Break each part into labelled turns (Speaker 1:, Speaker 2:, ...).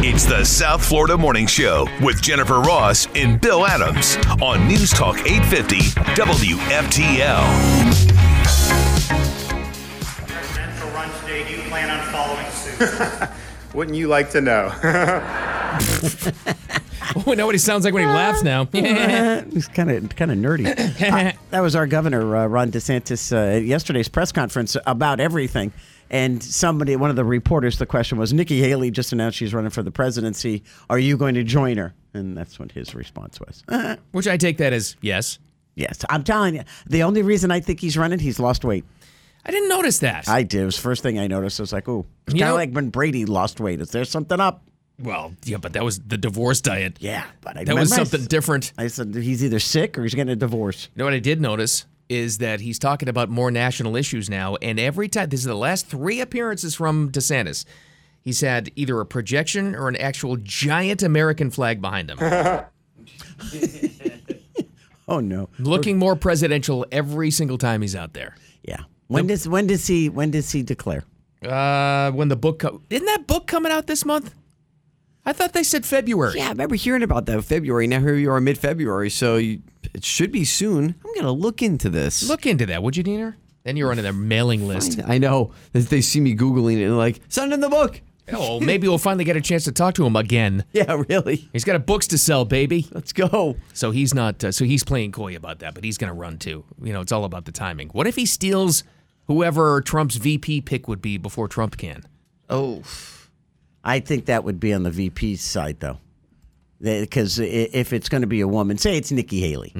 Speaker 1: It's the South Florida Morning Show with Jennifer Ross and Bill Adams on News Talk 850 WFTL.
Speaker 2: Presidential run today, do you plan on following suit?
Speaker 3: Wouldn't you like to know?
Speaker 4: We know what he sounds like when he laughs now.
Speaker 5: He's kind of kind of nerdy. Uh, that was our governor uh, Ron DeSantis uh, at yesterday's press conference about everything. And somebody, one of the reporters, the question was, Nikki Haley just announced she's running for the presidency. Are you going to join her? And that's what his response was. Uh,
Speaker 4: Which I take that as yes.
Speaker 5: yes, I'm telling you. The only reason I think he's running, he's lost weight.
Speaker 4: I didn't notice that.
Speaker 5: I did. It was the first thing I noticed. I was like, ooh, it's
Speaker 4: You
Speaker 5: kind
Speaker 4: know-
Speaker 5: of like when Brady lost weight. Is there something up?
Speaker 4: well, yeah, but that was the divorce diet.
Speaker 5: Yeah, but I
Speaker 4: That was
Speaker 5: remember I
Speaker 4: something
Speaker 5: s-
Speaker 4: different.
Speaker 5: I said he's either sick or he's getting a divorce.
Speaker 4: You know what I did notice is that he's talking about more national issues now, and every time this is the last three appearances from DeSantis, he's had either a projection or an actual giant American flag behind him,
Speaker 5: Oh no.
Speaker 4: looking more presidential every single time he's out there.
Speaker 5: Yeah. When does when does he when does he declare?
Speaker 4: Uh, when the book co- isn't that book coming out this month? I thought they said February.
Speaker 6: Yeah, I remember hearing about that in February. Now here you are mid February, so you, it should be soon. I'm going to look into this.
Speaker 4: Look into that, would you, Diener? Then you're on their mailing list.
Speaker 6: I know that they see me Googling it and like, send in the book.
Speaker 4: Oh, maybe we'll finally get a chance to talk to him again.
Speaker 6: Yeah, really.
Speaker 4: He's got a books to sell, baby.
Speaker 6: Let's go.
Speaker 4: So he's not. Uh, so he's playing coy about that, but he's going to run too. You know, it's all about the timing. What if he steals whoever Trump's VP pick would be before Trump can?
Speaker 6: Oh,
Speaker 5: I think that would be on the VP's side though, because if it's going to be a woman, say it's Nikki Haley,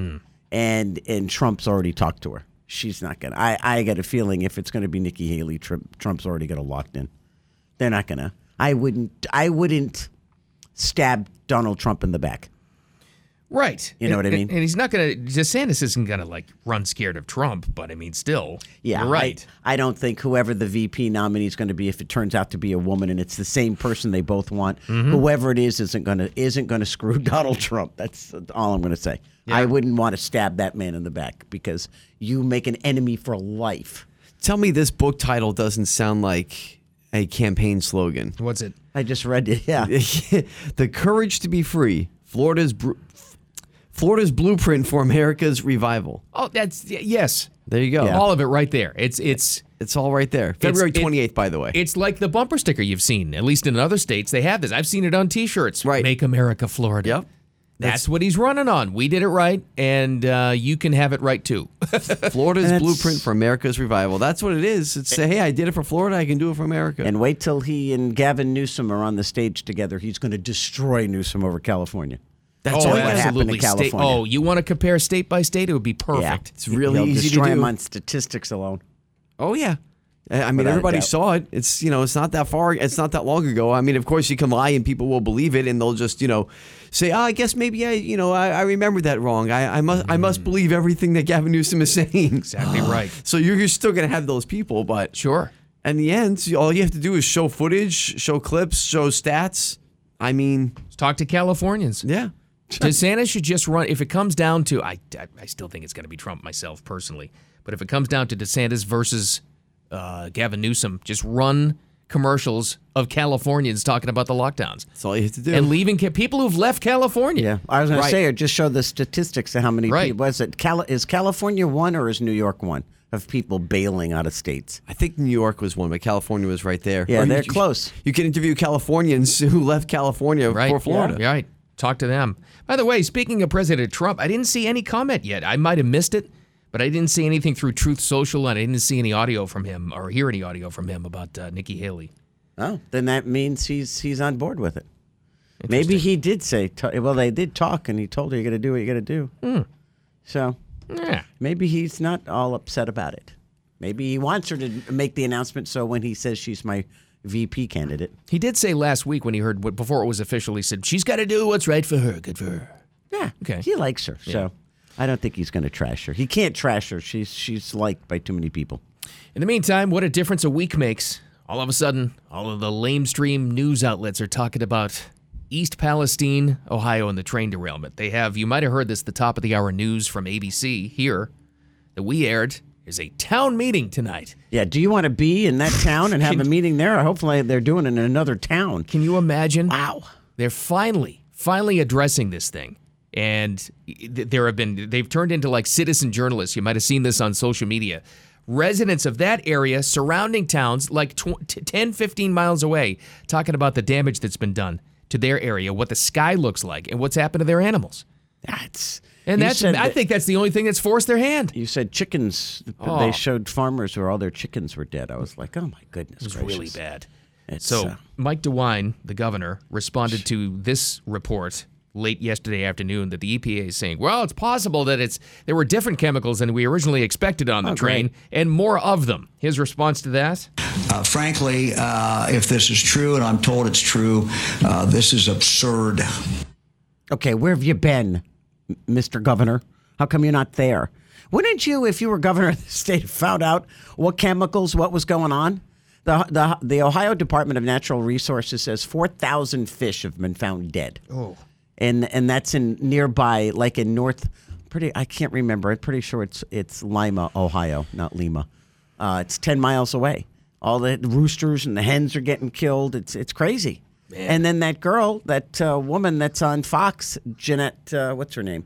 Speaker 5: and and Trump's already talked to her. She's not gonna. I I got a feeling if it's going to be Nikki Haley, Trump, Trump's already got her locked in. They're not gonna. I wouldn't. I wouldn't stab Donald Trump in the back.
Speaker 4: Right.
Speaker 5: You know
Speaker 4: And-
Speaker 5: what I mean?
Speaker 4: And he's not going to. DeSantis isn't going to like run scared of Trump, but I mean, still.
Speaker 5: Yeah,
Speaker 4: you're right.
Speaker 5: I, I don't think whoever the VP nominee is going to be, if it turns out to be a woman and it's the same person they both want,
Speaker 6: Mm-hmm.
Speaker 5: whoever it is isn't going to isn't going to screw Donald Trump. That's all I'm going to say. I wouldn't want to stab that man in the back because you make an enemy for life.
Speaker 6: tell me this book title doesn't sound like a campaign slogan.
Speaker 4: What's it?
Speaker 5: I just read it. Yeah,
Speaker 6: the courage to be free. Florida's bru Florida's blueprint for America's revival.
Speaker 4: Oh, that's y- yes.
Speaker 6: There you go.
Speaker 4: All of it right there. It's it's
Speaker 6: It's all right there. February
Speaker 4: it-
Speaker 6: 28th, by the way.
Speaker 4: it's like the bumper sticker you've seen. At least in other states, they have this. I've seen it on T-shirts.
Speaker 6: Right.
Speaker 4: Make America Florida.
Speaker 6: yep.
Speaker 4: That's what he's running on. We did it right, and uh, you can have it right too.
Speaker 6: Florida's
Speaker 5: That's-
Speaker 6: blueprint for America's revival. That's what it is. It's say, hey, I did it for Florida. I can do it for America.
Speaker 5: and wait till he and Gavin Newsom are on the stage together. He's going to destroy Newsom over California.
Speaker 6: that's
Speaker 5: Oh,
Speaker 6: all
Speaker 5: what
Speaker 6: it is.
Speaker 5: happened
Speaker 4: State,
Speaker 5: in California.
Speaker 4: oh, you want to compare state by state? It would be perfect.
Speaker 6: It's really
Speaker 5: He'll
Speaker 6: easy to
Speaker 5: destroy him
Speaker 6: do.
Speaker 5: on statistics alone.
Speaker 6: Oh yeah. I I mean,
Speaker 5: Without a
Speaker 6: everybody
Speaker 5: doubt.
Speaker 6: saw it. It's you know, it's not that far. It's not that long ago. I mean, of course, you can lie and people will believe it, and they'll just you know say, oh, I guess maybe I you know I, I remember that wrong. I, I must I
Speaker 5: Mm.
Speaker 6: must believe everything that Gavin Newsom is saying.
Speaker 4: Exactly right.
Speaker 6: So you're, you're still gonna have those people, but
Speaker 4: Sure.
Speaker 6: in the end, so all you have to do is show footage, show clips, show stats. I mean,
Speaker 4: Let's talk to Californians.
Speaker 6: yeah.
Speaker 4: DeSantis should just run. If it comes down to, I, I, I still think it's going to be Trump myself personally. But if it comes down to DeSantis versus uh, Gavin Newsom, just run commercials of Californians talking about the lockdowns
Speaker 6: That's all you have to do.
Speaker 4: and leaving ca- people who've left California.
Speaker 5: Yeah, I was going
Speaker 4: Right.
Speaker 5: to say, or just show the statistics of how many
Speaker 4: Right.
Speaker 5: people. Was it Cali- is California one or is New York one of people bailing out of states?
Speaker 6: I think New York was one, but California was right there.
Speaker 5: Yeah,
Speaker 6: Or
Speaker 5: they're
Speaker 6: you-
Speaker 5: close.
Speaker 6: You can interview Californians who left California
Speaker 4: right.
Speaker 6: for Florida.
Speaker 4: Yeah, right. Talk to them. By the way, speaking of President Trump, I didn't see any comment yet. I might have missed it, but I didn't see anything through Truth Social, and I didn't see any audio from him or hear any audio from him about uh, Nikki Haley.
Speaker 5: Oh, then that means he's he's on board with it. Maybe he did say. T- well, they did talk, and he told her you got to do what you got to do.
Speaker 4: Hmm.
Speaker 5: So
Speaker 4: Yeah.
Speaker 5: maybe he's not all upset about it. Maybe he wants her to make the announcement. So when he says she's my VP candidate,
Speaker 4: He did say last week when he heard what before it was official, he said she's got to do what's right for her. Good for her.
Speaker 5: yeah,
Speaker 4: Okay.
Speaker 5: he likes her. So I don't think he's going to trash her. He can't trash her. She's she's liked by too many people.
Speaker 4: In the meantime, what a difference a week makes. All of a sudden, all of the lamestream news outlets are talking about East Palestine, Ohio, and the train derailment. They have, you might have heard this, the top of the hour news from ABC here that we aired. There's a town meeting tonight.
Speaker 5: Yeah, do you want to be in that town and have a meeting there? Hopefully, they're doing it in another town.
Speaker 4: Can you imagine?
Speaker 5: Wow.
Speaker 4: They're finally, finally addressing this thing. And th- there have been, they've turned into like citizen journalists. You might have seen this on social media. Residents of that area, surrounding towns, like tw- t- 10, 15 miles away, talking about the damage that's been done to their area, what the sky looks like, and what's happened to their animals.
Speaker 5: That's
Speaker 4: And
Speaker 5: you
Speaker 4: that's,
Speaker 5: said
Speaker 4: I
Speaker 5: that-
Speaker 4: think that's the only thing that's forced their hand.
Speaker 5: you said chickens.
Speaker 4: Oh.
Speaker 5: They showed farmers where all their chickens were dead. I was like, oh my goodness,
Speaker 4: It's
Speaker 5: gracious.
Speaker 4: really bad.
Speaker 5: It's,
Speaker 4: so
Speaker 5: uh,
Speaker 4: Mike DeWine, the governor, responded to this report late yesterday afternoon that the EPA is saying, well, it's possible that it's there were different chemicals than we originally expected
Speaker 5: Oh,
Speaker 4: on the train and more of them. His response to that?
Speaker 7: Uh, frankly, uh, if this is true, and I'm told it's true, uh, this is absurd.
Speaker 5: Okay, where have you been, M- Mr. Governor? How come you're not there? Wouldn't you, if you were governor of the state, have found out what chemicals, what was going on? The, the, the Ohio Department of Natural Resources says 4,000 fish have been found dead. Oh. And, and that's in nearby, like in North, pretty, I can't remember. I'm pretty sure it's, it's Lima, Ohio, not Lima. Uh, it's 10 miles away. All the roosters and the hens are getting killed. It's, it's crazy. And then that girl, that uh, woman that's on Fox, Jeanette, uh, what's her name?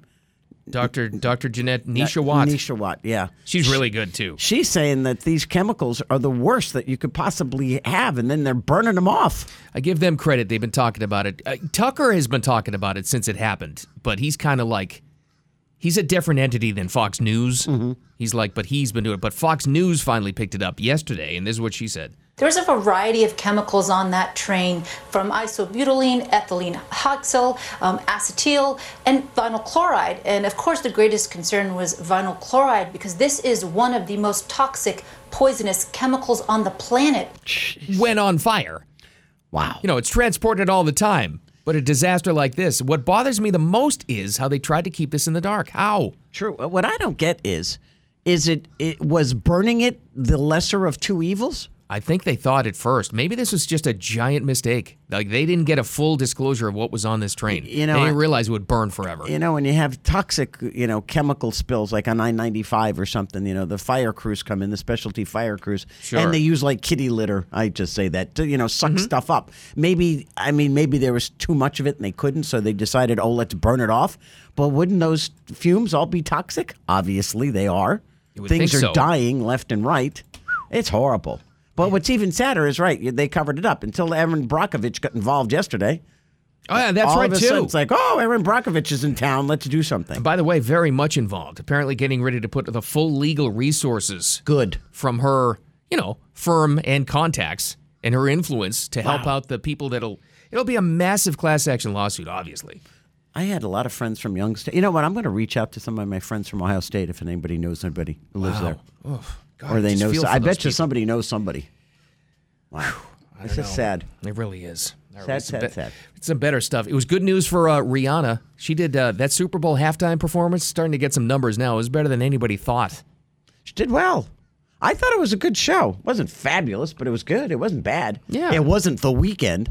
Speaker 4: Dr. Dr. Jeanette Nisha Watt.
Speaker 5: Nisha Watt, yeah.
Speaker 4: She's really good too.
Speaker 5: She's saying that these chemicals are the worst that you could possibly have, and then they're burning them off.
Speaker 4: I give them credit. They've been talking about it. Uh, Tucker has been talking about it since it happened, but he's kind of like he's a different entity than Fox News.
Speaker 5: Mm-hmm.
Speaker 4: He's like, but he's been doing it. But Fox News finally picked it up yesterday, and this is what she said.
Speaker 8: There's a variety of chemicals on that train from isobutylene, ethylene oxal, um, acetyl, and vinyl chloride. And of course, the greatest concern was vinyl chloride because this is one of the most toxic, poisonous chemicals on the planet.
Speaker 4: Went on fire.
Speaker 5: Wow.
Speaker 4: You know, it's transported all the time. But a disaster like this, what bothers me the most is how they tried to keep this in the dark. How?
Speaker 5: True. Uh, What I don't get is, is it, it was burning it the lesser of two evils?
Speaker 4: I think they thought at first maybe this was just a giant mistake. Like they didn't get a full disclosure of what was on this train.
Speaker 5: you know,
Speaker 4: they didn't
Speaker 5: I-
Speaker 4: realize it would burn forever.
Speaker 5: You know, when you have toxic, you know, chemical spills like on I ninety five or something, you know, the fire crews come in, the specialty fire crews,
Speaker 4: Sure. Mm-hmm.
Speaker 5: and they use like kitty litter. I just say that to you know suck stuff up. Maybe I mean maybe there was too much of it and they couldn't, so they decided, oh, let's burn it off. But wouldn't those fumes all be toxic? Obviously, they are.
Speaker 4: You would
Speaker 5: Things
Speaker 4: think
Speaker 5: are
Speaker 4: so.
Speaker 5: dying left and right. It's horrible. But what's even sadder is right. They covered it up until Aaron Brockovich got involved yesterday.
Speaker 4: oh yeah, that's
Speaker 5: all
Speaker 4: right
Speaker 5: of a
Speaker 4: too.
Speaker 5: sudden, it's like, oh, Aaron Brockovich is in town. Let's do something.
Speaker 4: By the way, very much involved. Apparently, getting ready to put the full legal resources
Speaker 5: Good.
Speaker 4: from her, you know, firm and contacts and her influence to help out the people that'll. It'll be a massive class action lawsuit, obviously.
Speaker 5: I had a lot of friends from Youngstown. You know what? I'm going to reach out to some of my friends from Ohio State if anybody knows anybody who lives there,
Speaker 4: God,
Speaker 5: or they
Speaker 4: just
Speaker 5: know.
Speaker 4: feel
Speaker 5: so-
Speaker 4: for
Speaker 5: I
Speaker 4: those
Speaker 5: bet you
Speaker 4: people.
Speaker 5: somebody knows somebody. Wow, this is sad.
Speaker 4: It really is. All right,
Speaker 5: Sad,
Speaker 4: it's some
Speaker 5: sad, sad.
Speaker 4: It's some better stuff. It was good news for uh, Rihanna. She did uh, that Super Bowl halftime performance, starting to get some numbers now. It was better than anybody thought.
Speaker 5: She did well. I thought it was a good show. It wasn't fabulous, but it was good. It wasn't bad.
Speaker 4: Yeah.
Speaker 5: It wasn't the weekend.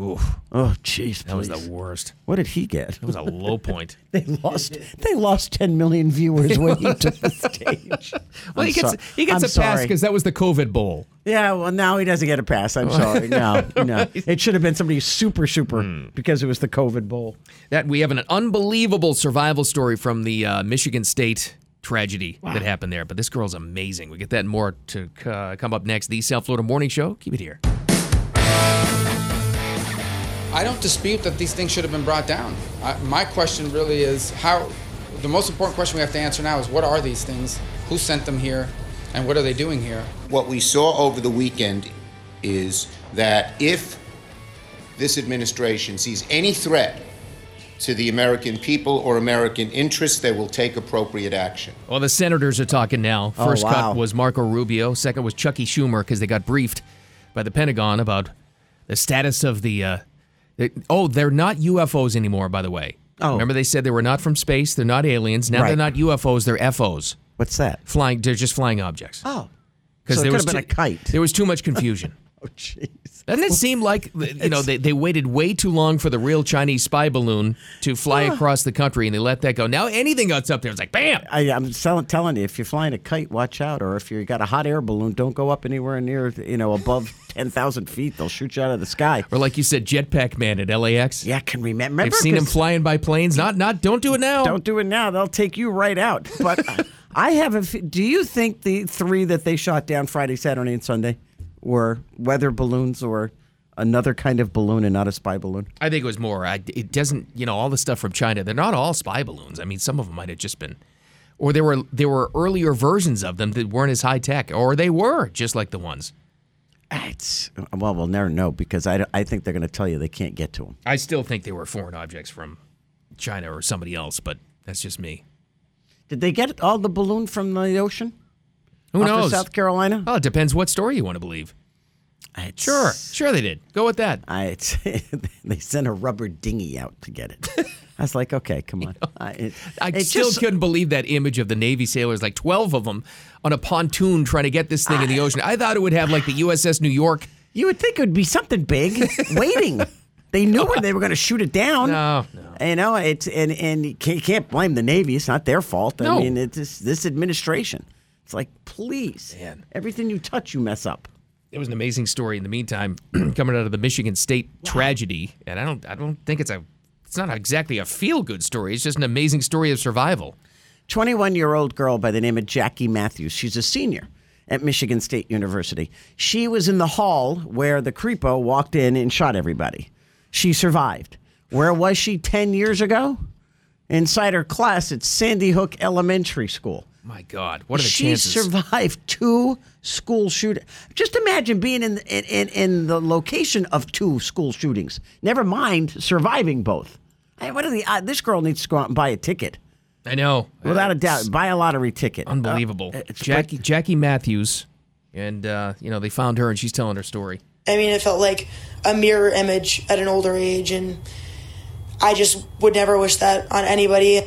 Speaker 4: Oof,
Speaker 5: Oh, jeez,
Speaker 4: that was
Speaker 5: please.
Speaker 4: the worst.
Speaker 5: What did he get?
Speaker 4: It was a low point.
Speaker 5: They lost. They lost 10 million viewers when he took the stage.
Speaker 4: well,
Speaker 5: I'm
Speaker 4: he gets
Speaker 5: sorry.
Speaker 4: he gets
Speaker 5: I'm
Speaker 4: a pass
Speaker 5: sorry.
Speaker 4: because that was the COVID bowl.
Speaker 5: Yeah, well, now he doesn't get a pass. I'm sorry. No, Hmm. no. It should have been somebody super, super because it was the COVID bowl.
Speaker 4: That we have an unbelievable survival story from the uh, Michigan State tragedy that happened there. But this girl's amazing. We get that and more to uh, come up next. The South Florida Morning Show. Keep it here.
Speaker 9: I don't dispute that these things should have been brought down. I, my question really is how. The most important question we have to answer now is what are these things? Who sent them here? And what are they doing here?
Speaker 10: What we saw over the weekend is that if this administration sees any threat to the American people or American interests, they will take appropriate action.
Speaker 4: Well, the senators are talking now.
Speaker 5: Oh,
Speaker 4: First
Speaker 5: wow.
Speaker 4: cut was Marco Rubio. Second was Chuckie Schumer because they got briefed by the Pentagon about the status of the. Uh, the- oh, they're not UFOs anymore. By the way,
Speaker 5: Oh.
Speaker 4: remember they said they were not from space. They're not aliens. Now they're
Speaker 5: Right.
Speaker 4: not UFOs. They're FOs.
Speaker 5: What's that?
Speaker 4: Flying. They're just flying objects.
Speaker 5: Oh,
Speaker 4: because
Speaker 5: So it
Speaker 4: there
Speaker 5: could
Speaker 4: was
Speaker 5: have been
Speaker 4: too-
Speaker 5: a kite.
Speaker 4: There was too much confusion.
Speaker 5: Oh, jeez.
Speaker 4: Doesn't it seem like you know they, they waited way too long for the real Chinese spy balloon to fly across the country and they let that go? Now anything that's up there, it's like bam.
Speaker 5: I, I'm sell- telling you, if you're flying a kite, watch out. Or if you got a hot air balloon, don't go up anywhere near, you know, above 10,000 feet. They'll shoot you out of the sky.
Speaker 4: Or like you said, Jetpack Man at LAX.
Speaker 5: Yeah, I can remember.
Speaker 4: I've seen him
Speaker 5: 'cause-
Speaker 4: flying by planes. Not not. Don't do it now.
Speaker 5: Don't do it now. They'll take you right out. But I have a. f- Do you think the three that they shot down Friday, Saturday, and Sunday were weather balloons or another kind of balloon and not a spy balloon?
Speaker 4: I think it was more. I, it doesn't, you know, all the stuff from China. They're not all spy balloons. I mean, some of them might have just been, or there were there were earlier versions of them that weren't as high tech, or they were just like the ones.
Speaker 5: It's, well, we'll never know because I, I think they're going to tell you they can't get to them.
Speaker 4: I still think they were foreign objects from China or somebody else, but that's just me.
Speaker 5: Did they get all the balloon from the ocean?
Speaker 4: Who
Speaker 5: Off of
Speaker 4: knows?
Speaker 5: South Carolina?
Speaker 4: Oh, it depends what story you want to believe.
Speaker 5: It's-
Speaker 4: Sure, sure they did. Go with that.
Speaker 5: I, it's, they sent a rubber dinghy out to get it. I was like, okay, come on. I, it,
Speaker 4: I
Speaker 5: it
Speaker 4: still
Speaker 5: just-
Speaker 4: couldn't believe that image of the Navy sailors, like 12 of them, on a pontoon trying to get this thing in the ocean. I thought it would have like the USS New York.
Speaker 5: You would think it would be something big waiting. They knew when they were going to shoot it down.
Speaker 4: No, no.
Speaker 5: You know, it's and and you can't, can't blame the Navy. It's not their fault.
Speaker 4: No.
Speaker 5: I mean, it's just this administration. It's like, please, everything you touch, you mess up.
Speaker 4: it was an amazing story in the meantime coming out of the Michigan State tragedy and I don't I don't think it's a it's not exactly a feel good story it's just an amazing story of survival
Speaker 5: 21 year old girl by the name of Jackie Matthews. She's a senior at Michigan State University. She was in the hall where the creepo walked in and shot everybody. She survived. Where was she 10 years ago? Inside her class at Sandy Hook Elementary School.
Speaker 4: my god what are the
Speaker 5: she
Speaker 4: chances
Speaker 5: survived two school shootings. Just imagine being in, in in in the location of two school shootings. Never mind surviving both. Hey, what are the? Uh, this girl needs to go out and buy a ticket.
Speaker 4: I know
Speaker 5: Without a
Speaker 4: It's
Speaker 5: doubt, buy a lottery ticket.
Speaker 4: unbelievable
Speaker 5: Uh, it's-
Speaker 4: Jackie Jackie Matthews and uh, you know they found her and she's telling her story
Speaker 11: I mean, it felt like a mirror image at an older age, and I just would never wish that on anybody.
Speaker 5: Uh,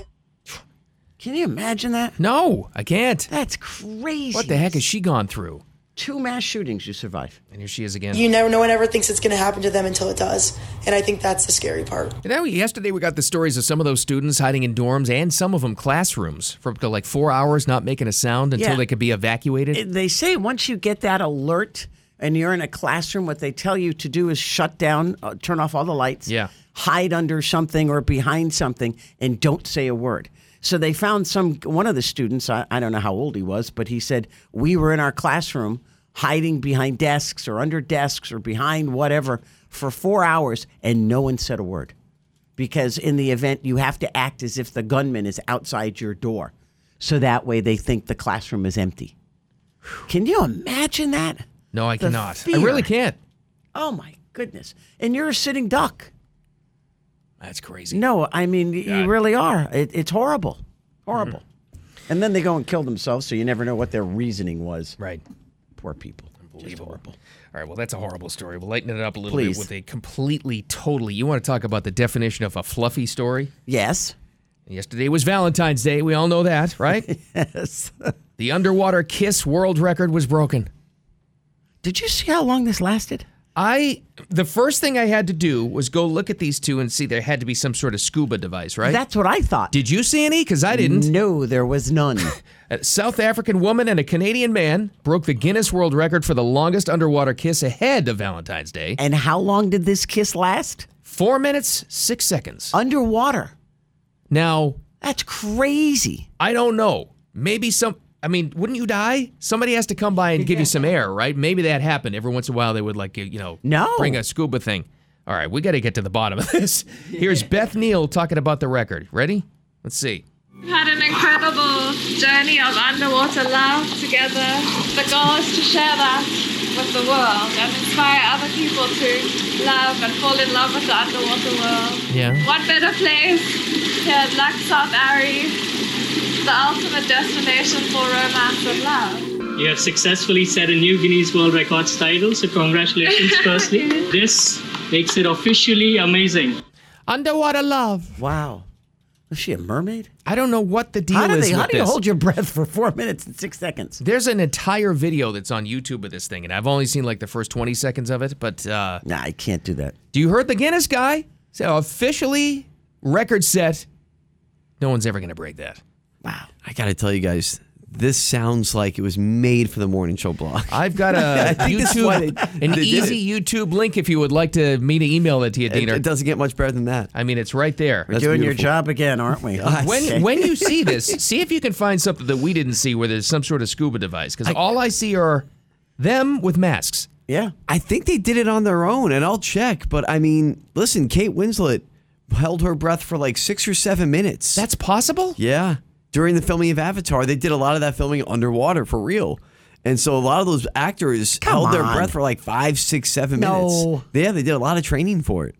Speaker 5: Can you imagine that?
Speaker 4: no I can't
Speaker 5: That's crazy.
Speaker 4: what the heck has she gone through
Speaker 5: Two mass shootings you survive.
Speaker 4: and here she is again
Speaker 11: You never, no one ever thinks it's going to happen to them until it does, and I think that's the scary part.
Speaker 4: And now, yesterday we got the stories of some of those students hiding in dorms and some of them classrooms for up to like four hours, not making a sound until
Speaker 5: Yeah.
Speaker 4: they could be evacuated.
Speaker 5: They say once you get that alert and you're in a classroom, what they tell you to do is shut down, uh, turn off all the lights,
Speaker 4: Yeah.
Speaker 5: hide under something or behind something, and don't say a word. So they found some one of the students. I, I don't know how old he was, but he said we were in our classroom hiding behind desks or under desks or behind whatever for four hours, and no one said a word. because in the event you have to act as if the gunman is outside your door so that way they think the classroom is empty can you imagine that
Speaker 4: no, I
Speaker 5: The
Speaker 4: cannot. I really
Speaker 5: fear.
Speaker 4: can't.
Speaker 5: oh my goodness and you're a sitting duck
Speaker 4: That's crazy.
Speaker 5: no i mean y you really are it, it's horrible horrible Mm-hmm. and then they go and kill themselves so you never know what their reasoning was
Speaker 4: Right.
Speaker 5: poor people Just horrible
Speaker 4: All right. Well, that's a horrible story. We'll lighten it up a little
Speaker 5: Please.
Speaker 4: bit with a completely, totally. You want to talk about the definition of a fluffy story?
Speaker 5: yes
Speaker 4: Yesterday was Valentine's Day. We all know that, right?
Speaker 5: yes
Speaker 4: the underwater kiss world record was broken.
Speaker 5: did you see how long this lasted
Speaker 4: I the first thing I had to do was go look at these two and see there had to be some sort of scuba device, right?
Speaker 5: that's what i thought
Speaker 4: Did you see any? Because I didn't.
Speaker 5: no there was none
Speaker 4: A South African woman and a Canadian man broke the Guinness World Record for the longest underwater kiss ahead of Valentine's Day.
Speaker 5: and how long did this kiss last
Speaker 4: Four minutes, six
Speaker 5: Uh
Speaker 4: seconds.
Speaker 5: underwater
Speaker 4: Now,
Speaker 5: That's crazy.
Speaker 4: I don't know. Maybe some. I mean, wouldn't you die? Somebody has to come by and give you some air, right? Maybe that happened. Every once in a while, they would like you know,
Speaker 5: No.
Speaker 4: bring a scuba thing. All right, we got to get to the bottom of this. Here's Beth Neal talking about the record. Ready? Let's see.
Speaker 12: had an incredible journey of underwater love together. The goal is to share that with the world and inspire other people to love and fall in love with the underwater world.
Speaker 4: Yeah.
Speaker 12: What better place here at Luxor Barry, the ultimate destination for romance and love.
Speaker 13: You have successfully set a new Guinness World Records title, so congratulations, firstly. This makes it officially amazing.
Speaker 4: Underwater love.
Speaker 5: Wow. Was she a mermaid?
Speaker 4: I don't know what the deal
Speaker 5: how do
Speaker 4: is
Speaker 5: They,
Speaker 4: with
Speaker 5: how do you
Speaker 4: this.
Speaker 5: hold your breath for four minutes and six seconds?
Speaker 4: There's an entire video that's on YouTube of this thing, and I've only seen like the first 20 seconds of it. But uh,
Speaker 5: nah, I can't do that.
Speaker 4: Do you heard the Guinness guy? So officially, record set. No one's ever going to break that.
Speaker 6: I gotta tell you guys, this sounds like it was made for the morning show blog.
Speaker 4: I've got a YouTube, an easy YouTube link if you would like to me to email it to you, Diener. It,
Speaker 6: doesn't get much better than that.
Speaker 4: I mean, it's right there.
Speaker 5: We're doing your job again, aren't we?
Speaker 4: When when you see this, see if you can find something that we didn't see where there's some sort of scuba device because all I see are them with masks.
Speaker 5: Yeah.
Speaker 6: I think they did it on their own, and I'll check. But I mean, listen, Kate Winslet held her breath for like six or seven minutes.
Speaker 4: That's possible?
Speaker 6: Yeah. During the filming of Avatar, they did a lot of that filming underwater for real. And so a lot of those actors held their
Speaker 5: on.
Speaker 6: breath for like five, six, seven
Speaker 5: No.
Speaker 6: minutes. Yeah, they did a lot of training for it.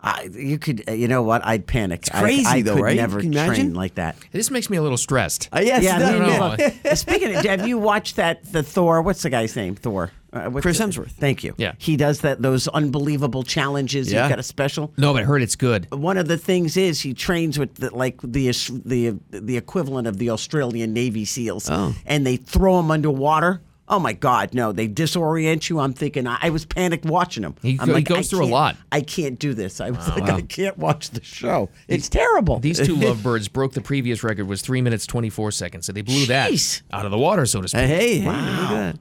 Speaker 5: I, you could, uh, you know what? I'd panic. It's
Speaker 6: crazy,
Speaker 5: I, I
Speaker 6: though,
Speaker 5: could
Speaker 6: right?
Speaker 5: Never
Speaker 6: Can you imagine?
Speaker 5: train like that.
Speaker 4: This makes me a little stressed.
Speaker 6: Uh, yes,
Speaker 5: yeah,
Speaker 6: it does.
Speaker 5: no,
Speaker 4: Yeah.
Speaker 5: no. Speaking of, have you watched that the Thor? What's the guy's name? Thor. Uh, what's
Speaker 6: Chris
Speaker 5: the-
Speaker 6: Hemsworth.
Speaker 5: Thank you.
Speaker 4: Yeah.
Speaker 5: He does that those unbelievable challenges.
Speaker 4: Yeah.
Speaker 5: He's got a special.
Speaker 4: No, but I heard it's good.
Speaker 5: One of the things is he trains with the, like the Aus- the the equivalent of the Australian Navy SEALs,
Speaker 6: Oh.
Speaker 5: and they throw him underwater. Oh my God, no! They disorient you. I'm thinking I, I was panicked watching him.
Speaker 4: He go-
Speaker 5: I'm
Speaker 4: he
Speaker 5: like, I
Speaker 4: goes through a
Speaker 5: can't-
Speaker 4: lot.
Speaker 5: I can't do this. I was
Speaker 4: Wow.
Speaker 5: like,
Speaker 4: Wow.
Speaker 5: I can't watch the show. It's terrible.
Speaker 4: These two lovebirds broke the previous record was three minutes twenty four seconds, so they blew
Speaker 5: Jeez.
Speaker 4: that out of the water, so to speak.
Speaker 6: Hey, hey, hey, look
Speaker 5: Wow.
Speaker 6: at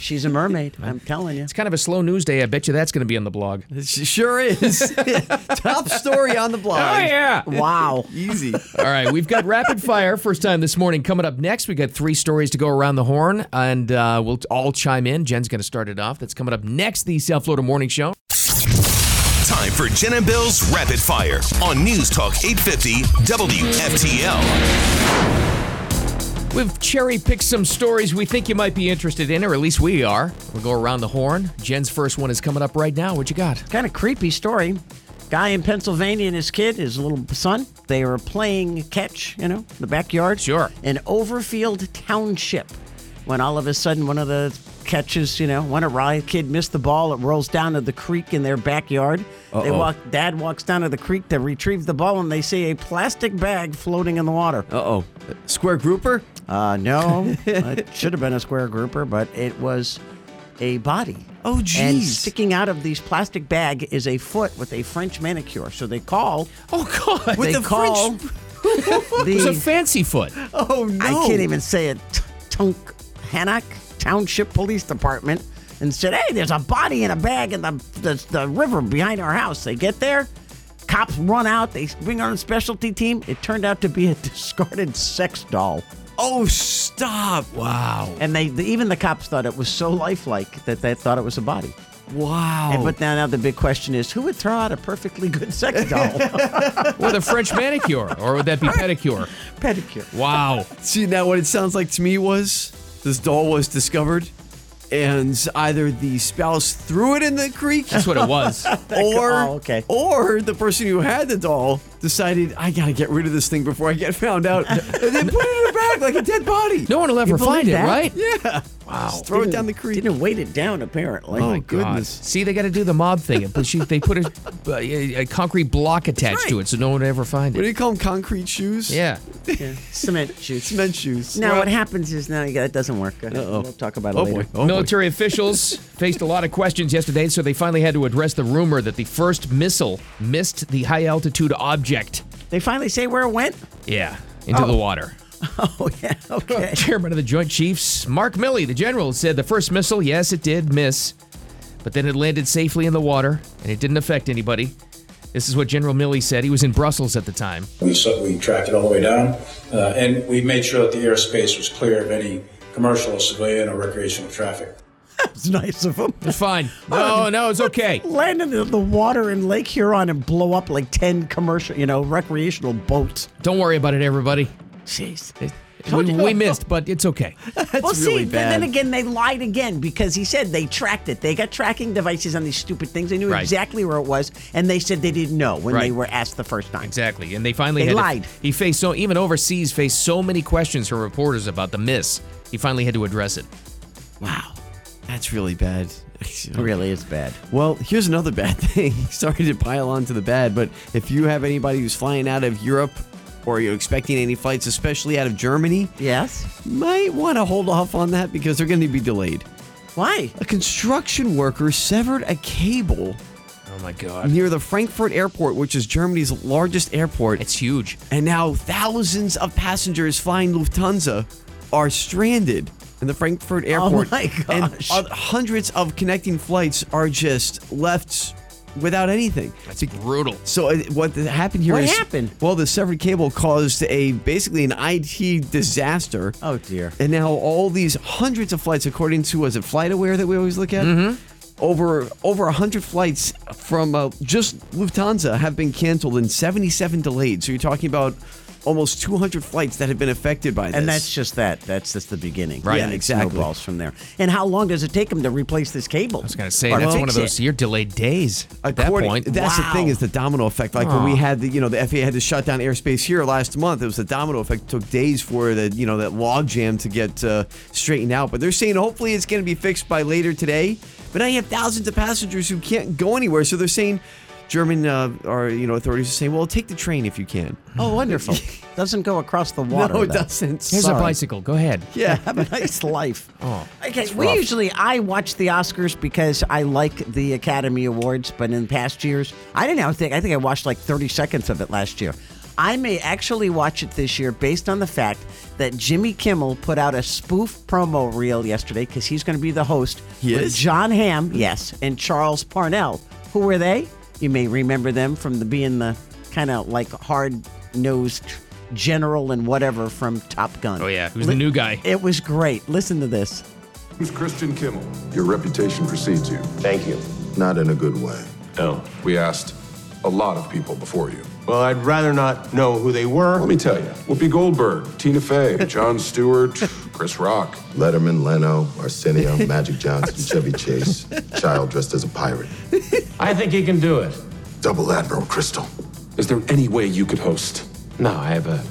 Speaker 5: She's a mermaid. I'm telling you.
Speaker 4: It's kind of a slow news day. I bet you that's going to be on the blog.
Speaker 6: that. It sure is. Top story on the blog.
Speaker 4: Oh yeah!
Speaker 5: Wow.
Speaker 6: Easy.
Speaker 4: All right, we've got rapid fire first time this morning coming up next. We got three stories to go around the horn, and uh, we'll all chime in. Jen's going to start it off. That's coming up next. The South Florida Morning Show.
Speaker 1: Time for Jen and Bill's Rapid Fire on News Talk 850 WFTL.
Speaker 4: We've cherry picked some stories we think you might be interested in, or at least we are. We'll go around the horn. Jen's first one is coming up right now. What you got?
Speaker 5: kind of creepy story. Guy in Pennsylvania and his kid, his little son, they were playing catch, you know, in the backyard.
Speaker 4: Sure.
Speaker 5: In Overfield Township. When all of a sudden one of the catches, you know, went awry, kid missed the ball, it rolls down to the creek in their backyard. They
Speaker 6: Uh-oh.
Speaker 5: walk dad walks down to the creek to retrieve the ball and they see a plastic bag floating in the water.
Speaker 6: Uh oh. Square grouper?
Speaker 5: Uh no. it should have been a square grouper, but it was a body.
Speaker 6: Oh,
Speaker 5: And
Speaker 6: geez.
Speaker 5: sticking out of these plastic bag is a foot with a French manicure. So they call.
Speaker 4: Oh God!
Speaker 6: With
Speaker 5: they
Speaker 6: the
Speaker 5: call
Speaker 6: French-
Speaker 5: the.
Speaker 4: It's a fancy foot.
Speaker 6: Oh no.
Speaker 5: I can't even say it. T- Tunk Hannock Township Police Department and said, "Hey, there's a body in a bag in the the, the river behind our house." They get there. Cops run out. They bring on a specialty team. It turned out to be a discarded sex doll.
Speaker 6: Oh, stop. Wow.
Speaker 5: And they, the, even the cops thought it was so lifelike that they thought it was a body.
Speaker 6: Wow.
Speaker 5: And, but now, now the big question is, who would throw out a perfectly good sex doll?
Speaker 4: With a French manicure, or would that be pedicure?
Speaker 5: Pedicure.
Speaker 4: Wow.
Speaker 6: See, now what it sounds like to me was this doll was discovered, and either the spouse threw it in the creek,
Speaker 4: That's what it was.
Speaker 6: or
Speaker 5: oh, okay.
Speaker 6: or the person who had the doll decided I gotta get rid of this thing before I get found out, and then put it in a bag like a dead body.
Speaker 4: No one will
Speaker 5: You
Speaker 4: ever
Speaker 5: believe
Speaker 4: find it,
Speaker 5: that?
Speaker 4: right?
Speaker 6: Yeah. Wow. Just throw it down the creek.
Speaker 5: Didn't weight it down, apparently.
Speaker 6: Oh,
Speaker 4: God.
Speaker 6: goodness.
Speaker 4: Uh, See, they got to do the mob thing. But she, they put a, a, a concrete block attached to
Speaker 6: right.
Speaker 4: it, so no one would ever find
Speaker 6: What do
Speaker 4: it.
Speaker 6: you call them? Concrete shoes?
Speaker 4: Yeah.
Speaker 5: Yeah. Cement shoots.
Speaker 6: Cement shoes.
Speaker 5: Now
Speaker 6: Well,
Speaker 5: what happens is now yeah, it doesn't work. Go ahead. We'll talk about it
Speaker 6: Oh
Speaker 5: later.
Speaker 6: boy. Oh boy.
Speaker 4: Military officials faced a lot of questions yesterday, so they finally had to address the rumor that the first missile missed the high altitude object.
Speaker 5: They finally say where it went.
Speaker 4: Yeah, into the water.
Speaker 5: Oh yeah. Okay.
Speaker 4: Chairman of the Joint Chiefs, Mark Milley, the general, said the first missile, yes, it did miss, but then it landed safely in the water and it didn't affect anybody. This is what General Milley said. He was in Brussels at the time.
Speaker 14: We, so- we tracked it all the way down, uh, and we made sure that the airspace was clear of any commercial, civilian, or recreational traffic.
Speaker 5: That's nice of them.
Speaker 4: It's fine. No, no, it's okay.
Speaker 5: Landed Oh, in the water in Lake Huron and blow up like ten commercial, you know, recreational boats.
Speaker 4: Don't worry about it, everybody.
Speaker 5: Jeez. Told
Speaker 4: We,
Speaker 5: you.
Speaker 4: we missed, but it's okay.
Speaker 5: well,
Speaker 6: really
Speaker 5: see, then- then
Speaker 6: bad.
Speaker 5: again, they lied again because he said they tracked it. They got tracking devices on these stupid things. They knew
Speaker 4: Right.
Speaker 5: exactly where it was, and they said they didn't know when they
Speaker 4: Right.
Speaker 5: were asked the first time.
Speaker 4: Exactly, and they finally
Speaker 5: They
Speaker 4: had to-
Speaker 5: lied.
Speaker 4: he faced so even overseas faced so many questions from reporters about the miss. He finally had to address it.
Speaker 6: Wow. That's really bad.
Speaker 5: really is bad.
Speaker 6: Well, here's another bad thing. Sorry to pile on to the bad, but if you have anybody who's flying out of Europe or you're expecting any flights, especially out of Germany,
Speaker 5: yes,
Speaker 6: might want to hold off on that because they're going to be delayed.
Speaker 5: Why?
Speaker 6: A construction worker severed a cable
Speaker 4: Oh my god.
Speaker 6: near the Frankfurt airport, which is Germany's largest airport.
Speaker 4: It's huge.
Speaker 6: And now thousands of passengers flying Lufthansa are stranded in the Frankfurt airport.
Speaker 5: Oh my
Speaker 6: And
Speaker 5: gosh.
Speaker 6: oth- hundreds of connecting flights are just left without anything.
Speaker 4: That's brutal.
Speaker 6: So uh, what th- happened here
Speaker 5: What
Speaker 6: is-
Speaker 5: happened?
Speaker 6: well, the severed cable caused a basically an IT disaster.
Speaker 5: Oh dear.
Speaker 6: And now all these hundreds of flights, according to was it FlightAware that we always look at,
Speaker 5: Mm-hmm.
Speaker 6: over over hundred flights from uh, just Lufthansa have been canceled and seventy seven delayed. So you're talking about almost two hundred flights that have been affected by this.
Speaker 5: And that's just that. That's just the beginning.
Speaker 6: Right,
Speaker 5: Yeah, it
Speaker 6: exactly.
Speaker 5: Snowballs from there. And how long does it take them to replace this cable? I was
Speaker 4: Gotta say, that's one of those you're delayed days at that
Speaker 6: According-
Speaker 4: point.
Speaker 6: That's the thing is the domino effect. Like when we
Speaker 4: Aw.
Speaker 6: had the you know the FAA had to shut down airspace here last month. It was the domino effect. It took days for the you know that log jam to get uh, straightened out. But they're saying hopefully it's going to be fixed by later today. But now you have thousands of passengers who can't go anywhere. So they're saying German uh, or you know authorities are saying, well, take the train if you can.
Speaker 5: Oh, wonderful. doesn't go across the water.
Speaker 6: no, it
Speaker 5: though.
Speaker 6: doesn't.
Speaker 4: Here's
Speaker 5: Sorry.
Speaker 4: a bicycle. Go ahead.
Speaker 6: Yeah.
Speaker 5: Have a nice life.
Speaker 4: Oh.
Speaker 5: Okay,
Speaker 4: It's
Speaker 5: we
Speaker 4: rough.
Speaker 5: usually I watch the Oscars because I like the Academy Awards, but in past years, I didn't know, think I think I watched like 30 seconds of it last year. I may actually watch it this year based on the fact that Jimmy Kimmel put out a spoof promo reel yesterday because he's going to be the host
Speaker 6: He
Speaker 5: with
Speaker 6: is?
Speaker 5: John Hamm, yes, and Charles Parnell. Who were they? You may remember them from the being the kind of like hard nosed general and whatever from Top Gun.
Speaker 4: Oh yeah, who's the new guy?
Speaker 5: It was great. Listen to this.
Speaker 15: Who's Christian Kimmel? Your reputation precedes you. Thank you. Not in a good way. No. We asked a lot of people before you. Well, I'd rather not know who they were. Let me tell you Whoopi Goldberg, Tina Fey, John Stewart, Chris Rock.
Speaker 16: Letterman, Leno, Arsenio, Magic Johnson, Chevy Chase, child dressed as a pirate. I think he can do it. Double Admiral Crystal.
Speaker 15: Is there any way you could host?
Speaker 17: No, I have a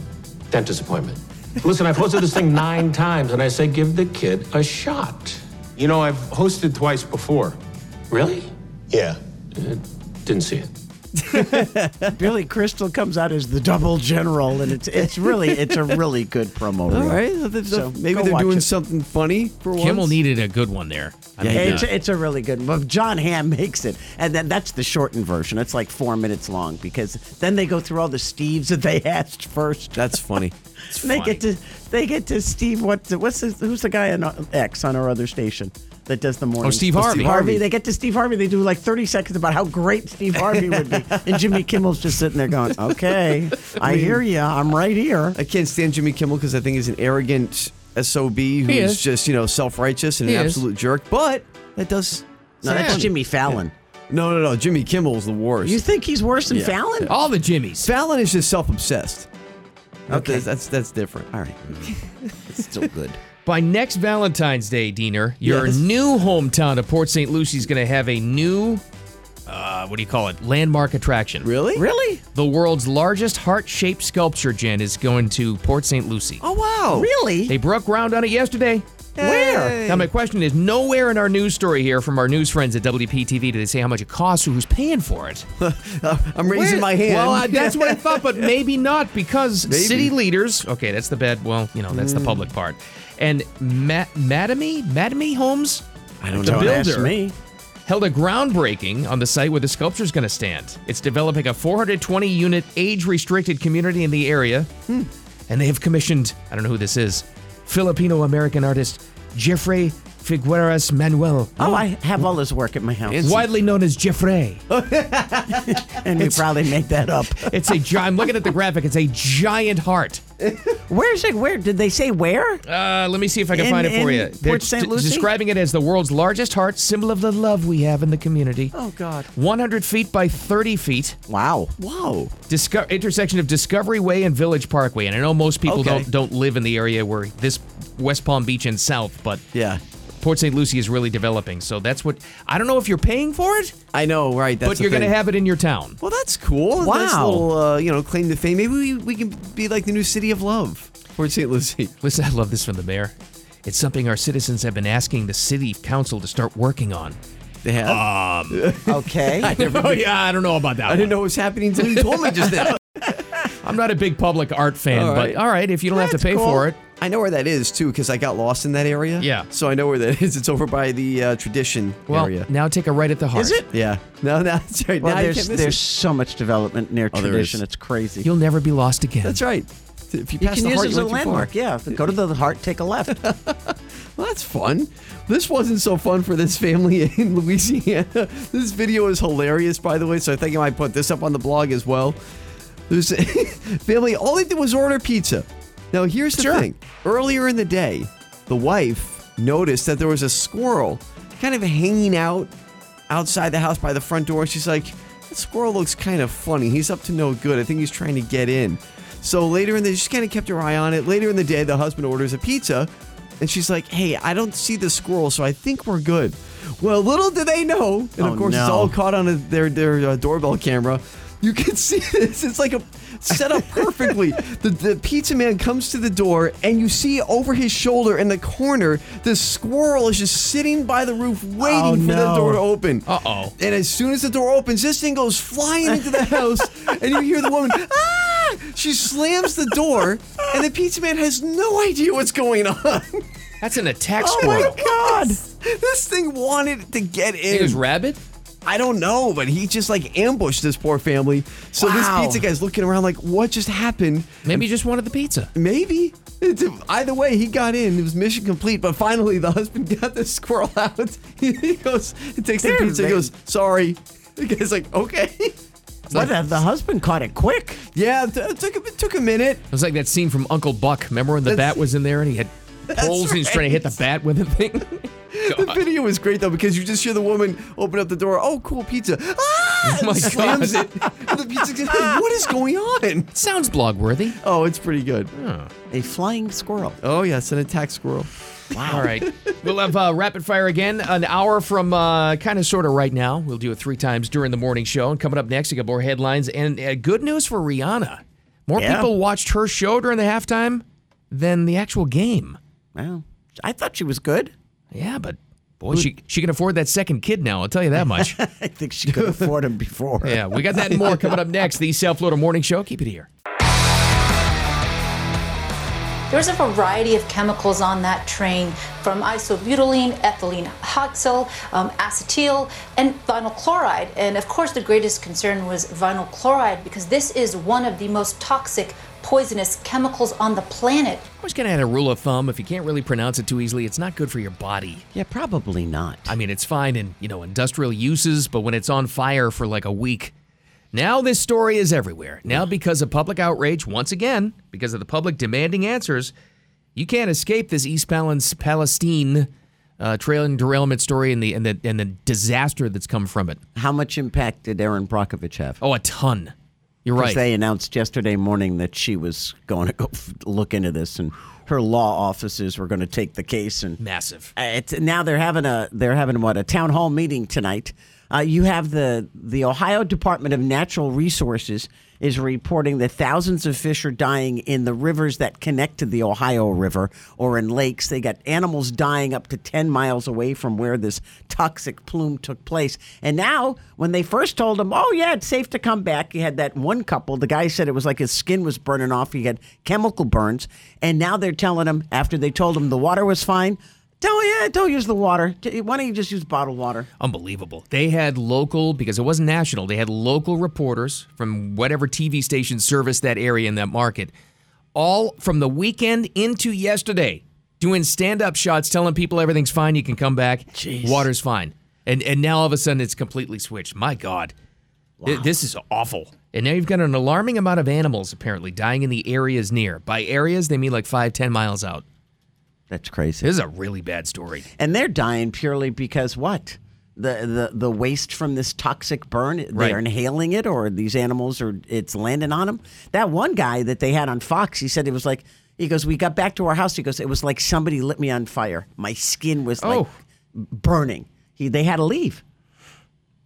Speaker 17: dentist appointment. Listen, I've hosted this thing nine times, and I say give the kid a shot.
Speaker 15: You know, I've hosted twice before.
Speaker 17: Really?
Speaker 15: Yeah.
Speaker 17: Didn't see it.
Speaker 5: Billy Crystal comes out as the double general, and it's it's really it's a really good promo.
Speaker 6: All
Speaker 5: reel.
Speaker 6: right, th- th-
Speaker 5: So,
Speaker 6: maybe
Speaker 5: go
Speaker 6: they're
Speaker 5: watch
Speaker 6: doing
Speaker 5: it.
Speaker 6: something funny for
Speaker 4: Kimmel
Speaker 6: once.
Speaker 4: needed a good one there. I mean,
Speaker 5: It's,
Speaker 4: uh,
Speaker 5: it's a really good one. John Hamm makes it, and then that's the shortened version. It's like four minutes long because then they go through all the Steves that they asked first.
Speaker 6: That's funny.
Speaker 5: And they get to they get to Steve. What what's the, who's the guy on uh, X on our other station that does the morning?
Speaker 4: Steve Harvey.
Speaker 5: Harvey. They get to Steve Harvey. They do like thirty seconds about how great Steve Harvey would be, and Jimmy Kimmel's just sitting there going, "Okay, I hear you. I'm right here."
Speaker 6: I can't stand Jimmy Kimmel because I think he's an arrogant SOB who's
Speaker 5: is.
Speaker 6: just, you know, self righteous and
Speaker 5: He
Speaker 6: an
Speaker 5: is.
Speaker 6: absolute jerk. But that does.
Speaker 5: No, that's
Speaker 6: sound-
Speaker 5: Jimmy Fallon.
Speaker 6: No, no, no. Jimmy Kimmel's the worst.
Speaker 5: You think he's worse than
Speaker 6: Yeah.
Speaker 5: Fallon?
Speaker 4: all the Jimmies.
Speaker 6: Fallon is just self obsessed.
Speaker 5: Okay.
Speaker 6: That's, that's, that's different.
Speaker 5: All right. It's still good.
Speaker 4: By next Valentine's Day, Diener, your
Speaker 6: Yes.
Speaker 4: new hometown of Port St. Lucie is going to have a new, uh, what do you call it, landmark attraction.
Speaker 6: Really?
Speaker 5: Really?
Speaker 4: The world's largest heart shaped sculpture, Jen, is going to Port St. Lucie.
Speaker 6: Oh, wow.
Speaker 5: Really?
Speaker 4: They broke ground on it yesterday.
Speaker 5: Where?
Speaker 4: Now, my question is nowhere in our news story here from our news friends at WPTV do they say how much it costs or who's paying for it.
Speaker 6: I'm raising
Speaker 4: Where-
Speaker 6: my hand.
Speaker 4: Well, uh, that's what I thought, but maybe not because
Speaker 6: Maybe. Hmm.
Speaker 4: city leaders. Okay, that's the bad. Well, you know, that's the public part. And Ma- Madame Madame Holmes,
Speaker 6: I don't
Speaker 4: the
Speaker 6: know.
Speaker 5: Don't ask
Speaker 4: builder,
Speaker 5: me.
Speaker 4: held a groundbreaking on the site where the sculpture is going to stand. It's developing a 420 unit age restricted community in the area,
Speaker 6: Hmm.
Speaker 4: and they have commissioned. I don't know who this is. Filipino American artist Jeffrey Figueras Manuel.
Speaker 5: Oh, I have all his work at my house,
Speaker 4: Widely known as Jeffrey.
Speaker 5: and we probably made that up.
Speaker 4: It's a gi- I'm looking at the graphic. It's a giant heart.
Speaker 5: Where's it? Where did they say where?
Speaker 4: Uh, let me see if I can
Speaker 5: In-
Speaker 4: find it for
Speaker 5: in
Speaker 4: you.
Speaker 5: Port
Speaker 4: They're
Speaker 5: St.
Speaker 4: d-
Speaker 5: Lucie?
Speaker 4: describing it as the world's largest heart, symbol of the love we have in the community.
Speaker 5: Oh God!
Speaker 4: 100 feet by 30 feet,
Speaker 5: Wow!
Speaker 6: Whoa.
Speaker 4: disco- intersection of Discovery Way and Village Parkway. And I know most people
Speaker 6: Okay.
Speaker 4: don't don't live in the area where this West Palm Beach and South, but
Speaker 6: Yeah.
Speaker 4: Port St. Lucie is really developing. So that's what I don't know if you're paying for it,
Speaker 6: I know, right. That's
Speaker 4: but
Speaker 6: the
Speaker 4: you're going to
Speaker 6: thing.
Speaker 4: have it in your town.
Speaker 6: Well, that's cool. Nice
Speaker 5: Wow.
Speaker 6: little, uh, you know, claim to fame. Maybe we, we can be like the new city of love. Port St. Lucie.
Speaker 4: Listen, I love this from the mayor. It's something our citizens have been asking the city council to start working on.
Speaker 6: They have.
Speaker 4: Um,
Speaker 5: okay.
Speaker 4: I never oh, yeah, I don't know about that.
Speaker 6: I didn't know what was happening until you told me just now.
Speaker 4: I'm not a big public art fan, but all right, if you don't have to pay for it.
Speaker 6: I know where that is too, because I got lost in that area.
Speaker 4: Yeah.
Speaker 6: So I know where that is. It's over by the uh, tradition
Speaker 4: Well,
Speaker 6: area.
Speaker 4: now take a right at the heart.
Speaker 6: Is it? Yeah. No, no, that's right.
Speaker 5: Well,
Speaker 6: now you
Speaker 5: there's
Speaker 6: can't miss
Speaker 5: there's
Speaker 6: it.
Speaker 5: so much development near
Speaker 6: Oh, there
Speaker 5: tradition.
Speaker 6: is.
Speaker 5: It's crazy.
Speaker 4: You'll never be lost again.
Speaker 6: That's right. If you
Speaker 5: You
Speaker 6: pass
Speaker 5: can
Speaker 6: the
Speaker 5: use
Speaker 6: heart,
Speaker 5: it as
Speaker 6: you
Speaker 5: a
Speaker 6: went too
Speaker 5: landmark.
Speaker 6: far.
Speaker 5: Yeah. Go to the heart, take a left.
Speaker 6: Well, that's fun. This wasn't so fun for this family in Louisiana. This video is hilarious, by the way, so I think I might put this up on the blog as well. There's family, all they did was order pizza. Now, here's the thing earlier in the day, the wife noticed that there was a squirrel kind of hanging out outside the house by the front door. She's like, that squirrel looks kind of funny. He's up to no good. I think he's trying to get in. So later in the she kind of kept her eye on it. Later in the day, the husband orders a pizza, and she's like, "Hey, I don't see the squirrel, so I think we're good." Well, little do they know, and
Speaker 5: Oh,
Speaker 6: of course, it's
Speaker 5: no.
Speaker 6: all caught on their their uh, doorbell camera. You can see this. It's like a set up perfectly. the, the pizza man comes to the door, and you see over his shoulder in the corner, the squirrel is just sitting by the roof, waiting
Speaker 4: Oh,
Speaker 6: for the
Speaker 4: no.
Speaker 6: door to open.
Speaker 4: Uh oh.
Speaker 6: And as soon as the door opens, this thing goes flying into the house, and you hear the woman, ah! She slams the door, and the pizza man has no idea what's going on.
Speaker 4: That's an attack
Speaker 6: oh
Speaker 4: squirrel.
Speaker 6: my god! This thing wanted to get in.
Speaker 4: It was rabid?
Speaker 6: I don't know, but he just like ambushed this poor family. So
Speaker 4: Wow.
Speaker 6: this pizza guy's looking around like, what just happened?
Speaker 4: Maybe he just wanted the pizza.
Speaker 6: Maybe. It's, either way, he got in. It was mission complete. But finally, the husband got the squirrel out. he goes, he takes
Speaker 5: Dude,
Speaker 6: the pizza. He
Speaker 5: they-
Speaker 6: goes, sorry. The guy's like, okay.
Speaker 5: What, Uh, the- the husband caught it quick.
Speaker 6: Yeah, it, t- it took a, it took a minute.
Speaker 4: It was like that scene from Uncle Buck. Remember when the
Speaker 6: That's-
Speaker 4: bat was in there and he had
Speaker 6: That's
Speaker 4: holes and he was trying to hit the bat with the thing?
Speaker 6: The video was great though because you just hear the woman open up the door. Oh, cool pizza! Ah!
Speaker 4: Oh my
Speaker 6: and slams
Speaker 4: God.
Speaker 6: it. And the pizza guy's like, what is going on?
Speaker 4: Sounds blog worthy.
Speaker 6: Oh, it's pretty good.
Speaker 5: A flying squirrel.
Speaker 6: Oh yes, an attack squirrel.
Speaker 4: Wow. All right. We'll have uh, rapid fire again, an hour from uh, kind of sort of right now. We'll do it three times during the morning show. And coming up next, we got more headlines and uh, good news for Rihanna. More
Speaker 5: Yeah.
Speaker 4: people watched her show during the halftime than the actual game.
Speaker 5: Wow. I thought she was good.
Speaker 4: Yeah, but boy, she, she can afford that second kid now. I'll tell you that much.
Speaker 5: I think she could afford him before.
Speaker 4: yeah, we got that and more coming up next. The South Florida Morning Show. Keep it here.
Speaker 8: There's a variety of chemicals on that train from isobutylene, ethylene oxal, um, acetyl, and vinyl chloride. And of course, the greatest concern was vinyl chloride because this is one of the most toxic, poisonous chemicals on the planet.
Speaker 4: I was going to add a rule of thumb. If you can't really pronounce it too easily, it's not good for your body.
Speaker 5: Yeah, probably not.
Speaker 4: I mean, it's fine in, you know, industrial uses, but when it's on fire for like a week, now this story is everywhere. Now, because of public outrage, once again, because of the public demanding answers, you can't escape this East Palin- Palestine uh, trail and derailment story and the, and, the, and the disaster that's come from it.
Speaker 5: How much impact did Aaron Brockovich have?
Speaker 4: Oh, a ton. You're
Speaker 5: 'Cause
Speaker 4: right.
Speaker 5: They announced yesterday morning that she was going to go f- look into this, and her law offices were going to take the case. And
Speaker 4: Massive.
Speaker 5: Uh, it's, now they're having a they're having what a town hall meeting tonight. Uh, you have the the Ohio Department of Natural Resources is reporting that thousands of fish are dying in the rivers that connect to the Ohio River or in lakes. They got animals dying up to ten miles away from where this toxic plume took place. And now, when they first told them, "Oh yeah, it's safe to come back," you had that one couple. The guy said it was like his skin was burning off. He had chemical burns, and now they're telling him after they told him the water was fine. Don't yeah, don't use the water. D- Why don't you just use bottled water?
Speaker 4: Unbelievable. They had local, because it wasn't national, they had local reporters from whatever TV station serviced that area in that market, all from the weekend into yesterday, doing stand up shots, telling people everything's fine, you can come back, water's fine. And, and now all of a sudden it's completely switched. My God, Th- this is awful. And now you've got an alarming amount of animals apparently dying in the areas near. By areas, they mean like five, ten miles out.
Speaker 5: That's crazy.
Speaker 4: This is a really bad story.
Speaker 5: And they're dying purely because what? The, the the waste from this toxic burn they're
Speaker 4: Right.
Speaker 5: inhaling it or these animals are it's landing on them that one guy that they had on fox he said it was like he goes we got back to our house he goes it was like somebody lit me on fire my skin was like
Speaker 4: Oh.
Speaker 5: burning he, they had to leave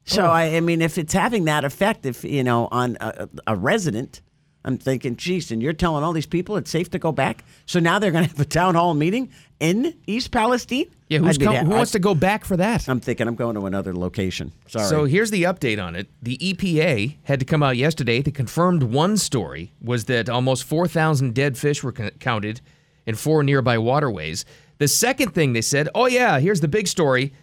Speaker 4: Oh.
Speaker 5: so I, I mean if it's having that effect if you know on a, a resident I'm thinking, geez, and you're telling all these people it's safe to go back? So now they're going to have a town hall meeting in East Palestine?
Speaker 4: Yeah, who's
Speaker 5: I'd be
Speaker 4: com-
Speaker 5: down-
Speaker 4: who
Speaker 5: I-
Speaker 4: wants to go back for that?
Speaker 5: I'm thinking I'm going to another location. Sorry.
Speaker 4: So here's the update on it. The EPA had to come out yesterday. The confirmed one story was that almost 4,000 dead fish were c- counted in four nearby waterways. The second thing they said, oh yeah, here's the big story.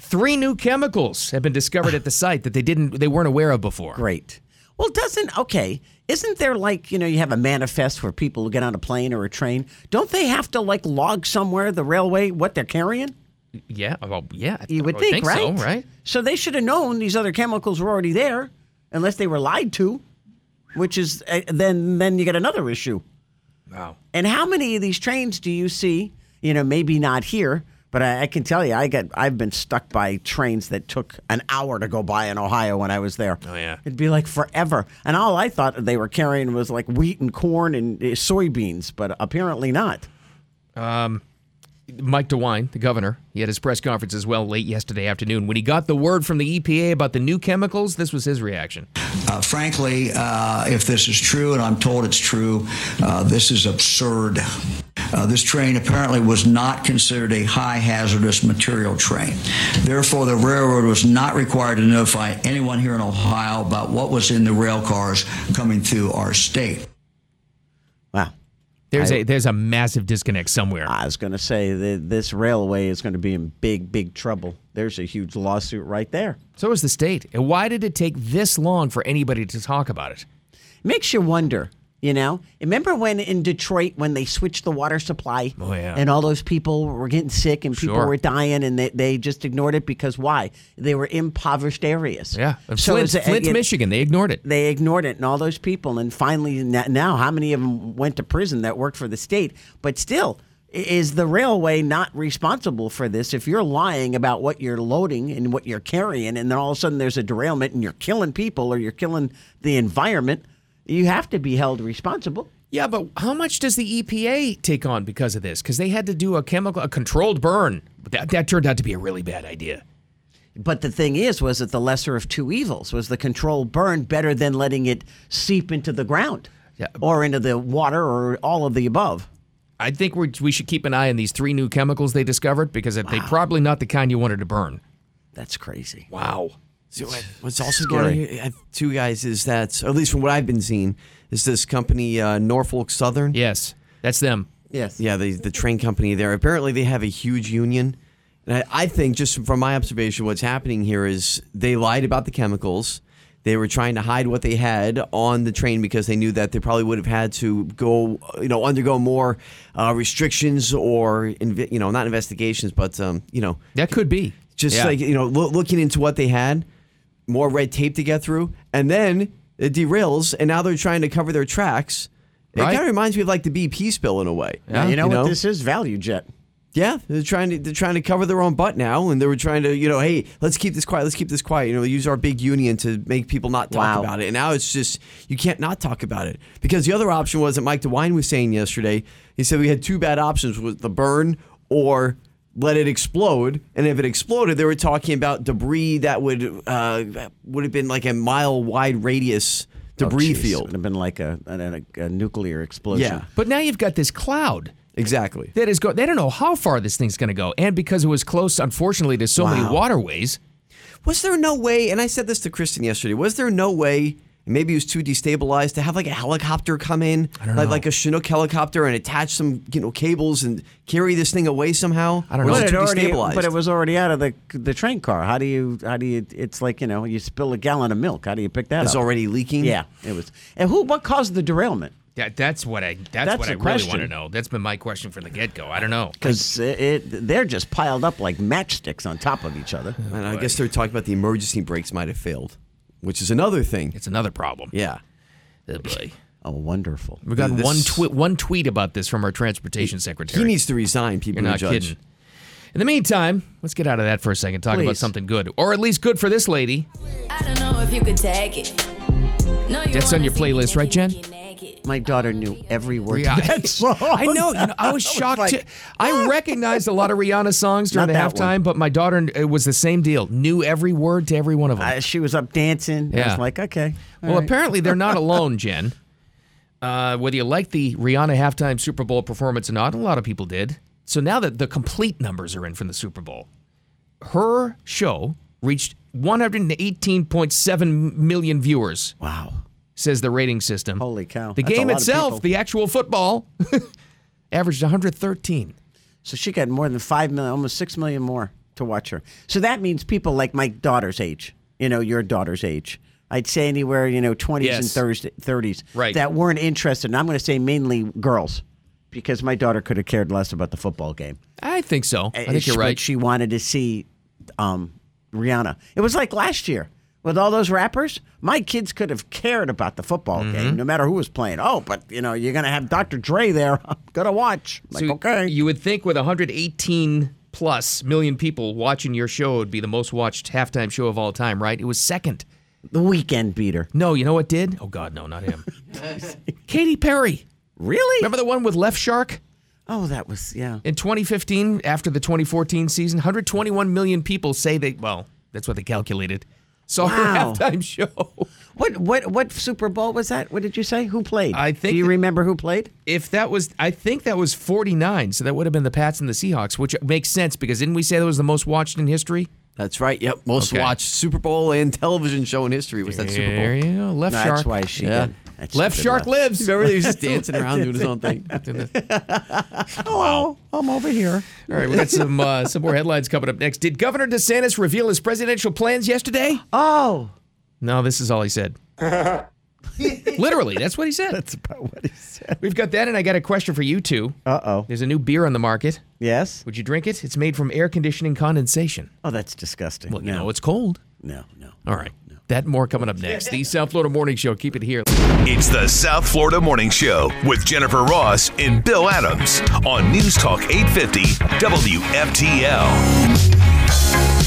Speaker 4: Three new chemicals have been discovered at the site that they didn't they weren't aware of before.
Speaker 5: Great. Well, doesn't okay? Isn't there like you know you have a manifest where people get on a plane or a train? Don't they have to like log somewhere the railway what they're carrying?
Speaker 4: Yeah, well, yeah. I-
Speaker 5: You would
Speaker 4: Oh, I
Speaker 5: think, right?
Speaker 4: So, right?
Speaker 5: So they should have known these other chemicals were already there, unless they were lied to, which is uh, then then you get another issue.
Speaker 4: Wow.
Speaker 5: And how many of these trains do you see? You know, maybe not here, but I, I can tell you, I got I've been stuck by trains that took an hour to go by in Ohio when I was there.
Speaker 4: Oh yeah.
Speaker 5: It'd be like forever. And all I thought they were carrying was like wheat and corn and uh, soybeans, but apparently not.
Speaker 4: Um, Mike DeWine, the governor, he had his press conference as well late yesterday afternoon. When he got the word from the EPA about the new chemicals, this was his reaction.
Speaker 7: Uh, frankly, uh, if this is true, and I'm told it's true, uh, this is absurd. Uh, this train apparently was not considered a high hazardous material train. Therefore, the railroad was not required to notify anyone here in Ohio about what was in the rail cars coming through our state.
Speaker 5: Wow.
Speaker 4: There's
Speaker 5: I-
Speaker 4: a there's a massive disconnect somewhere.
Speaker 5: I was going to say that this railway is going to be in big, big trouble. There's a huge lawsuit right there.
Speaker 4: So is the state. And why did it take this long for anybody to talk about it?
Speaker 5: Makes you wonder, you know? Remember when in Detroit when they switched the water supply
Speaker 4: Oh, yeah.
Speaker 5: and all those people were getting sick and people
Speaker 4: Sure.
Speaker 5: were dying and they, they just ignored it because why? They were impoverished areas.
Speaker 4: Yeah. Flint,
Speaker 5: is it-
Speaker 4: Flint
Speaker 5: it-
Speaker 4: Michigan, they ignored it.
Speaker 5: They ignored it, and all those people, and finally n- now, how many of them went to prison that worked for the state? But still, i- is the railway not responsible for this? If you're lying about what you're loading and what you're carrying, and then all of a sudden there's a derailment, and you're killing people or you're killing the environment, you have to be held responsible.
Speaker 4: Yeah, but how much does the EPA take on because of this? Because they had to do a chemical, a controlled burn. But that, that turned out to be a really bad idea.
Speaker 5: But the thing is, was it the lesser of two evils? Was the control burn better than letting it seep into the ground or into the water or all of the above?
Speaker 4: I think we we should keep an eye on these three new chemicals they discovered because they're probably not the kind you wanted to burn.
Speaker 5: That's crazy.
Speaker 4: Wow.
Speaker 6: So what- what's also going on
Speaker 4: Scary.
Speaker 6: here, uh, too, guys, is that at least from what I've been seeing, is this company uh, Norfolk Southern?
Speaker 4: Yes, that's them.
Speaker 5: Yes.
Speaker 6: Yeah, the the train company there. Apparently, they have a huge union, and I, I think just from my observation, what's happening here is they lied about the chemicals. They were trying to hide what they had on the train because they knew that they probably would have had to go, uh, you know, undergo more uh, restrictions or, inve- you know, not investigations, but um, you know,
Speaker 4: that could be
Speaker 6: just
Speaker 4: Yeah.
Speaker 6: like you know loo- looking into what they had more red tape to get through and then it derails and now they're trying to cover their tracks it
Speaker 5: Right.
Speaker 6: kind of reminds me of like the bp spill in a way
Speaker 5: Now, you know what this is? Value jet
Speaker 6: yeah they're trying to they're trying to cover their own butt now and they were trying to you know hey let's keep this quiet let's keep this quiet you know use our big union to make people not talk
Speaker 5: Wow.
Speaker 6: about it and now it's just you can't not talk about it because the other option was that mike dewine was saying yesterday he said we had two bad options was the burn or let it explode. And if it exploded, they were talking about debris that would uh, would have been like a mile wide radius
Speaker 5: Oh,
Speaker 6: debris
Speaker 5: jeez.
Speaker 6: field.
Speaker 5: It would have been like a, an- a, a nuclear explosion.
Speaker 6: Yeah.
Speaker 4: But now you've got this cloud.
Speaker 6: Exactly.
Speaker 4: That is go. They don't know how far this thing's going to go, and because it was close, unfortunately, to so many
Speaker 6: Wow.
Speaker 4: waterways.
Speaker 6: Was there no way? And I said this to Kristen yesterday. Was there no way? and Maybe it was too destabilized to have like a helicopter come in, like, like a Chinook helicopter, and attach some you know cables and carry this thing away somehow. I
Speaker 5: But it,
Speaker 6: too
Speaker 5: already,
Speaker 6: destabilized?
Speaker 5: but it was already out of the the train car. How do you how do you? It's like you know you spill a gallon of milk. How do you pick that?
Speaker 6: It's
Speaker 5: up?
Speaker 6: already leaking?
Speaker 5: Yeah, it was. And who? What caused the derailment?
Speaker 4: That, that's what I. That's,
Speaker 5: That's
Speaker 4: what I
Speaker 5: the
Speaker 4: really
Speaker 5: question.
Speaker 4: want to know. That's been my question from the get go. I don't know.
Speaker 5: Because it, it- they're just piled up like matchsticks on top of each other.
Speaker 6: And I guess they're talking about the emergency brakes might have failed, which is another thing.
Speaker 4: It's another problem.
Speaker 6: Yeah.
Speaker 4: Oh, boy.
Speaker 5: Oh, wonderful.
Speaker 4: We got
Speaker 6: This-
Speaker 4: one tweet one tweet about this from our transportation secretary.
Speaker 6: He needs to resign. People
Speaker 4: You're not
Speaker 6: judge.
Speaker 4: kidding. In the meantime, let's get out of that for a second. Talk about
Speaker 18: Please.
Speaker 4: something good, or at least good for this lady.
Speaker 18: I don't know if you could take it. No, you
Speaker 4: That's on your playlist, right, Jen?
Speaker 5: My daughter knew every word
Speaker 4: Yeah,
Speaker 5: to
Speaker 4: I-
Speaker 5: that song.
Speaker 4: I know. You know I was "Ah." shocked. to- I recognized a lot of Rihanna songs during
Speaker 5: Not
Speaker 4: the
Speaker 5: that one.
Speaker 4: halftime, but my daughter it was the same deal. Knew every word to every one of them.
Speaker 5: she Uh, was up dancing. I
Speaker 4: Yeah.
Speaker 5: was like, okay. all
Speaker 4: well,
Speaker 5: right.
Speaker 4: apparently they're not alone, Jen. Uh, whether you like the Rihanna halftime Super Bowl performance or not, a lot of people did. So now that the complete numbers are in from the Super Bowl, her show reached 118.7 million viewers. Wow. Says the rating system. Holy cow. The
Speaker 5: That's a
Speaker 4: game
Speaker 5: lot of
Speaker 4: itself,
Speaker 5: people.
Speaker 4: the actual football, averaged 113.
Speaker 5: So she got more than five million, almost six million more to watch her. So that means people like my daughter's age, you know, your daughter's age. I'd say anywhere, you know, 20s and
Speaker 4: Yes.
Speaker 5: 30s, 30s
Speaker 4: Right.
Speaker 5: that weren't interested. And I'm going to say mainly girls because my daughter could have cared less about the football game.
Speaker 4: I think so. I think
Speaker 5: It's
Speaker 4: you're
Speaker 5: what
Speaker 4: right.
Speaker 5: She wanted to see um, Rihanna. It was like last year with all those rappers. My kids could have cared about the football
Speaker 4: Mm-hmm.
Speaker 5: game, no matter who was playing. Oh, but you know, you're going to have Dr. Dre there. I'm going to watch. Like,
Speaker 4: So
Speaker 5: okay.
Speaker 4: You would think with 118 plus million people watching your show, it would be the most watched halftime show of all time, right? It was second.
Speaker 5: The weekend beater.
Speaker 4: No, you know what did? Oh God, no, not him. Katy Perry.
Speaker 5: Really?
Speaker 4: Remember the one with Left Shark?
Speaker 5: Oh, that was yeah.
Speaker 4: In 2015, after the 2014 season, 121 million people say they well, that's what they calculated. Saw
Speaker 5: Wow.
Speaker 4: her halftime show.
Speaker 5: What what what Super Bowl was that? What did you say? Who played?
Speaker 4: I think
Speaker 5: Do you
Speaker 4: that-
Speaker 5: remember who played?
Speaker 4: If that was, I think that was 49, so that would have been the Pats and the Seahawks, which makes sense because didn't we say that was the most watched in history?
Speaker 6: That's right. Yep. Most
Speaker 4: Okay.
Speaker 6: watched Super Bowl and television show in history was that Super Bowl.
Speaker 4: There you go. Left
Speaker 6: That's
Speaker 4: shark.
Speaker 6: why she
Speaker 4: Yeah.
Speaker 6: did- that's
Speaker 4: Left
Speaker 6: stupid
Speaker 4: shark
Speaker 6: laugh.
Speaker 4: lives.
Speaker 6: Remember, he was just dancing around doing his own thing.
Speaker 5: Hello, I'm over here.
Speaker 4: All right, we got some uh, some more headlines coming up next. Did Governor DeSantis reveal his presidential plans yesterday?
Speaker 5: Oh,
Speaker 4: No, this is all he said. Literally, that's what he said. That's
Speaker 5: about what he said.
Speaker 4: We've got that, and I got a question for you two.
Speaker 5: Uh oh.
Speaker 4: There's a new beer on the market.
Speaker 5: Yes.
Speaker 4: Would you drink it? It's made from air conditioning condensation.
Speaker 5: Oh, that's disgusting.
Speaker 4: Well, you know it's cold.
Speaker 5: No, no.
Speaker 4: All right, that and more coming up next. The South Florida Morning Show. Keep it here.
Speaker 1: It's the South Florida Morning Show with Jennifer Ross and Bill Adams on News Talk 850 WFTL.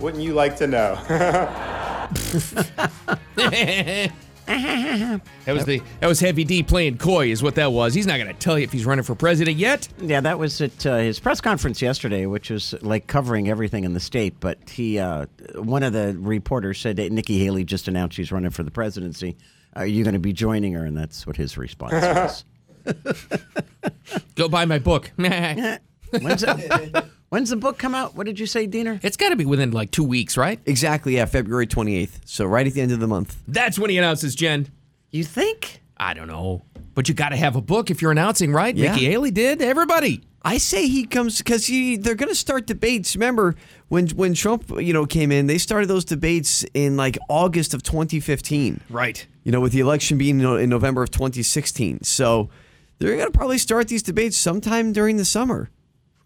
Speaker 3: Wouldn't you like to know?
Speaker 4: that was the that was Heavy D playing coy, is what that was. He's not going to tell you if he's running for president yet.
Speaker 5: Yeah, that was at uh, his press conference yesterday, which was like covering everything in the state. But he, uh, one of the reporters said that Nikki Haley just announced she's running for the presidency. Are you going to be joining her? And that's what his response was.
Speaker 4: Go buy my book.
Speaker 5: when's, the, when's the book come out? What did you say, Diener?
Speaker 4: It's got to be within like two weeks, right?
Speaker 6: Exactly. Yeah, February 28th. So right at the end of the month.
Speaker 4: That's when he announces Jen.
Speaker 5: You think?
Speaker 4: I don't know. But you got to have a book if you're announcing, right?
Speaker 6: Yeah.
Speaker 4: Nikki Haley did. Everybody.
Speaker 6: I say he comes because he they're going to start debates. Remember when when Trump you know came in, they started those debates in like August of 2015.
Speaker 4: Right.
Speaker 6: You know, with the election being in in November of 2016, so they're going to probably start these debates sometime during the summer.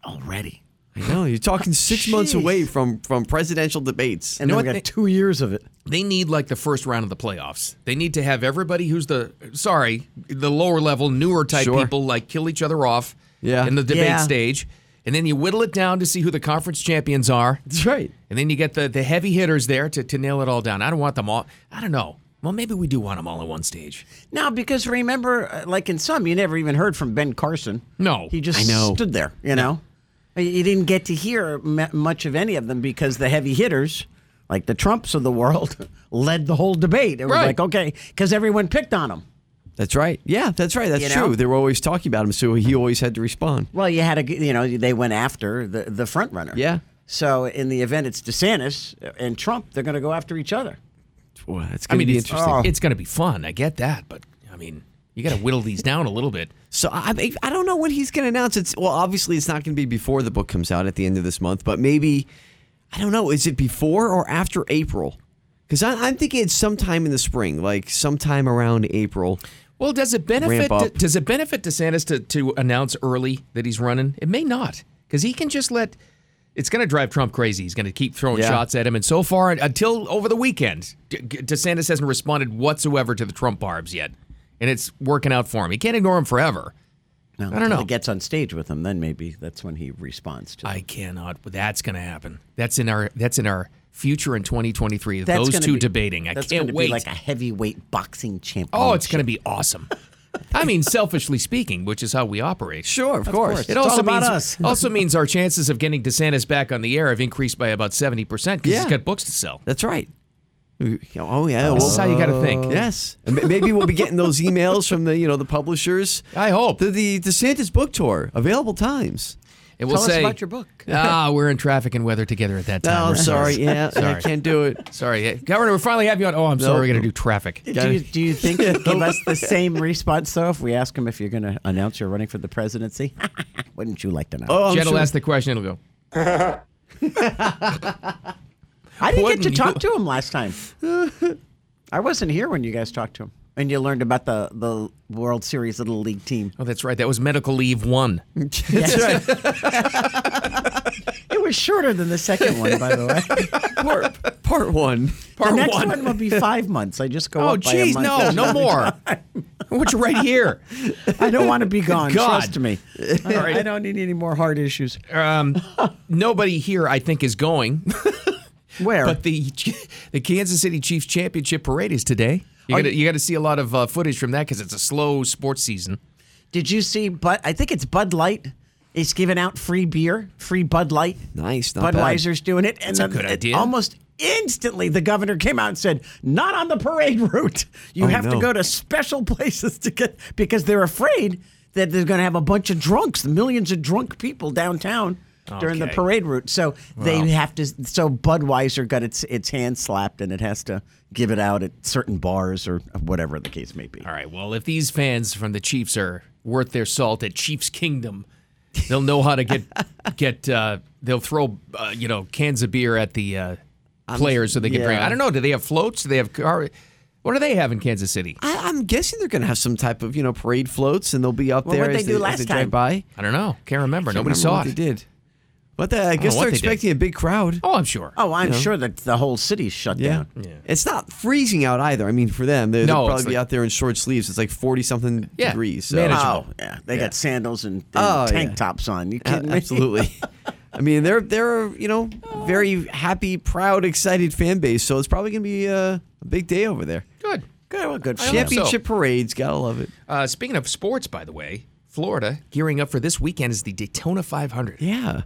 Speaker 5: Already.
Speaker 6: I know you're talking six months
Speaker 5: Jeez.
Speaker 6: away from from presidential debates.
Speaker 5: And then we got two years of it.
Speaker 4: They need like the first round of the playoffs. They need to have everybody who's the sorry, the lower level, newer type
Speaker 6: Sure.
Speaker 4: people like kill each other off
Speaker 6: Yeah.
Speaker 4: in the debate
Speaker 6: Yeah.
Speaker 4: stage. And then you whittle it down to see who the conference champions are.
Speaker 6: That's right.
Speaker 4: And then you get the, the heavy hitters there to, to nail it all down. I don't want them all. I don't know. Well, maybe we do want them all at one stage.
Speaker 5: Now, because remember, uh, like in some, you never even heard from Ben Carson.
Speaker 4: No.
Speaker 5: He just
Speaker 4: I know.
Speaker 5: stood there, you know? You- You didn't get to hear m- much of any of them because the heavy hitters, like the Trumps of the world, led the whole debate. It was
Speaker 6: Right.
Speaker 5: like, okay, because everyone picked on him.
Speaker 6: That's right. Yeah, that's right. That's
Speaker 5: You know?
Speaker 6: true. They were always talking about him, so he always had to respond.
Speaker 5: Well, you had to, g- you know, they went after the, the front runner.
Speaker 6: Yeah.
Speaker 5: So in the event it's DeSantis uh, and Trump, they're going to go after each other.
Speaker 6: Boy, that's
Speaker 4: I
Speaker 6: going
Speaker 4: mean,
Speaker 6: to be
Speaker 4: it's, oh.
Speaker 6: interesting.
Speaker 4: it's going to be fun. I get that. But, I mean, you got to whittle these down a little bit.
Speaker 6: So I I- I don't know when he's going to announce it. Well, obviously it's not going to be before the book comes out at the end of this month, but maybe I don't know. Is it before or after April? Because I'm thinking it's sometime in the spring, like sometime around April.
Speaker 4: Well, does it
Speaker 6: Ramp
Speaker 4: benefit?
Speaker 6: up.
Speaker 4: does it benefit DeSantis to, to announce early that he's running? It may not, because he can just let. It's going to drive Trump crazy. He's going to keep throwing
Speaker 6: Yeah.
Speaker 4: shots at him, and so far, until over the weekend, D- DeSantis hasn't responded whatsoever to the Trump barbs yet, and it's working out for him. He can't ignore him forever.
Speaker 5: No,
Speaker 4: don't
Speaker 5: until
Speaker 4: know.
Speaker 5: He gets on stage with him, then maybe that's when he responds to.
Speaker 4: I cannot. but That's going to happen. That's in our. That's in our future in 2023.
Speaker 5: That's
Speaker 4: those
Speaker 5: gonna
Speaker 4: two
Speaker 5: be-
Speaker 4: debating. I
Speaker 5: that's
Speaker 4: can't
Speaker 5: gonna
Speaker 4: wait.
Speaker 5: Be like a heavyweight boxing champion.
Speaker 4: Oh, it's going to be awesome. I mean, selfishly speaking, which is how we operate.
Speaker 6: Sure, of,
Speaker 5: course.
Speaker 4: It
Speaker 5: It's
Speaker 4: also
Speaker 5: all about
Speaker 4: means
Speaker 5: us.
Speaker 4: also means our chances of getting DeSantis back on the air have increased by about seventy percent because
Speaker 6: Yeah.
Speaker 4: he's got books to sell.
Speaker 6: That's right. Oh yeah,
Speaker 4: This is how you gotta think.
Speaker 6: Yes, And ma- maybe we'll be getting those emails from the you know the publishers.
Speaker 4: I hope
Speaker 6: the, the DeSantis book tour available times.
Speaker 4: It will say, ah, we're in traffic and weather together at that time.
Speaker 6: No,
Speaker 4: We're
Speaker 6: Oh, sorry, yeah, I can't do it.
Speaker 4: Sorry, yeah. Governor, we're finally having you on. Oh, I'm sorry,
Speaker 5: No.
Speaker 4: we're gonna do traffic.
Speaker 5: Do you, do you think he'd give us the same response though if we ask him if you're going to announce you're running for the presidency? Wouldn't you like to know?
Speaker 4: Jed will ask the question. It'll go.
Speaker 5: I didn't get to
Speaker 4: Wouldn't
Speaker 5: talk to him last time. I wasn't here when you guys talked to him, and you learned about the the World Series little league team.
Speaker 4: Oh, that's right. That was medical leave one.
Speaker 5: It was shorter than the second one, by the way.
Speaker 6: part, part one.
Speaker 4: Part
Speaker 5: the next
Speaker 4: one.
Speaker 5: one. will be five months. I just go
Speaker 4: Oh,
Speaker 5: up by a
Speaker 4: geez,
Speaker 5: month
Speaker 4: no,
Speaker 5: each
Speaker 4: no more. What's right here?
Speaker 5: I don't want to be gone.
Speaker 4: God.
Speaker 5: Trust me. I,
Speaker 4: All right.
Speaker 5: I don't need any more heart issues.
Speaker 4: Um, nobody here, I think, is going.
Speaker 5: Where?
Speaker 4: But the the Kansas City Chiefs championship parade is today. You got you got to see a lot of uh, footage from that because it's a slow sports season.
Speaker 5: Did you see Bud? I think it's Bud Light. It's giving out free beer, free Bud Light.
Speaker 6: Nice. not bad.
Speaker 5: Budweiser's doing it. And
Speaker 6: That's a
Speaker 5: then
Speaker 6: good
Speaker 5: it-
Speaker 6: idea.
Speaker 5: Almost instantly, the governor came out and said, Not on the parade route. You
Speaker 6: Oh,
Speaker 5: have
Speaker 6: no.
Speaker 5: to go to special places to get, because they're afraid that they're going to have a bunch of drunks, millions of drunk people downtown. During the
Speaker 4: Okay.
Speaker 5: parade route, so they
Speaker 4: Wow.
Speaker 5: have to. So Budweiser got its its hand slapped, and it has to give it out at certain bars or whatever the case may be.
Speaker 4: All right. Well, if these fans from the Chiefs are worth their salt at Chiefs Kingdom, they'll know how to get get. Uh, they'll throw uh, you know cans of beer at the uh, players so they can drink.
Speaker 6: yeah.
Speaker 4: I don't know. Do they have floats? Do they have car? What do they have in Kansas City?
Speaker 6: I, I'm guessing they're going to have some type of you know parade floats, and they'll be up
Speaker 4: Well,
Speaker 6: there
Speaker 4: what'd
Speaker 6: as
Speaker 4: they do
Speaker 6: as
Speaker 4: last
Speaker 6: drive
Speaker 4: time?
Speaker 6: by.
Speaker 4: I don't know. Can't remember.
Speaker 6: Can't
Speaker 4: Nobody
Speaker 6: remember
Speaker 4: saw
Speaker 6: what
Speaker 4: it.
Speaker 6: They did, but the, I guess
Speaker 4: what
Speaker 6: they're
Speaker 4: they did.
Speaker 6: expecting a big crowd.
Speaker 4: Oh, I'm sure.
Speaker 5: Oh, I'm
Speaker 6: You know?
Speaker 5: sure that the whole city's shut
Speaker 6: Yeah.
Speaker 5: down.
Speaker 6: it's not freezing out either. I mean, for them, they're,
Speaker 5: No,
Speaker 6: they'll
Speaker 5: it's
Speaker 6: probably be
Speaker 5: like-
Speaker 6: out there in short sleeves. It's like forty something
Speaker 5: Yeah,
Speaker 6: degrees. So.
Speaker 5: manageable. Oh, yeah. They got sandals and- and
Speaker 6: Oh,
Speaker 5: tank
Speaker 6: tops
Speaker 5: on. You
Speaker 6: kidding me? Absolutely. I mean, they're they're you know very happy, proud, excited fan base. So it's probably going to be uh, a big day over there.
Speaker 4: Good.
Speaker 5: Good. Well, good.
Speaker 4: I hope
Speaker 6: Championship
Speaker 4: so.
Speaker 6: parades, gotta love it.
Speaker 4: Uh, speaking of sports, by the way, Florida gearing up for this weekend is the Daytona 500.
Speaker 6: Yeah.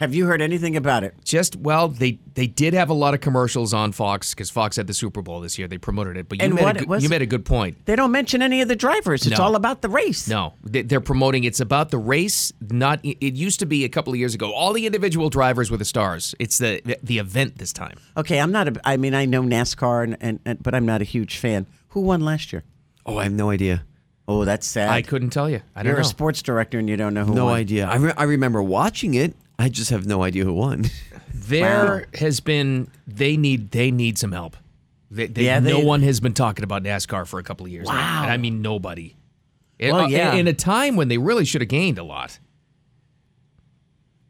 Speaker 5: Have you heard anything about it?
Speaker 4: Just well, they they did have a lot of commercials on Fox because Fox had the Super Bowl this year. They promoted it, but you
Speaker 5: And
Speaker 4: made
Speaker 5: what
Speaker 4: a
Speaker 5: it
Speaker 4: good,
Speaker 5: was-
Speaker 4: you made a good point.
Speaker 5: They don't mention any of the drivers. It's
Speaker 4: No.
Speaker 5: all about the race.
Speaker 4: No, they- they're promoting. It's about the race. Not it used to be a couple of years ago. All the individual drivers were the stars. It's the the event this time.
Speaker 5: Okay, I'm not a. I mean, I know NASCAR, and, and, and but I'm not a huge fan. Who won last year?
Speaker 6: Oh, I have no idea.
Speaker 5: Oh, that's sad.
Speaker 4: I couldn't tell you. I don't
Speaker 5: You're
Speaker 4: know.
Speaker 5: a sports director, and you don't know who.
Speaker 6: no
Speaker 5: won.
Speaker 6: idea. I, re- I remember watching it. I just have no idea who won.
Speaker 4: There has been they need they need some help. They, they,
Speaker 6: Yeah,
Speaker 4: no
Speaker 6: they-
Speaker 4: one has been talking about NASCAR for a couple of years. now.
Speaker 6: Wow.
Speaker 4: and I mean nobody. uh,
Speaker 5: Well,
Speaker 4: in,
Speaker 5: yeah.
Speaker 4: in a time when they really should have gained a lot.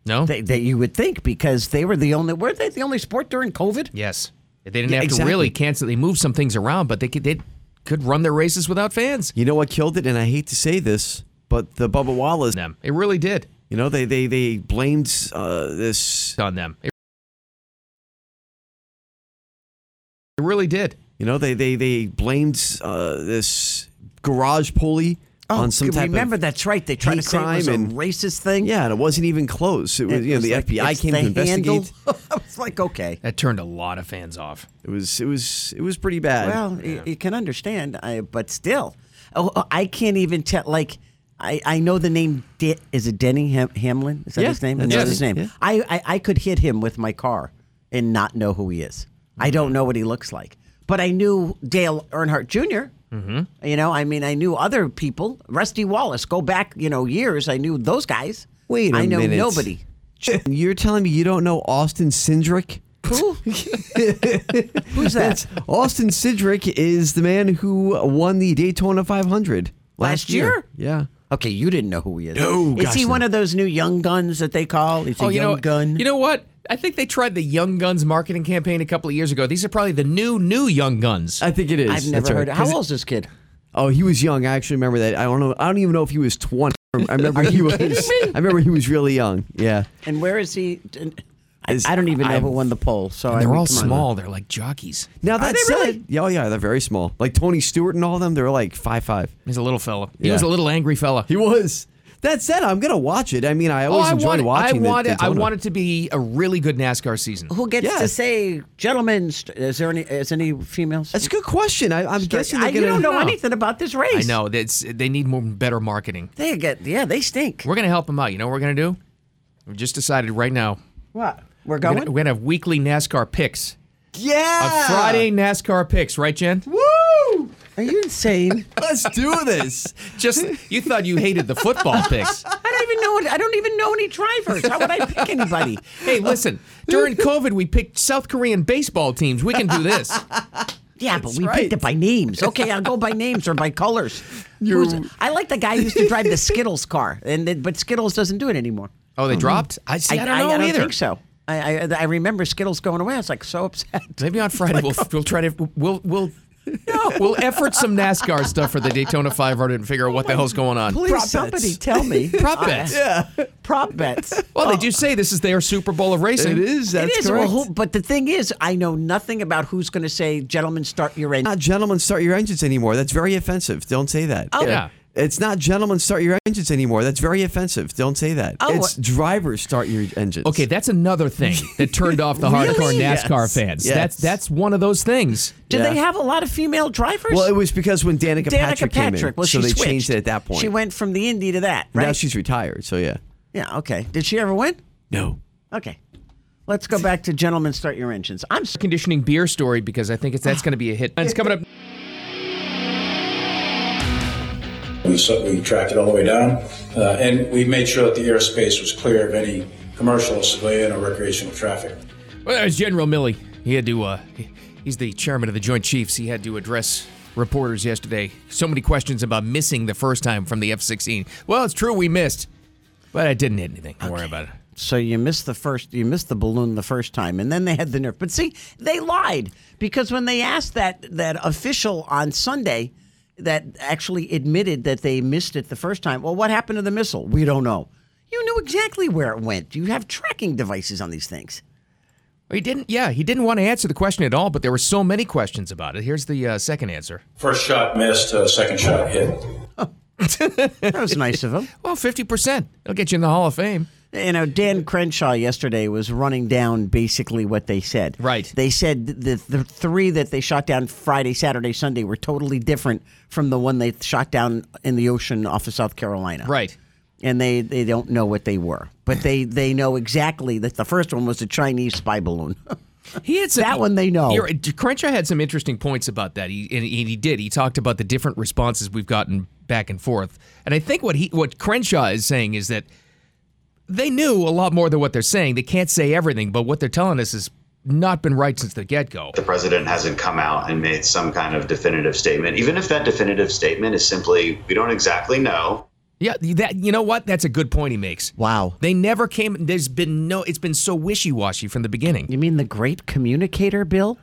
Speaker 4: No,
Speaker 5: They, they, you would think because they were the only. Were they the only sport during COVID?
Speaker 4: Yes, they didn't
Speaker 5: Yeah,
Speaker 4: have to
Speaker 5: exactly.
Speaker 4: really cancel. They moved some things around, but they could they could run their races without fans.
Speaker 6: You know what killed it? And I hate to say this, but the Bubba Wallace.
Speaker 4: Them. It really did.
Speaker 6: You know, they they they blamed uh, this
Speaker 4: on them. It really did.
Speaker 6: You know, they they they blamed uh, this garage pulley
Speaker 5: Oh,
Speaker 6: on some type
Speaker 5: remember
Speaker 6: of
Speaker 5: that's right. They tried
Speaker 6: hate
Speaker 5: to say it was
Speaker 6: crime
Speaker 5: a
Speaker 6: and-
Speaker 5: racist thing.
Speaker 6: yeah, and it wasn't even close. It was,
Speaker 5: It
Speaker 6: you know,
Speaker 5: was
Speaker 6: the
Speaker 5: like,
Speaker 6: FBI
Speaker 5: it's
Speaker 6: came to
Speaker 5: the
Speaker 6: investigate.
Speaker 5: handle. I was like, okay.
Speaker 4: That turned a lot of fans off.
Speaker 6: It was it was it was pretty bad.
Speaker 5: Well, y- you can understand, I, but still, oh, oh, I can't even tell. Like, I, I know the name De- is it Denny Ham- Hamlin? Is that
Speaker 6: Yeah,
Speaker 5: his name?
Speaker 6: that's
Speaker 5: That's
Speaker 6: right.
Speaker 5: his name.
Speaker 6: Yeah.
Speaker 5: I, I I could hit him with my car and not know who he is. I don't know what he looks like, but I knew Dale Earnhardt junior
Speaker 4: Mhm.
Speaker 6: Mm-hmm.
Speaker 5: You know, I mean, I knew other people. Rusty Wallace. Go back, you know, years. I knew those guys.
Speaker 6: Wait a
Speaker 5: I know
Speaker 6: minute.
Speaker 5: nobody.
Speaker 6: You're telling me you don't know Austin Sindrick?
Speaker 5: Who? Who's that?
Speaker 6: That's- Austin Sindrick is the man who won the Daytona 500 last,
Speaker 5: Last year?
Speaker 6: Yeah.
Speaker 5: Okay, you didn't know who he is.
Speaker 6: No,
Speaker 5: is
Speaker 6: Oh, gosh, Oh,
Speaker 5: he
Speaker 6: no.
Speaker 5: one of those new young guns that they call? He's a
Speaker 4: Oh, you
Speaker 5: young
Speaker 4: know,
Speaker 5: gun.
Speaker 4: You know what? I think they tried the Young Guns marketing campaign a couple of years ago. These are probably the new, new Young Guns.
Speaker 6: I think it is.
Speaker 5: I've never
Speaker 6: That's right.
Speaker 5: heard. How
Speaker 6: Because-
Speaker 5: old's this kid?
Speaker 6: Oh, he was young. I actually remember that. I don't know. I don't even know if he was 20. I remember
Speaker 5: Are
Speaker 6: he
Speaker 5: you
Speaker 6: was.
Speaker 5: kidding me?
Speaker 6: I remember he was really young. Yeah.
Speaker 5: And where is he? I, I don't even know who won the poll. So I
Speaker 4: they're
Speaker 5: mean,
Speaker 4: all
Speaker 5: come on.
Speaker 4: small. They're like jockeys.
Speaker 6: Now
Speaker 5: Are
Speaker 6: that
Speaker 5: they
Speaker 6: said,
Speaker 5: really?
Speaker 6: yeah, oh yeah, they're very small. Like Tony Stewart and all of them, they're like five five.
Speaker 4: He's a little fella. He was a little angry fella.
Speaker 6: He was. That said, I'm gonna watch it. I mean,
Speaker 5: Oh,
Speaker 6: I always
Speaker 4: I
Speaker 6: enjoy
Speaker 4: want,
Speaker 6: watching.
Speaker 4: I
Speaker 6: the
Speaker 4: want, it, I
Speaker 6: Daytona.
Speaker 4: want it to be a really good NASCAR season.
Speaker 5: Who gets to say, gentlemen? st- Is there any? Is any females? That's
Speaker 6: a good question. I, I'm
Speaker 4: guessing they're
Speaker 5: I, you
Speaker 4: gonna-
Speaker 5: don't know
Speaker 4: No.
Speaker 5: anything about this race.
Speaker 4: I know that's they need more better marketing.
Speaker 5: They get yeah, they stink.
Speaker 4: We're gonna help them out. You know what we're gonna do? We just decided right now.
Speaker 5: What? We're
Speaker 4: gonna-
Speaker 5: going?
Speaker 4: we're gonna have weekly NASCAR picks.
Speaker 6: Yeah.
Speaker 4: A Friday NASCAR picks, right, Jen?
Speaker 6: Woo!
Speaker 5: Are you insane?
Speaker 6: Let's do this.
Speaker 4: Just you thought you hated the football picks.
Speaker 5: I don't even know. any- I don't even know any drivers. How would I pick anybody?
Speaker 4: Hey, listen. During COVID, we picked South Korean baseball teams. We can do this.
Speaker 5: Yeah, but
Speaker 4: That's
Speaker 5: we
Speaker 4: right.
Speaker 5: picked it by names. Okay, I'll go by names or by colors. Who's- I like the guy who used to drive the Skittles car, and then- but Skittles doesn't do it anymore.
Speaker 4: Oh, they dropped? I, see, I don't know either.
Speaker 5: think so. I, I I remember Skittles going away. I was like so upset.
Speaker 4: Maybe on Friday we'll we'll try to we'll we'll no, we'll effort some NASCAR stuff for the Daytona 500 and figure out what the hell's going on.
Speaker 5: Please, somebody tell me.
Speaker 4: Prop bets.
Speaker 5: Yeah, prop bets.
Speaker 4: Well, they do say this is their Super Bowl of racing.
Speaker 5: it is. uh, Well, who, but the thing is, I know nothing about who's going to say, "Gentlemen, start your engine."
Speaker 6: Not gentlemen start your engines anymore. That's very offensive. Don't say that.
Speaker 5: Oh. Yeah.
Speaker 6: It's not gentlemen start your engines anymore. That's very offensive. Don't say that.
Speaker 4: Oh.
Speaker 6: It's drivers start your engines.
Speaker 4: Okay, that's another thing that turned off the hardcore
Speaker 6: Really?
Speaker 4: NASCAR
Speaker 6: Yes.
Speaker 4: fans.
Speaker 6: Yes.
Speaker 4: That's that's one of those things.
Speaker 5: Do they have a lot of female drivers?
Speaker 6: Well, it was because when Danica,
Speaker 5: Danica
Speaker 6: Patrick, came in,
Speaker 5: Patrick. Well,
Speaker 6: so
Speaker 5: she
Speaker 6: they
Speaker 5: switched.
Speaker 6: changed it at that point.
Speaker 5: She went from the Indy to that, right?
Speaker 6: Now she's retired. So yeah.
Speaker 5: yeah. Okay. Did she ever win?
Speaker 6: No.
Speaker 5: Okay. Let's go back to gentlemen, start your engines. I'm s-
Speaker 4: conditioning beer story because I think it's, that's going to be a hit. And it's coming up.
Speaker 14: We, so- we tracked it all the way down, uh, and we made sure that the airspace was clear of any commercial, civilian, or recreational traffic.
Speaker 4: Well, there's General Milley. He had to. Uh, he- he's the chairman of the Joint Chiefs. He had to address reporters yesterday. So many questions about missing the first time from the F-16. Well, it's true we missed, but I didn't hit anything. Don't worry about it.
Speaker 5: So you missed the first, you missed the balloon the first time, and then they had the nerve. But see, they lied because when they asked that that official on Sunday, that actually admitted that they missed it the first time. Well, what happened to the missile? We don't know. You knew exactly where it went. You have tracking devices on these things.
Speaker 4: He didn't. Yeah, he didn't want to answer the question at all. But there were so many questions about it. Here's the uh, second answer.
Speaker 14: First shot missed, uh, second shot hit.
Speaker 5: That was nice of him.
Speaker 4: Well, fifty percent. It'll get you in the Hall of Fame.
Speaker 5: You know, Dan Crenshaw yesterday was running down basically what they said. Right. They said the, the three that they shot down Friday, Saturday, Sunday were totally different from the one they shot down in the ocean off of South Carolina.
Speaker 4: Right.
Speaker 5: And they, they don't know what they were, but they, they know exactly that the first one was a Chinese spy balloon.
Speaker 4: He had some,
Speaker 5: That one they know.
Speaker 4: You're, Crenshaw had some interesting points about that. He and, and he did. He talked about the different responses we've gotten back and forth. And I think what he what Crenshaw is saying is that they knew a lot more than what they're saying. They can't say everything, but what they're telling us has not been right since the get go.
Speaker 19: The president hasn't come out and made some kind of definitive statement, even if that definitive statement is simply, we don't exactly know.
Speaker 4: Yeah, that you know what? That's a good point he makes.
Speaker 5: Wow.
Speaker 4: They never came. There's been no. It's been so wishy washy from the beginning.
Speaker 5: You mean the great communicator, Bill,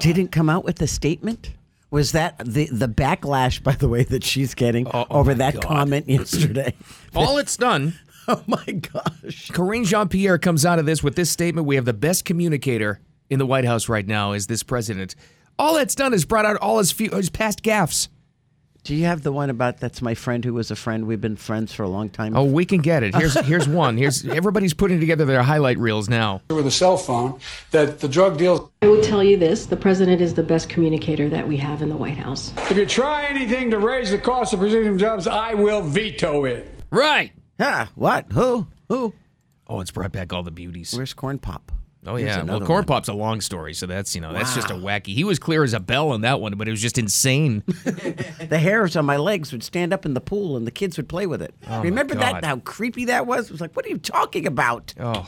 Speaker 5: didn't come out with a statement? Was that the, the backlash, by the way, that she's getting over that comment yesterday?
Speaker 4: All it's done.
Speaker 5: oh my gosh.
Speaker 4: Corinne Jean Pierre comes out of this with this statement. We have the best communicator in the White House right now is this president. All that's done is brought out all his, few, his past gaffes.
Speaker 5: Do you have the one about that's my friend who was a friend? We've been friends for a long time.
Speaker 4: Oh, we can get it. Here's here's one. Here's everybody's putting together their highlight reels now.
Speaker 20: with a cell phone that the drug deal.
Speaker 21: I will tell you this the president is the best communicator that we have in the White House.
Speaker 20: If you try anything to raise the cost of precision jobs, I will veto it.
Speaker 4: Right.
Speaker 5: Yeah. What? Who? Who?
Speaker 4: Oh, it's brought back all the beauties.
Speaker 5: Where's corn pop?
Speaker 4: Oh
Speaker 5: Here's
Speaker 4: yeah. Well,
Speaker 5: another
Speaker 4: corn
Speaker 5: one.
Speaker 4: pop's a long story, so that's you know that's just a
Speaker 5: Wow.
Speaker 4: wacky. He was clear as a bell on that one, but it was just insane.
Speaker 5: The hairs on my legs would stand up in the pool and the kids would play with it.
Speaker 4: Oh, my
Speaker 5: Remember
Speaker 4: God.
Speaker 5: that? How creepy that was? It was like, what are you talking about?
Speaker 4: oh,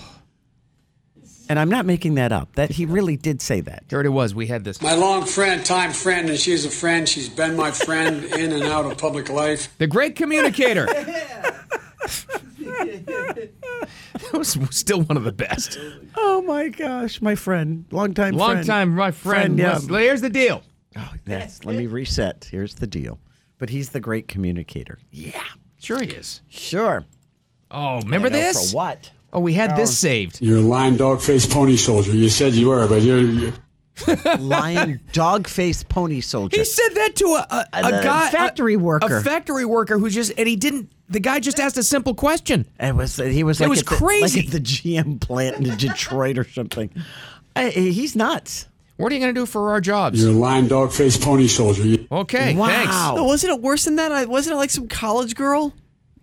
Speaker 5: And I'm not making that up. That he really did say that.
Speaker 4: there it was. We had this.
Speaker 20: My long friend, time friend, and she's a friend. She's been my friend in and out of public life.
Speaker 4: The great communicator. That was still one of the best.
Speaker 5: Oh my gosh, my friend, long time,
Speaker 4: Long
Speaker 5: friend.
Speaker 4: time, my friend. Let's- Here's the deal.
Speaker 5: Yes, let me reset. Here's the deal. But he's the great communicator. Yeah,
Speaker 4: Sure he is.
Speaker 5: sure.
Speaker 4: Oh, remember
Speaker 5: I don't know
Speaker 4: this?
Speaker 5: for what?
Speaker 4: Oh, we had this saved.
Speaker 20: You're a lying dog faced pony soldier. You said you were, but you're. you're
Speaker 5: Lion, dog-faced pony soldier.
Speaker 4: He said that to a, a, a
Speaker 5: The
Speaker 4: guy,
Speaker 5: factory
Speaker 4: a-
Speaker 5: worker.
Speaker 4: a factory worker who just and he didn't The guy just asked a simple question.
Speaker 5: It was he was
Speaker 4: It
Speaker 5: like
Speaker 4: was
Speaker 5: at the,
Speaker 4: crazy.
Speaker 5: like at the GM plant in Detroit or something. I, he's nuts.
Speaker 4: What are you going to do for our jobs?
Speaker 20: You're a lying dog faced pony soldier. You-
Speaker 4: Okay, thanks.
Speaker 6: No, wasn't it worse than that? I, wasn't it like some college girl?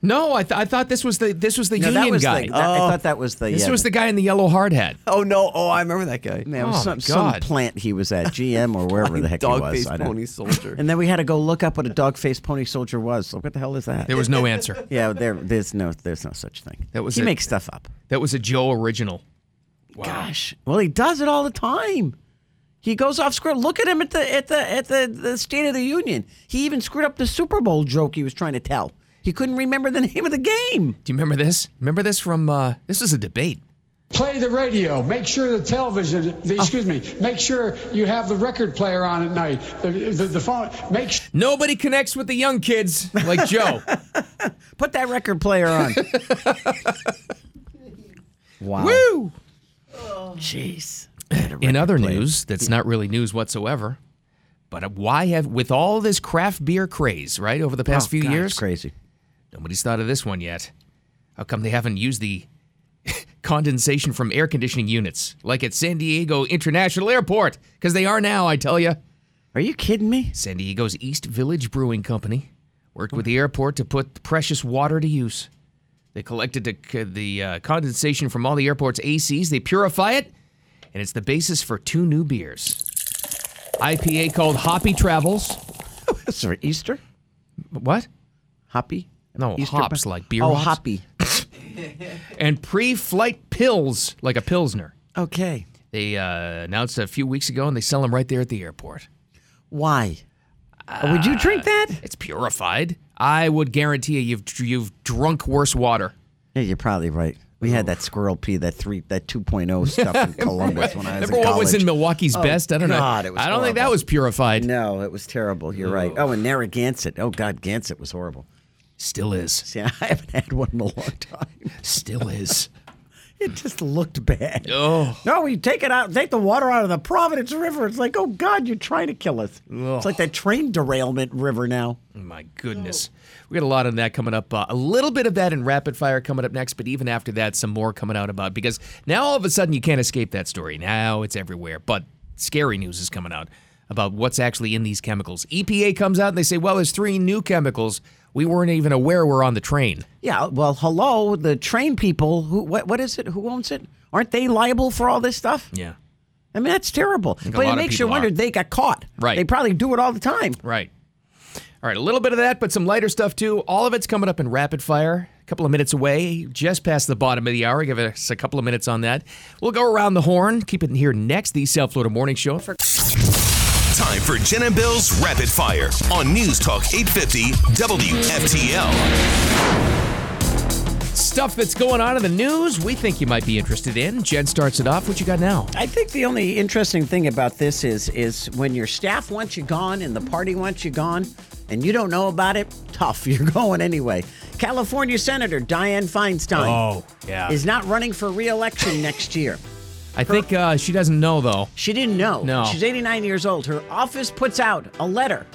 Speaker 4: No, I, th- I thought this was the this was the
Speaker 6: No, that
Speaker 4: union
Speaker 6: was the-
Speaker 4: guy. Uh,
Speaker 6: that- I Oh. thought
Speaker 5: that was the
Speaker 4: this
Speaker 5: yeah.
Speaker 4: was the guy in the yellow hard hat.
Speaker 6: Oh no! Oh, I remember that guy.
Speaker 5: Yeah, it was
Speaker 4: Oh,
Speaker 5: some,
Speaker 4: my
Speaker 5: some
Speaker 4: God.
Speaker 5: plant he was at, GM or wherever the heck he was.
Speaker 6: Dog-faced
Speaker 5: I don't-
Speaker 6: pony soldier.
Speaker 5: And then we had to go look up what a dog faced pony soldier was. So what the hell is that?
Speaker 4: There was no answer.
Speaker 5: yeah, there, there's no, there's no such thing.
Speaker 4: That was
Speaker 5: he
Speaker 4: a-
Speaker 5: makes stuff up.
Speaker 4: That was a Joe original.
Speaker 5: Gosh, well, he does it all the time. He goes off script. Look at him at the at the at the, the State of the Union. He even screwed up the Super Bowl joke he was trying to tell. He couldn't remember the name of the game.
Speaker 4: Do you remember this? Remember this from uh, this is a debate.
Speaker 20: Play the radio. Make sure the television.
Speaker 21: Oh.
Speaker 20: The, excuse me. Make sure you have the record player on at night. The, the, the phone. Make sure.
Speaker 4: Nobody connects with the young kids like Joe.
Speaker 5: Put that record player on. wow.
Speaker 4: Woo!
Speaker 5: Oh. Jeez.
Speaker 4: In other news, that's not really news whatsoever. But why have with all this craft beer craze, right, over the past
Speaker 5: Oh,
Speaker 4: few
Speaker 5: God, it's
Speaker 4: years?
Speaker 5: crazy.
Speaker 4: Nobody's thought of this one yet. How come they haven't used the condensation from air conditioning units like at San Diego International Airport? Because they are now, I tell you.
Speaker 5: Are you kidding me?
Speaker 4: San Diego's East Village Brewing Company worked with the airport to put precious water to use. They collected the, the uh, condensation from all the airport's ACs, they purify it, and it's the basis for two new beers. IPA called Hoppy Travels.
Speaker 5: That's for Easter?
Speaker 4: What?
Speaker 5: Hoppy?
Speaker 4: No,
Speaker 5: Easter
Speaker 4: hops
Speaker 5: bu-
Speaker 4: like beer
Speaker 5: Oh,
Speaker 4: hops.
Speaker 5: hoppy.
Speaker 4: and pre-flight pills like a pilsner.
Speaker 5: Okay.
Speaker 4: They uh, announced a few weeks ago, and they sell them right there at the airport.
Speaker 5: Why? would you drink that?
Speaker 4: It's purified. I would guarantee you, you've you've drunk worse water.
Speaker 5: Yeah, you're probably right. We had that squirrel pee, that three, that 2.0 stuff in Columbus when I was
Speaker 4: Remember
Speaker 5: in
Speaker 4: what was in
Speaker 5: college.
Speaker 4: Milwaukee's
Speaker 5: Oh,
Speaker 4: best? I don't
Speaker 5: God,
Speaker 4: know.
Speaker 5: It was
Speaker 4: I don't think that
Speaker 5: horrible.
Speaker 4: was purified.
Speaker 5: No, it was terrible. You're right. Oh, and Narragansett. Oh God, Gansett was horrible.
Speaker 4: Still is.
Speaker 5: See, I haven't had one in a long time.
Speaker 4: Still is.
Speaker 5: It just looked bad.
Speaker 4: Oh.
Speaker 5: No, we take it out, take the water out of the Providence River. It's like, oh God, you're trying to kill us. It's like that train derailment river now.
Speaker 4: My goodness. We got a lot of that coming up. Uh, a little bit of that in rapid fire coming up next, but even after that, some more coming out about because now all of a sudden you can't escape that story. Now it's everywhere. But scary news is coming out about what's actually in these chemicals. EPA comes out and they say, well, there's three new chemicals. We weren't even aware were on the train.
Speaker 5: Yeah. Well, hello, the train people. Who? What? What is it? Who owns it? Aren't they liable for all this stuff?
Speaker 4: Yeah.
Speaker 5: I mean, that's terrible.
Speaker 4: think a
Speaker 5: But
Speaker 4: lot
Speaker 5: it
Speaker 4: of
Speaker 5: makes you
Speaker 4: people
Speaker 5: wonder
Speaker 4: are.
Speaker 5: they got caught.
Speaker 4: Right.
Speaker 5: They probably do it all the time.
Speaker 4: Right. All right, a little bit of that, but some lighter stuff too. All of it's coming up in rapid fire. A couple of minutes away, just past the bottom of the hour. Give us a couple of minutes on that. We'll go around the horn. Keep it in here next. The South Florida Morning Show.
Speaker 1: Time for Jen and Bill's Rapid Fire on News Talk 850 WFTL.
Speaker 4: Stuff that's going on in the news we think you might be interested in. Jen starts it off. What you got now?
Speaker 5: I think the only interesting thing about this is is when your staff wants you gone and the party wants you gone and you don't know about it, tough, you're going anyway. California Senator Dianne Feinstein
Speaker 4: Oh, yeah.
Speaker 5: is not running for re-election next year.
Speaker 4: I think uh, she doesn't know, though.
Speaker 5: She didn't know.
Speaker 4: No.
Speaker 5: She's 89 years old. Her office puts out a letter.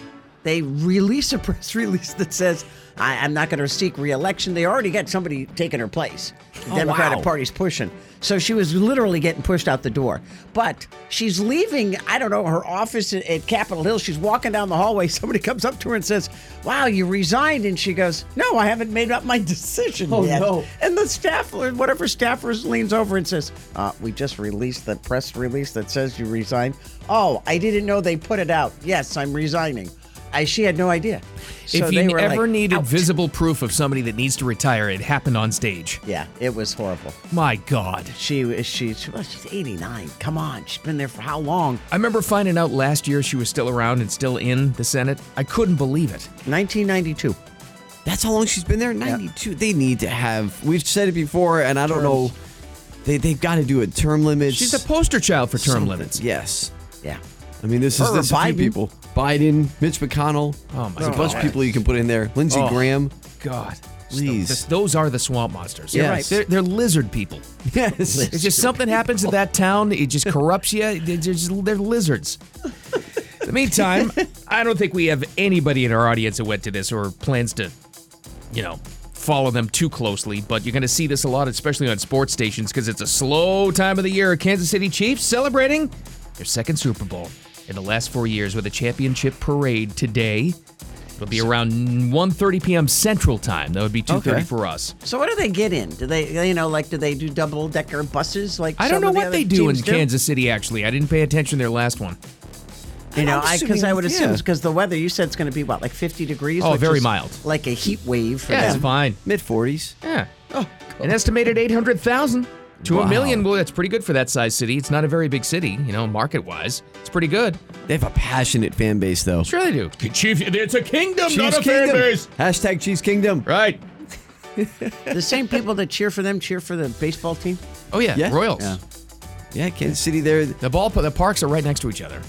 Speaker 5: They release a press release that says, I, I'm not going to seek reelection. They already got somebody taking her place. The
Speaker 2: Oh,
Speaker 5: Democratic
Speaker 2: wow.
Speaker 5: Party's pushing. So she was literally getting pushed out the door. But she's leaving, I don't know, her office at, at Capitol Hill. She's walking down the hallway. Somebody comes up to her and says, Wow, you resigned. And she goes, No, I haven't made up my decision
Speaker 2: Oh,
Speaker 5: yet.
Speaker 2: no.
Speaker 5: And the staffer, whatever staffer leans over and says, uh, We just released the press release that says you resigned. Oh, I didn't know they put it out. Yes, I'm resigning. I, she had no idea. So
Speaker 4: if
Speaker 5: they
Speaker 4: you
Speaker 5: were
Speaker 4: ever
Speaker 5: like,
Speaker 4: needed
Speaker 5: "Ouch."
Speaker 4: visible proof of somebody that needs to retire, it happened on stage.
Speaker 5: Yeah, it was horrible.
Speaker 4: My God.
Speaker 5: She, she, she well, she's 89. Come on. She's been there for how long?
Speaker 4: I remember finding out last year she was still around and still in the Senate. I couldn't believe it.
Speaker 5: 1992.
Speaker 6: That's how long she's been there. Ninety-two. They need to have. We've said it before, and I don't know. They they've got to do a term limits.
Speaker 4: She's the poster child for term
Speaker 6: Something.
Speaker 4: limits.
Speaker 6: Yes.
Speaker 5: Yeah.
Speaker 6: I mean, this is
Speaker 5: Her or
Speaker 6: this is a few
Speaker 5: Biden?
Speaker 6: people. Biden, Mitch McConnell.
Speaker 4: Oh, my
Speaker 6: There's a bunch of
Speaker 4: God.
Speaker 6: people you can put in there. Lindsey
Speaker 4: Oh,
Speaker 6: Graham.
Speaker 4: God.
Speaker 6: Please.
Speaker 4: Th- those are the swamp monsters.
Speaker 6: You're right.
Speaker 4: They're, they're lizard people.
Speaker 6: Yes.
Speaker 4: It's just something happens to that town. It just corrupts you. They're, just- they're lizards. In the meantime, I don't think we have anybody in our audience that went to this or plans to, you know, follow them too closely, but you're going to see this a lot, especially on sports stations, because it's a slow time of the year. Kansas City Chiefs celebrating their second Super Bowl in the last four years with a championship parade today. It'll be around 1.30 p.m. Central Time. That would be 2.30
Speaker 5: Okay.
Speaker 4: for us.
Speaker 5: So what do they get in? Do they, you know, like do they do double decker buses? Like
Speaker 4: I don't
Speaker 5: some
Speaker 4: know
Speaker 5: of the
Speaker 4: what
Speaker 5: other
Speaker 4: they do in
Speaker 5: teams
Speaker 4: Kansas City, actually. I didn't pay attention to their last one.
Speaker 5: You know, because I, would assume
Speaker 4: yeah.
Speaker 5: because the weather you said it's going to be what like 50 degrees.
Speaker 4: Oh,
Speaker 5: which
Speaker 4: very
Speaker 5: is
Speaker 4: mild.
Speaker 5: like a heat wave. For
Speaker 4: Yeah, it's
Speaker 5: them.
Speaker 4: fine.
Speaker 6: Mid 40s.
Speaker 4: Yeah. An estimated 800,000 to
Speaker 6: Wow.
Speaker 4: a million. Well, that's pretty good for that size city. It's not a very big city, you know, market wise. It's pretty good.
Speaker 6: They have a passionate fan base, though.
Speaker 4: Sure, they do. Chief, it's a kingdom,
Speaker 6: Chiefs Kingdom. Hashtag Chiefs Kingdom.
Speaker 4: Right.
Speaker 5: the same people that cheer for them cheer for the baseball team.
Speaker 4: Oh yeah,
Speaker 6: Yeah.
Speaker 4: Royals.
Speaker 6: Yeah. Yeah, Kansas City. There, the
Speaker 4: ball, the parks are right next to each other.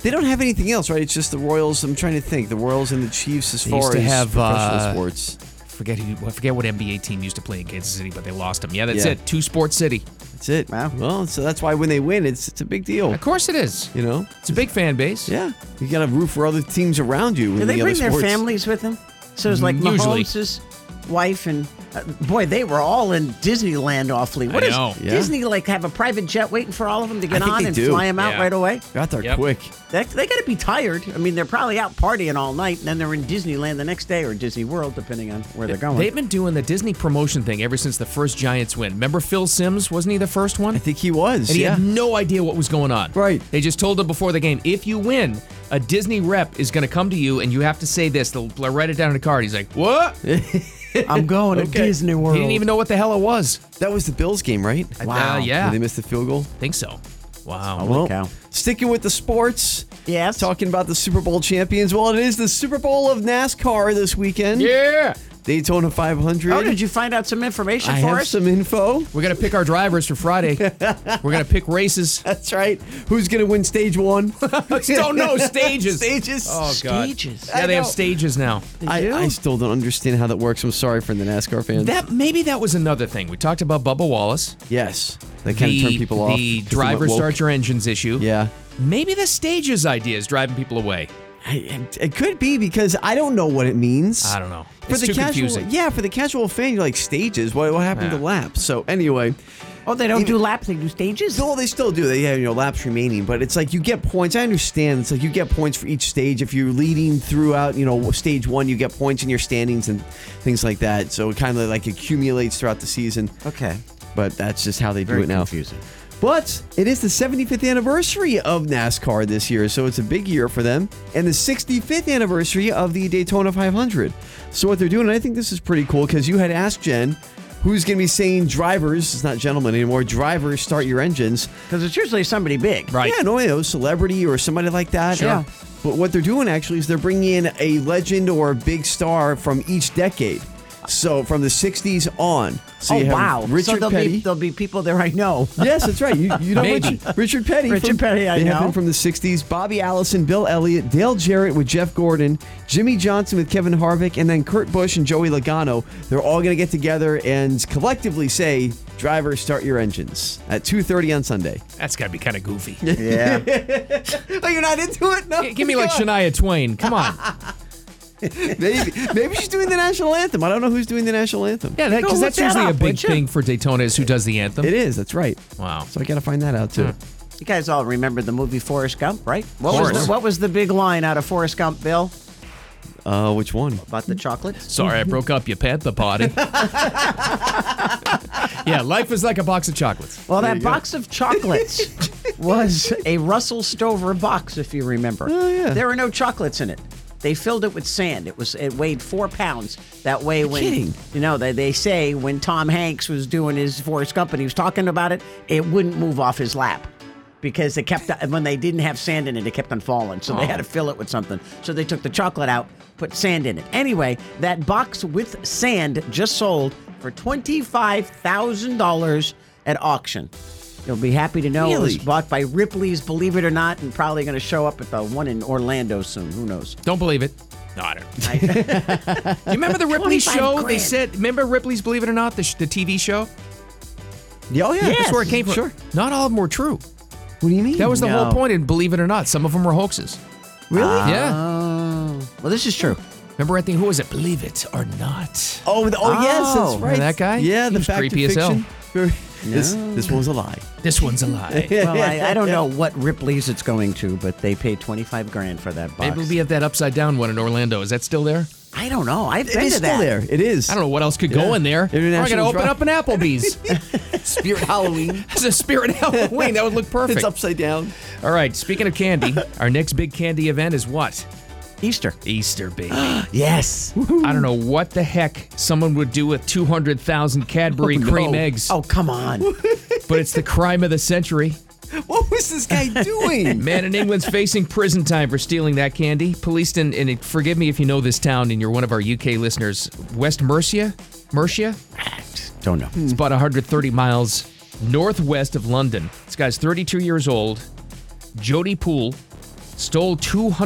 Speaker 6: They don't have anything else, right? It's just the Royals. I'm trying to think. The Royals and the Chiefs, as
Speaker 4: They
Speaker 6: far
Speaker 4: used to
Speaker 6: as
Speaker 4: have
Speaker 6: professional
Speaker 4: uh,
Speaker 6: sports.
Speaker 4: Forget who, I forget what NBA team used to play in Kansas City, but they lost them. Yeah, that's
Speaker 6: Yeah.
Speaker 4: it. Two Sport City.
Speaker 6: That's it. Wow. Well, so that's why when they win, it's it's a big deal. Of
Speaker 4: course it is.
Speaker 6: You know,
Speaker 4: it's a big fan base.
Speaker 6: Yeah, you got to root for other teams around you.
Speaker 5: Do
Speaker 6: in
Speaker 5: they
Speaker 6: the
Speaker 5: bring
Speaker 6: other
Speaker 5: their
Speaker 6: sports.
Speaker 5: families with them? So it's like
Speaker 6: Mm, usually.
Speaker 5: Mahomes' wife and uh, boy, they were all in Disneyland awfully. What
Speaker 6: I
Speaker 5: is
Speaker 6: know. Yeah.
Speaker 5: Disney like? Have a private jet waiting for all of them to get
Speaker 6: I think
Speaker 5: on
Speaker 6: they
Speaker 5: and
Speaker 6: do.
Speaker 5: fly them out
Speaker 6: Yeah.
Speaker 5: right away?
Speaker 6: Got there quick.
Speaker 5: They, they got to be tired. I mean, they're probably out partying all night, and then they're in Disneyland the next day or Disney World, depending on where they're going.
Speaker 4: They've been doing the Disney promotion thing ever since the first Giants win. Remember Phil Sims? Wasn't he the first one? I
Speaker 6: think he was.
Speaker 4: And he had
Speaker 6: yeah.
Speaker 4: no idea what was going on. Right. They just told him before the game, if you win, a Disney rep is going to come to you and you have to say this. They'll they'll write it down in a card. He's like, what?
Speaker 5: I'm going to Disney World.
Speaker 4: He didn't even know what the hell it was.
Speaker 6: That was the Bills game, right?
Speaker 4: Uh, Wow. yeah.
Speaker 6: Where they missed the field goal.
Speaker 4: Think so. Wow.
Speaker 6: well, Sticking with the sports.
Speaker 5: Yes.
Speaker 6: Talking about the Super Bowl champions. Well, it is the Super Bowl of NASCAR this weekend.
Speaker 4: Yeah.
Speaker 6: Daytona 500.
Speaker 5: Oh, did you find out some information
Speaker 6: I
Speaker 5: for
Speaker 6: have
Speaker 5: us?
Speaker 6: some info.
Speaker 4: We're gonna pick our drivers for Friday. We're gonna pick races.
Speaker 6: That's right. Who's gonna win stage one?
Speaker 4: Don't know stages.
Speaker 6: Stages.
Speaker 4: Oh god.
Speaker 5: Stages.
Speaker 4: Yeah, they
Speaker 6: I
Speaker 4: have
Speaker 6: know.
Speaker 4: stages now.
Speaker 6: I, I still don't understand how that works. I'm sorry for the NASCAR fans.
Speaker 4: That maybe that was another thing. We talked about Bubba Wallace.
Speaker 6: Yes. That kinda turned people off
Speaker 4: The
Speaker 6: 'cause they went
Speaker 4: driver
Speaker 6: woke.
Speaker 4: starts your engines issue.
Speaker 6: Yeah.
Speaker 4: Maybe the stages idea is driving people away.
Speaker 6: I- it could be because I don't know what it means.
Speaker 4: I don't know.
Speaker 6: For
Speaker 4: It's
Speaker 6: the
Speaker 4: too
Speaker 6: casual,
Speaker 4: confusing.
Speaker 6: yeah, for the casual fan, you're like stages. What, what happened
Speaker 4: Yeah.
Speaker 6: to laps? So anyway,
Speaker 5: oh, they don't do laps; they do stages.
Speaker 6: No, they still do. They have you know laps remaining, but it's like you get points. I understand. It's like you get points for each stage. If you're leading throughout, you know, stage one, you get points in your standings and things like that. So it kind of like accumulates throughout the season.
Speaker 5: Okay,
Speaker 6: but that's just how they
Speaker 5: Very
Speaker 6: do it now.
Speaker 5: confusing.
Speaker 6: But it is the 75th anniversary of NASCAR this year, so it's a big year for them, and the 65th anniversary of the Daytona 500. So what they're doing, and I think this is pretty cool because you had asked Jen, who's going to be saying drivers? It's not gentlemen anymore. Drivers start your engines
Speaker 5: because it's usually somebody big,
Speaker 6: right? Yeah, no, you know, celebrity or somebody like that.
Speaker 5: Sure. Yeah.
Speaker 6: But what they're doing actually is they're bringing in a legend or a big star from each decade. So from the 60s on. So
Speaker 5: oh
Speaker 6: you have
Speaker 5: wow!
Speaker 6: Richard
Speaker 5: so there'll
Speaker 6: Petty.
Speaker 5: be there'll be people there I know.
Speaker 6: Yes, that's right. You, you know
Speaker 5: Maybe.
Speaker 6: Richard, Richard Petty.
Speaker 5: Richard
Speaker 6: from,
Speaker 5: Petty, I
Speaker 6: they have
Speaker 5: know.
Speaker 6: him from the '60s. Bobby Allison, Bill Elliott, Dale Jarrett with Jeff Gordon, Jimmy Johnson with Kevin Harvick, and then Kurt Busch and Joey Logano. They're all going to get together and collectively say, "Drivers, start your engines" at 2:30 on Sunday.
Speaker 4: That's gotta be kind of goofy.
Speaker 6: Yeah. oh, you're not into it? No.
Speaker 4: Give me like Shania Twain. Come on.
Speaker 6: maybe maybe she's doing the national anthem. I don't know who's doing the national anthem.
Speaker 4: Yeah,
Speaker 6: Go
Speaker 4: because
Speaker 6: look
Speaker 4: that's usually
Speaker 6: up,
Speaker 4: a big
Speaker 6: would you?
Speaker 4: thing for Daytona is who does the anthem.
Speaker 6: It is. That's right.
Speaker 4: Wow.
Speaker 6: So I got to find that out too.
Speaker 5: You guys all remember the movie Forrest Gump, right? What was,
Speaker 4: Forrest.
Speaker 5: the, what was the big line out of Forrest Gump, Bill?
Speaker 6: Uh, which one?
Speaker 5: About the chocolates?
Speaker 4: Sorry, I broke up your panther party. yeah, life is like a box of chocolates.
Speaker 5: Well, that box of chocolates was a Russell Stover box, if you remember.
Speaker 4: Oh, yeah.
Speaker 5: There were no chocolates in it. They filled it with sand. It was it weighed four pounds. That way, when
Speaker 6: kidding.
Speaker 5: you know they, they say when Tom Hanks was doing his Forrest Gump and he was talking about it, it wouldn't move off his lap because it kept when they didn't have sand in it, it kept on falling. So they
Speaker 4: Oh.
Speaker 5: had to fill it with something. So they took the chocolate out, put sand in it. Anyway, that box with sand just sold for $25,000 at auction. You'll be happy to know it was
Speaker 4: Really?
Speaker 5: bought by Ripley's, believe it or not, and probably going to show up at the one in Orlando soon. Who knows?
Speaker 4: Don't believe it. No, I don't. Do you remember the Ripley
Speaker 5: 25
Speaker 4: show? They
Speaker 5: grand.
Speaker 4: said, remember Ripley's Believe It or Not, the, sh- the TV show?
Speaker 6: Yeah, oh yeah,
Speaker 4: That's where it came from.
Speaker 6: Sure.
Speaker 4: Not all of them were true.
Speaker 6: What do you mean?
Speaker 4: That was the
Speaker 5: No.
Speaker 4: whole point in Believe It or Not. Some of them were hoaxes.
Speaker 5: Really?
Speaker 4: Yeah.
Speaker 5: Oh. Well, this is true.
Speaker 4: Remember, I think who was it? Believe it or not.
Speaker 6: Oh, the- oh, yes, that's
Speaker 4: Remember
Speaker 6: right.
Speaker 4: That guy.
Speaker 6: Yeah,
Speaker 4: He
Speaker 6: the
Speaker 4: was
Speaker 6: fact
Speaker 4: creepy
Speaker 6: and
Speaker 4: as hell.
Speaker 6: fiction. Very- This this one's a lie.
Speaker 4: This one's a lie.
Speaker 5: well, I, I don't know what Ripley's it's going to, but they paid twenty five grand for that box.
Speaker 4: Maybe we have that upside down one in Orlando. Is that still there?
Speaker 5: I don't know. I've
Speaker 4: It
Speaker 5: been
Speaker 4: is
Speaker 5: to
Speaker 4: still
Speaker 5: that.
Speaker 4: there.
Speaker 6: It is.
Speaker 4: I don't know what else could go
Speaker 5: Yeah.
Speaker 4: in there. We're
Speaker 5: International
Speaker 4: gonna open
Speaker 5: dri-
Speaker 4: up an Applebee's.
Speaker 6: Spirit Halloween.
Speaker 4: It's a Spirit Halloween. That would look perfect.
Speaker 6: It's upside down.
Speaker 4: All right. Speaking of candy, our next big candy event is what?
Speaker 5: Easter.
Speaker 4: Easter, baby.
Speaker 5: yes.
Speaker 4: I don't know what the heck someone would do with 200,000 Cadbury
Speaker 5: Oh, no.
Speaker 4: cream eggs.
Speaker 5: Oh, come on.
Speaker 4: but it's the crime of the century.
Speaker 6: What was this guy doing?
Speaker 4: Man in England's facing prison time for stealing that candy. Police in, and forgive me if you know this town and you're one of our UK listeners, West Mercia? Mercia?
Speaker 5: Don't know.
Speaker 4: It's about 130 miles northwest of London. This guy's 32 years old. Jody Poole stole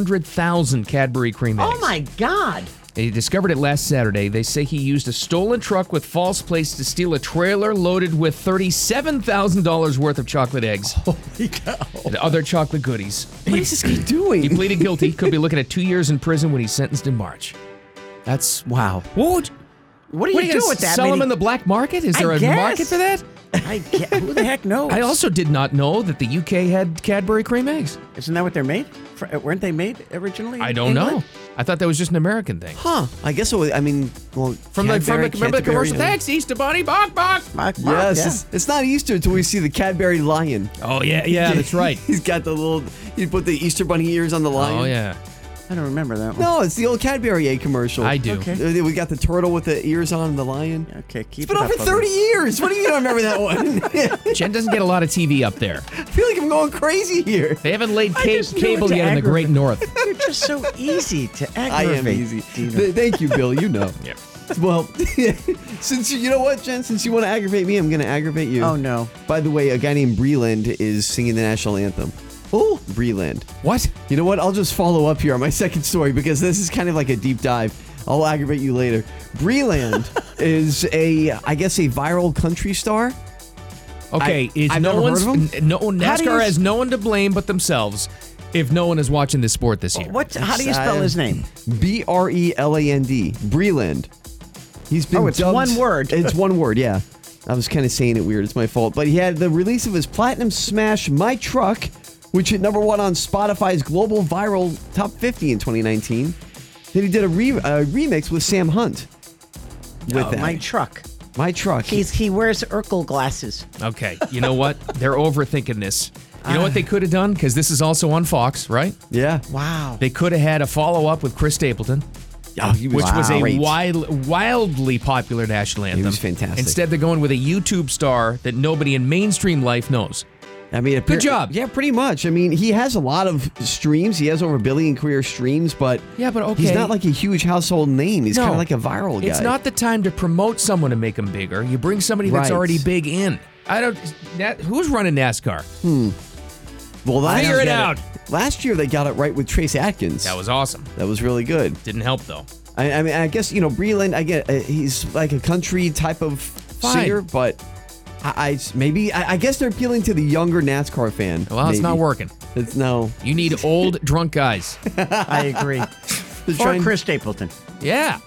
Speaker 4: 200,000 Cadbury cream eggs.
Speaker 5: Oh my God.
Speaker 4: They discovered it last Saturday. They say he used a stolen truck with false plates to steal a trailer loaded with $37,000 worth of chocolate eggs. Holy cow. And other chocolate goodies.
Speaker 6: What is this guy doing?
Speaker 4: He pleaded guilty. Could be looking at two years in prison when he's sentenced in March.
Speaker 6: That's wow.
Speaker 4: What?
Speaker 5: What do you do
Speaker 4: gonna
Speaker 5: with that
Speaker 4: Sell
Speaker 5: many-
Speaker 4: them in the black market? Is
Speaker 5: I
Speaker 4: there a
Speaker 5: guess.
Speaker 4: market for that?
Speaker 5: I get, who the heck knows?
Speaker 4: I also did not know that the UK had Cadbury cream eggs.
Speaker 5: Isn't that what they're made? For, uh, weren't they made originally? in
Speaker 4: I don't
Speaker 5: England?
Speaker 4: know. I thought that was just an American thing.
Speaker 6: Huh? I guess. So, I mean, well,
Speaker 4: From the, from the remember
Speaker 6: Cadbury,
Speaker 4: the
Speaker 6: Canterbury,
Speaker 4: commercial?
Speaker 6: you know.
Speaker 4: Thanks, Easter Bunny. Bonk, bonk.
Speaker 6: Yes, it's, it's not Easter until we see the Cadbury lion.
Speaker 4: Oh, yeah, yeah, that's right.
Speaker 6: He's got the little. You put the Easter bunny ears on the lion.
Speaker 4: Oh yeah.
Speaker 5: I don't remember that one.
Speaker 6: No, it's the old Cadbury egg commercial.
Speaker 4: I do.
Speaker 5: Okay.
Speaker 6: We got the turtle with the ears on and the lion.
Speaker 5: Okay, keep
Speaker 6: It's been
Speaker 5: it
Speaker 6: on
Speaker 5: up
Speaker 6: for 30 years. What do you mean I remember that one?
Speaker 4: Jen doesn't get a lot of TV up there.
Speaker 6: I feel like I'm going crazy here.
Speaker 4: They haven't laid
Speaker 6: I
Speaker 4: ca-
Speaker 6: just knew
Speaker 4: cable
Speaker 6: it to
Speaker 4: yet in the Great
Speaker 6: aggravate.
Speaker 4: North.
Speaker 5: You're just so easy to aggravate.
Speaker 6: I am easy.
Speaker 5: Dino.
Speaker 6: Th- thank you, Bill. You know.
Speaker 4: Yep.
Speaker 6: Well, since you, you know what, Jen, since you want to aggravate me, I'm going to aggravate you.
Speaker 5: Oh, no.
Speaker 6: By the way, a guy named Breland is singing the national anthem. Oh, Breland.
Speaker 4: What?
Speaker 6: You know what? I'll just follow up here on my second story because this is kind of like a deep dive. I'll aggravate you later. Breland is a, I guess, a viral country star.
Speaker 4: Okay,
Speaker 6: I-
Speaker 4: it's
Speaker 6: I've
Speaker 4: no
Speaker 6: never heard
Speaker 4: one's
Speaker 6: of him.
Speaker 4: n- no
Speaker 6: How do you
Speaker 4: NASCAR has no one to blame but themselves if no one is watching this sport
Speaker 6: Oh,
Speaker 4: this year.
Speaker 5: What? How do you spell his name?
Speaker 6: B R E L A N D. Breland. He's been
Speaker 5: Oh, it's
Speaker 6: dubbed-
Speaker 5: one word.
Speaker 6: it's one word. Yeah, I was kind of saying it weird. It's my fault. But he had the release of his platinum smash "My Truck," which hit number one on Spotify's global viral top 50 in 2019. Then he did a, re- a remix with Sam Hunt. With
Speaker 5: Oh,
Speaker 6: that.
Speaker 5: my truck.
Speaker 6: My truck.
Speaker 5: He's he wears Urkel glasses.
Speaker 4: Okay, you know what? They're overthinking this. You know what
Speaker 6: Ah.
Speaker 4: they could have done? Because this is also on Fox, right?
Speaker 6: yeah.
Speaker 5: Wow.
Speaker 4: They could have had a follow up with Chris Stapleton,
Speaker 6: Oh, he
Speaker 4: which was a
Speaker 6: great.
Speaker 4: wild, wildly popular national anthem.
Speaker 6: was fantastic.
Speaker 4: Instead, they're going with a YouTube star that nobody in mainstream life knows.
Speaker 6: I mean,
Speaker 4: Good job.
Speaker 6: Yeah, pretty much. I mean, he has a lot of streams. He has over a billion career streams, but
Speaker 4: Yeah, but
Speaker 6: he's
Speaker 4: okay.
Speaker 6: not like a huge household name. He's
Speaker 4: No.
Speaker 6: kind of like a viral guy.
Speaker 4: It's not the time to promote someone to make them bigger. You bring somebody that's
Speaker 6: Right.
Speaker 4: already big in. I don't. Na- who's running NASCAR?
Speaker 6: Well, last
Speaker 4: Figure
Speaker 6: year,
Speaker 4: it out.
Speaker 6: Last year they got it right with Trace Atkins.
Speaker 4: That was awesome.
Speaker 6: that was really good.
Speaker 4: Didn't help though.
Speaker 6: I, I mean, I guess you know Breland. I get uh, he's like a country type of
Speaker 4: Fine.
Speaker 6: singer, but I, I maybe I, I guess they're appealing to the younger NASCAR fan.
Speaker 4: Well, it's not
Speaker 6: maybe.
Speaker 4: working.
Speaker 6: It's no.
Speaker 4: You need old drunk guys.
Speaker 5: I agree.
Speaker 6: They're
Speaker 5: or
Speaker 6: trying-
Speaker 5: Chris Stapleton.
Speaker 4: Yeah.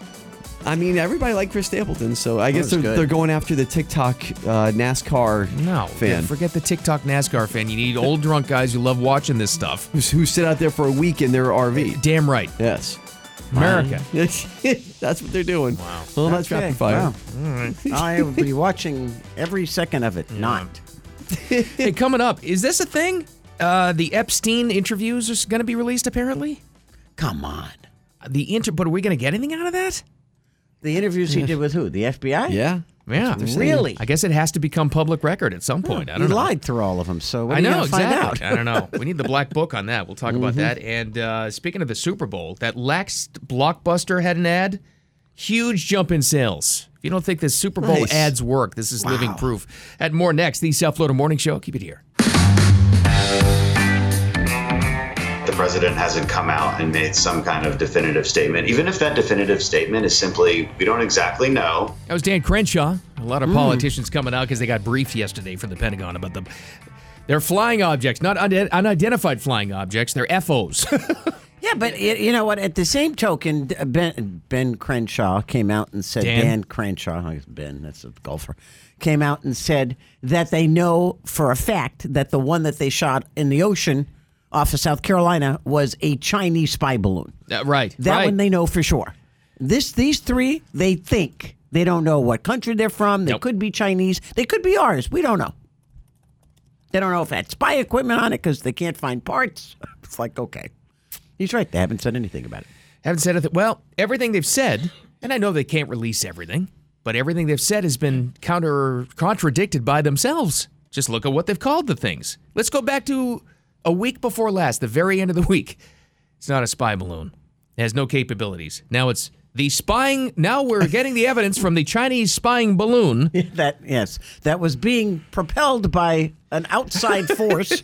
Speaker 6: I mean, everybody liked Chris Stapleton, so I guess
Speaker 5: was
Speaker 6: they're,
Speaker 5: good.
Speaker 6: they're going after the TikTok uh, NASCAR
Speaker 4: No.
Speaker 6: fan
Speaker 4: Forget the TikTok NASCAR fan. You need old drunk guys who love watching this stuff.
Speaker 6: who's- who sit out there for a week in their RV.
Speaker 4: Damn right.
Speaker 6: Yes.
Speaker 4: America.
Speaker 6: that's what they're doing. Wow. Well, that's
Speaker 5: Okay,
Speaker 6: rapid fire.
Speaker 5: wow. I will be watching every second of it. Not.
Speaker 4: hey, coming up, is this a thing? Uh, the Epstein interviews are going to be released apparently.
Speaker 5: Come on.
Speaker 4: The inter, but are we going to get anything out of that?
Speaker 5: The interviews he did with who? The FBI?
Speaker 6: Yeah.
Speaker 4: Yeah,
Speaker 5: they're saying. Really?
Speaker 4: I guess it has to become public record at some point. I
Speaker 5: he
Speaker 4: don't know.
Speaker 5: lied through all of them. So what
Speaker 4: I
Speaker 5: are you
Speaker 4: know
Speaker 5: gonna find
Speaker 4: exactly.
Speaker 5: out? Mm-hmm.
Speaker 4: I don't know. We need the black book on that. We'll talk about that. And uh, speaking of the Super Bowl, that lax blockbuster had an ad. Huge jump in sales. If you don't think this Super Bowl
Speaker 6: Nice.
Speaker 4: ads work, this is living proof. At more next, the South Florida Morning Show. Keep it here.
Speaker 19: the president hasn't come out and made some kind of definitive statement, even if that definitive statement is simply, we don't exactly know.
Speaker 4: That was Dan Crenshaw. A lot of
Speaker 5: Mm.
Speaker 4: politicians coming out because they got briefed yesterday from the Pentagon about them. They're flying objects, not unidentified flying objects. They're FOs.
Speaker 5: Yeah, Yeah, but y you know what? At the same token, D- Ben Ben Crenshaw came out and said
Speaker 2: Dan?
Speaker 5: Dan, Crenshaw, oh, Ben, that's a golfer, came out and said that they know for a fact that the one that they shot in the ocean off of South Carolina was a Chinese spy balloon.
Speaker 4: Uh, right.
Speaker 5: That
Speaker 4: right.
Speaker 5: one they know for sure. This these three they think they don't know what country they're from. They could be Chinese. They could be ours. We don't know. They don't know if it had spy equipment on it because they can't find parts. It's like okay, he's right. They haven't said anything about it.
Speaker 4: Haven't said anything. Well, everything they've said, and I know they can't release everything, but everything they've said has been counter contradicted by themselves. Just look at what they've called the things. Let's go back to a week before last, the very end of the week. It's not a spy balloon. It has no capabilities. Now it's the spying. Now we're getting the evidence from the Chinese spying balloon.
Speaker 5: that yes, that was being propelled by an outside force,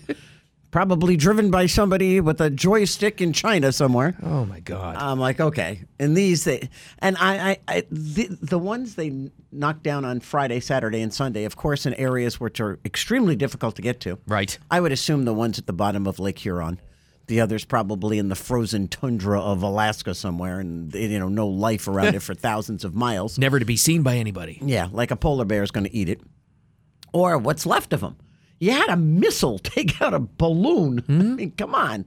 Speaker 5: probably driven by somebody with a joystick in China somewhere.
Speaker 4: Oh my God!
Speaker 5: I'm like, okay. And these, they, and I, I, I the, the ones they knocked down on Friday, Saturday, and Sunday, of course, in areas which are extremely difficult to get to.
Speaker 4: Right.
Speaker 5: I would assume the ones at the bottom of Lake Huron. The others probably in the frozen tundra of Alaska somewhere, and you know, no life around it for thousands of miles.
Speaker 4: Never to be seen by anybody.
Speaker 5: Yeah, like a polar bear is going to eat it, or what's left of them. You had a missile take out a balloon. I mean, come on,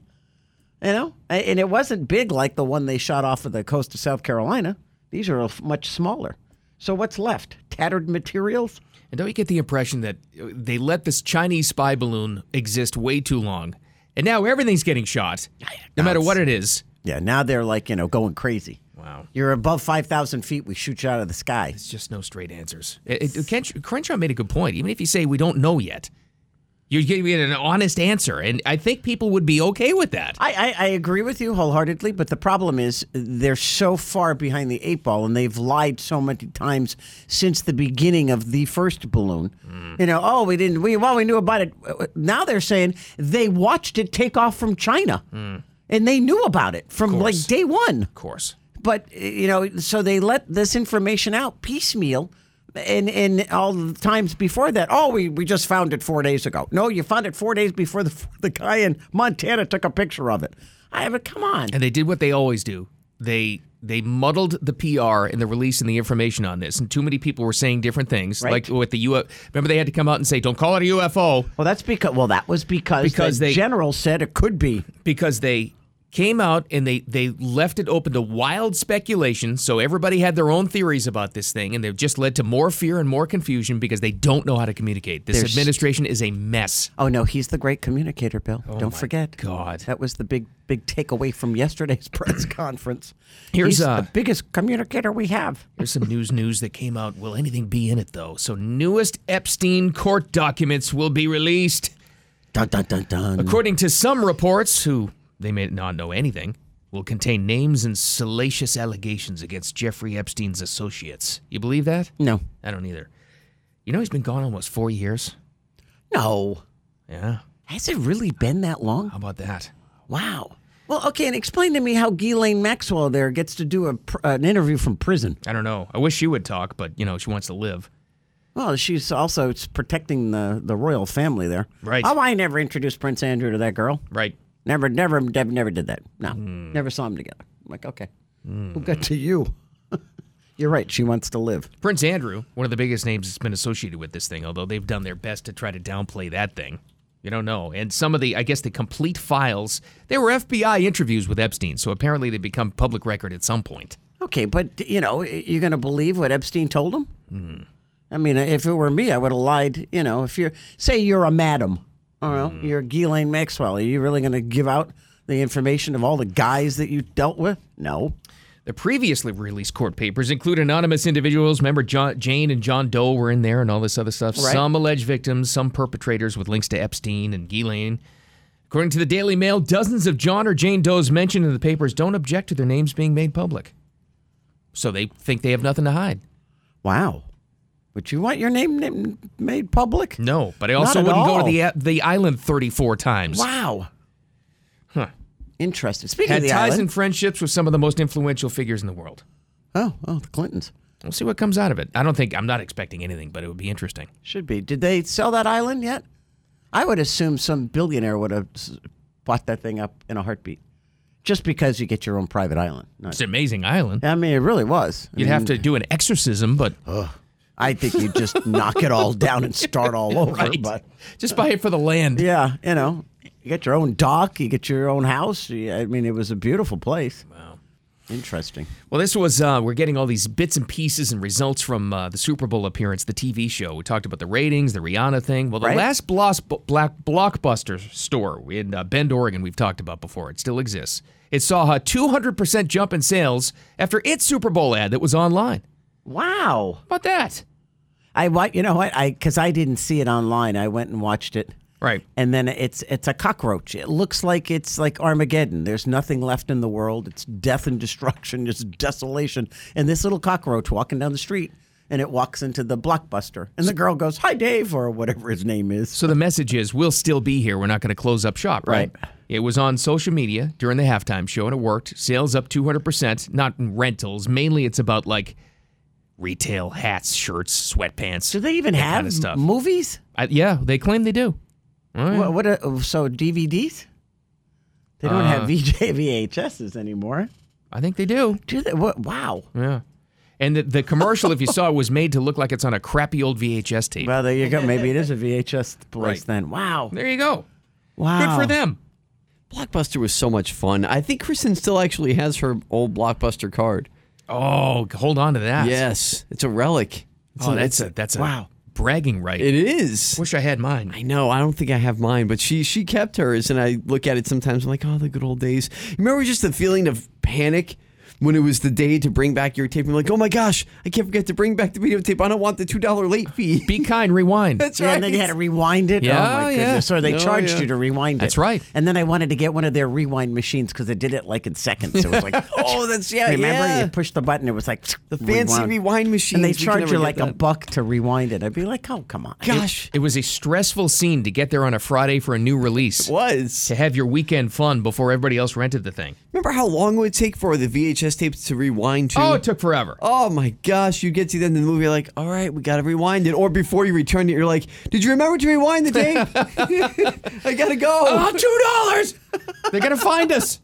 Speaker 5: you know. A- And it wasn't big like the one they shot off of the coast of South Carolina. These are much smaller. So what's left? Tattered materials.
Speaker 4: And don't you get the impression that uh, they let this Chinese spy balloon exist way too long, and now everything's getting shot, no matter what it is.
Speaker 5: Yeah, now they're like you know going crazy. Wow, you're above five thousand feet. We shoot you out of the sky. It's
Speaker 4: just no straight answers. It, it, Ken- Crenshaw made a good point. Even if you say we don't know yet, you're getting an honest answer, and I think people would be okay with that.
Speaker 5: I, I, I agree with you wholeheartedly, but the problem is they're so far behind the eight ball, and they've lied so many times since the beginning of the first balloon. You know, oh, we didn't. We well, we knew about it. Now they're saying they watched it take off from China, and they knew about it from like day one. Of
Speaker 4: course.
Speaker 5: But you know, so they let this information out piecemeal. And and all the times before that, oh, we, we just found it four days ago. No, you found it four days before the the guy in Montana took a picture of it. I have a come on.
Speaker 4: And they did what they always do. They they muddled the PR and the release and the information on this, and too many people were saying different things.
Speaker 5: Right.
Speaker 4: Like with the UFO, remember they had to come out and say, "Don't call it a UFO."
Speaker 5: Well, that's because well, that was because
Speaker 4: because
Speaker 5: the
Speaker 4: they
Speaker 5: general said it could be
Speaker 4: because they came out and they they left it open to wild speculation. So everybody had their own theories about this thing, and they've just led to more fear and more confusion because they don't know how to communicate. This
Speaker 5: There's-
Speaker 4: administration is a mess.
Speaker 5: Oh no, he's the great communicator, Bill.
Speaker 4: Oh,
Speaker 5: Don't
Speaker 4: my
Speaker 5: forget. God, that was the big big takeaway from yesterday's press conference.
Speaker 4: Here's,
Speaker 5: he's
Speaker 4: uh,
Speaker 5: the biggest communicator we have.
Speaker 4: There's some news news that came out. Will anything be in it though? So newest Epstein court documents will be released.
Speaker 5: Dun dun dun dun.
Speaker 4: According to some reports, who they may not know anything, will contain names and salacious allegations against Jeffrey Epstein's associates. You believe that?
Speaker 5: No.
Speaker 4: I don't either. You know he's been gone almost four years?
Speaker 5: No.
Speaker 4: Yeah.
Speaker 5: Has it really been that long? How
Speaker 4: about that?
Speaker 5: Wow. Well, okay, and explain to me how Ghislaine Maxwell there gets to do a, pr- an interview from prison.
Speaker 4: I don't know. I wish she would talk, but you know, she wants to live.
Speaker 5: Well, she's also s- protecting the, the royal family there.
Speaker 4: Right.
Speaker 5: Oh, I never introduced Prince Andrew to that girl.
Speaker 4: Right.
Speaker 5: Never, never, never, never did that. No, never saw them together. I'm like, okay, well, good to you. You're right. She wants to live.
Speaker 4: Prince Andrew, one of the biggest names that's been associated with this thing, although they've done their best to try to downplay that thing. You don't know. And some of the, I guess, the complete files, they were FBI interviews with Epstein, so apparently they become public record at some point.
Speaker 5: Okay, but you know, you're going to believe what Epstein told him. I mean, if it were me, I would have lied. You know, if you're say you're a madam, I don't
Speaker 4: Mm.
Speaker 5: know, you're Ghislaine Maxwell. Are you really going to give out the information of all the guys that you dealt with? No.
Speaker 4: The previously released court papers include anonymous individuals. Remember, John, Jane and John Doe were in there and all this other stuff.
Speaker 5: Right.
Speaker 4: Some alleged victims, some perpetrators with links to Epstein and Ghislaine. According to the Daily Mail, dozens of John or Jane Does mentioned in the papers don't object to their names being made public. So they think they have nothing to hide.
Speaker 5: Wow. Would you want your name, name made public?
Speaker 4: No, but I
Speaker 5: Not
Speaker 4: also
Speaker 5: at
Speaker 4: wouldn't go to
Speaker 5: all.
Speaker 4: the uh, the island 34 times.
Speaker 5: Wow.
Speaker 4: Huh.
Speaker 5: Interesting. Speaking
Speaker 4: Had
Speaker 5: of the
Speaker 4: ties
Speaker 5: island,
Speaker 4: and friendships with some of the most influential figures in the world.
Speaker 5: oh, oh, the Clintons
Speaker 4: We'll see what comes out of it. I don't think I'm not expecting anything, but it would be interesting.
Speaker 5: should be. Did they sell that island yet? I would assume some billionaire would have s- bought that thing up in a heartbeat. just because you get your own private island.
Speaker 4: It's an amazing island.
Speaker 5: I mean, it really was.
Speaker 4: You'd have to do an exorcism, but
Speaker 5: I think you just knock it all down and start all over.
Speaker 4: Right.
Speaker 5: But
Speaker 4: just buy it for the land.
Speaker 5: Yeah, you know, you get your own dock, you get your own house. You- I mean, it was a beautiful place. Wow, interesting.
Speaker 4: Well, this was, uh, we're getting all these bits and pieces and results from uh, the Super Bowl appearance, the TV show. We talked about the ratings, the Rihanna thing. Well, the
Speaker 5: Right.
Speaker 4: last blos- black blockbuster store in uh, Bend, Oregon, we've talked about before, it still exists. It saw a 200% jump in sales after its Super Bowl ad that was online.
Speaker 5: Wow,
Speaker 4: about that?
Speaker 5: I wa- you know what I because I didn't see it online. I went and watched it.
Speaker 4: Right,
Speaker 5: and then it's it's a cockroach. It looks like it's like Armageddon. There's nothing left in the world. It's death and destruction. It's desolation. And this little cockroach walking down the street, and it walks into the blockbuster, and the girl goes, "Hi, Dave," or whatever his name is.
Speaker 4: So the message is we'll still be here. We're not going to close up shop, right? It was on social media during the halftime show and it worked. Sales up 200%, not in rentals. Mainly it's about like retail hats, shirts, sweatpants. Do
Speaker 5: they even have
Speaker 4: kind of stuff. Oh,
Speaker 5: movies?
Speaker 4: I, yeah, they claim they do.
Speaker 5: Wha- What? a- so DVDs? They don't have
Speaker 4: Uh,
Speaker 5: VJ, VHSs anymore.
Speaker 4: I think they do.
Speaker 5: Do they? What, wow.
Speaker 4: Yeah. And the, the commercial, if you saw, it, was made to look like it's on a crappy old VHS tape.
Speaker 5: Well, there you go. Maybe it is a VHS place
Speaker 4: Right.
Speaker 5: then. Wow.
Speaker 4: There you go.
Speaker 5: Wow.
Speaker 4: Good for them.
Speaker 6: Blockbuster was so much fun. I think Kristen still actually has her old Blockbuster card.
Speaker 4: Oh, hold on to that.
Speaker 6: Yes, it's a relic. It's
Speaker 4: Oh,
Speaker 6: an-
Speaker 4: that's
Speaker 6: it's
Speaker 4: a that's a
Speaker 6: wow.
Speaker 4: bragging right.
Speaker 6: It is.
Speaker 4: Wish I had mine.
Speaker 6: I know. I don't think I have mine, but she she kept hers, and I look at it sometimes. I'm like, oh, the good old days. Remember just the feeling of panic when it was the day to bring back your tape. I'm like, oh my gosh, I can't forget to bring back the videotape. I don't want the two dollar late fee.
Speaker 4: Be kind, rewind.
Speaker 6: That's
Speaker 5: Yeah,
Speaker 6: right.
Speaker 5: And then you had to rewind it.
Speaker 6: Yeah,
Speaker 5: oh my
Speaker 6: yeah.
Speaker 5: goodness. Or they
Speaker 6: Oh,
Speaker 5: charged
Speaker 6: yeah.
Speaker 5: you to rewind it.
Speaker 6: That's right.
Speaker 5: And then I wanted to get one of their rewind machines because it did it like in seconds. So it was like,
Speaker 6: oh, that's yeah.
Speaker 5: remember
Speaker 6: yeah.
Speaker 5: you pushed the button, it was like the
Speaker 6: fancy rewind
Speaker 5: And
Speaker 6: machines,
Speaker 5: they
Speaker 6: we can
Speaker 5: charge
Speaker 6: never
Speaker 5: you
Speaker 6: get
Speaker 5: like a
Speaker 6: that.
Speaker 5: buck to rewind it. I'd be like, oh come on.
Speaker 6: Gosh.
Speaker 4: It was a stressful scene to get there on a Friday for a new release. It
Speaker 6: was.
Speaker 4: To have your weekend fun before everybody else rented the thing.
Speaker 6: Remember how long it would take for the VHS tapes to rewind to?
Speaker 4: Oh, it took forever.
Speaker 6: Oh my gosh, you get to the end of the movie, you're like, all right, we gotta rewind it. Or before you return it, you're like, did you remember to rewind the tape? I gotta go.
Speaker 4: Oh, $2! They're going to find us.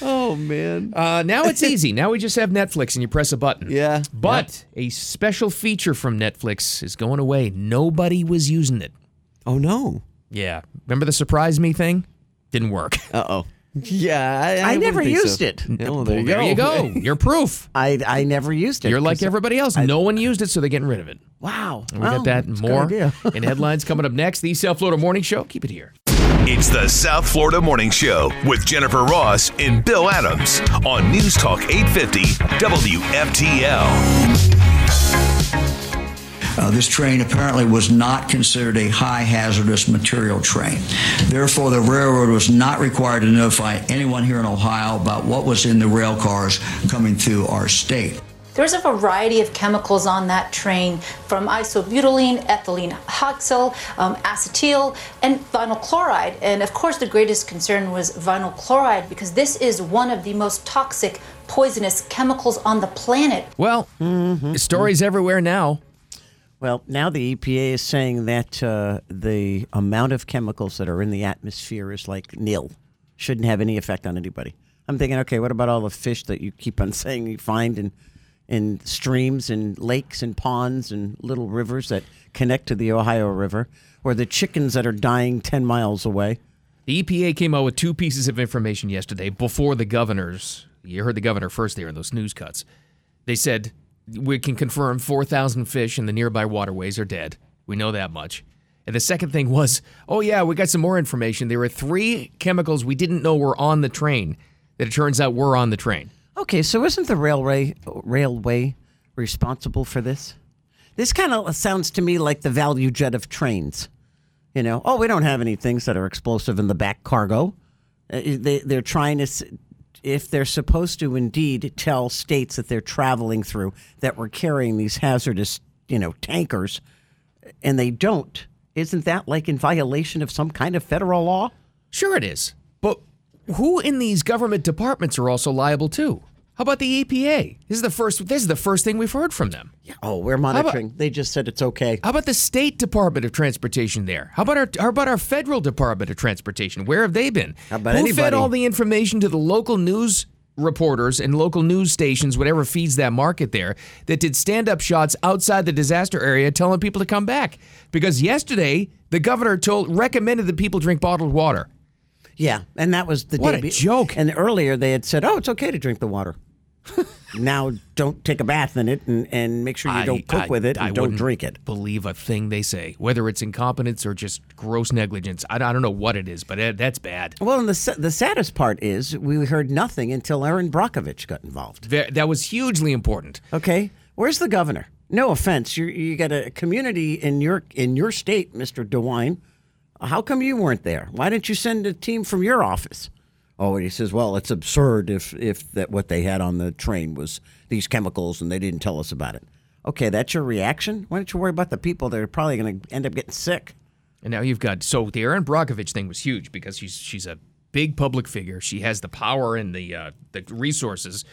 Speaker 6: Oh man.
Speaker 4: Uh, now it's easy. Now we just have Netflix and you press a button.
Speaker 6: Yeah.
Speaker 4: But a special feature from Netflix is going away. Nobody was using it.
Speaker 6: Oh no.
Speaker 4: Yeah. Remember the surprise me thing? Didn't work.
Speaker 6: Uh oh. Yeah,
Speaker 5: I,
Speaker 6: I, wouldn't
Speaker 5: never
Speaker 6: think so.
Speaker 5: used it.
Speaker 6: Yeah, well,
Speaker 4: Well, there you go. You're proof.
Speaker 5: I I never used it.
Speaker 4: You're like
Speaker 5: 'cause-
Speaker 4: everybody else. No one used it, so they're getting rid of it.
Speaker 5: Wow.
Speaker 4: And we
Speaker 5: Well,
Speaker 4: got that and
Speaker 5: that's Oh, a good
Speaker 4: more
Speaker 5: idea.
Speaker 4: in headlines coming up next. The East South Florida Morning Show. Keep it here.
Speaker 1: It's the South Florida Morning Show with Jennifer Ross and Bill Adams on News Talk 850 WFTL.
Speaker 7: Uh, this train apparently was not considered a high hazardous material train. Therefore, the railroad was not required to notify anyone here in Ohio about what was in the rail cars coming through our state.
Speaker 8: There's a variety of chemicals on that train from isobutylene, ethylene oxal, um, acetyl, and vinyl chloride. And of course, the greatest concern was vinyl chloride because this is one of the most toxic, poisonous chemicals on the planet.
Speaker 4: Well, stories everywhere now.
Speaker 5: Well, now the EPA is saying that uh, the amount of chemicals that are in the atmosphere is like nil, shouldn't have any effect on anybody. I'm thinking, okay, what about all the fish that you keep on saying you find in in streams and lakes and ponds and little rivers that connect to the Ohio River, or the chickens that are dying ten miles away?
Speaker 4: The EPA came out with two pieces of information yesterday before the governor's. You heard the governor first there in those news cuts. They said we can confirm 4,000 fish in the nearby waterways are dead. We know that much. And the second thing was, oh yeah, we got some more information. There were three chemicals we didn't know were on the train that it turns out were on the train.
Speaker 5: Okay, so isn't the railway railway responsible for this? This kind of sounds to me like the value jet of trains. You know, oh, we don't have any things that are explosive in the back cargo. Uh, they, they're trying to, s- if they're supposed to indeed tell states that they're traveling through that we're carrying these hazardous, you know, tankers, uh, and they don't, isn't that like in violation of some kind of federal law?
Speaker 4: Sure it is. But who in these government departments are also liable too? How about the EPA? This is the first. This is the first thing we've heard from them.
Speaker 5: Oh, we're
Speaker 4: about-
Speaker 5: monitoring. they just said it's okay.
Speaker 4: How about the State Department of Transportation there? How about our how about our Federal Department of Transportation? Where have they been? How
Speaker 5: about
Speaker 4: Who fed
Speaker 5: anybody?
Speaker 4: all the information to the local news reporters and local news stations, whatever feeds that market there, that did stand-up shots outside the disaster area telling people to come back? Because yesterday the governor told recommended that people drink bottled water.
Speaker 5: Yeah, and that was the
Speaker 4: What
Speaker 5: day
Speaker 4: a
Speaker 5: be- joke. And earlier they had said, "Oh, it's okay to drink the water." now don't take a bath in it and, and make sure you don't cook with it and don't
Speaker 4: wouldn't
Speaker 5: drink it.
Speaker 4: Believe a thing they say, whether it's incompetence or just gross negligence. I, I don't know what it is, but that- that's bad.
Speaker 5: Well, and the sa- the saddest part is we heard nothing until Aaron Brockovich got involved.
Speaker 4: Ve- That was hugely important.
Speaker 5: Okay, where's the governor? No offense, you you got a community in your in your state, Mister DeWine. How come you weren't there? Why didn't you send a team from your office? Oh, and he says, well, it's absurd if if that what they had on the train was these chemicals and they didn't tell us about it. Okay, that's your reaction. Why don't you worry about the people that are probably going to end up getting sick?
Speaker 4: And now you've got so the Erin Brockovich thing was huge because she's she's a big public figure. She has the power and the uh, the resources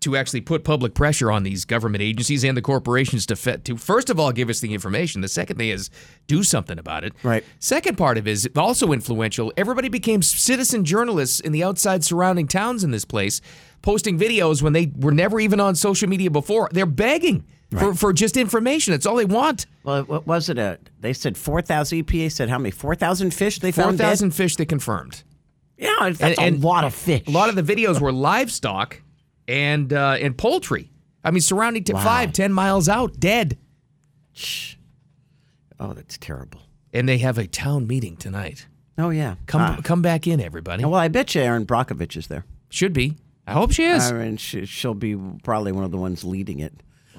Speaker 4: to actually put public pressure on these government agencies and the corporations to fe- to first of all give us the information. The second thing is do something about it. Right. Second part of it is also influential. Everybody became citizen journalists in the outside surrounding towns in this place, posting videos when they were never even on social media before. They're begging for, for just information. It's all they want.
Speaker 5: Well, what was it? A, they said four thousand. EPA said how many? Four thousand fish they
Speaker 4: Four
Speaker 5: found. dead?
Speaker 4: thousand fish they confirmed.
Speaker 5: Yeah, that's a lot of fish.
Speaker 4: A lot of the videos were livestock and uh, and poultry. I mean, surrounding to
Speaker 5: Wow.
Speaker 4: five, ten miles out, dead.
Speaker 5: Oh, that's terrible.
Speaker 4: And they have a town meeting tonight.
Speaker 5: Oh yeah,
Speaker 4: Come
Speaker 5: Ah.
Speaker 4: come back in, everybody.
Speaker 5: Well, I bet you Aaron Brockovich is there.
Speaker 4: Should be. I hope she is.
Speaker 5: Aaron, she, she'll be probably one of the ones leading it.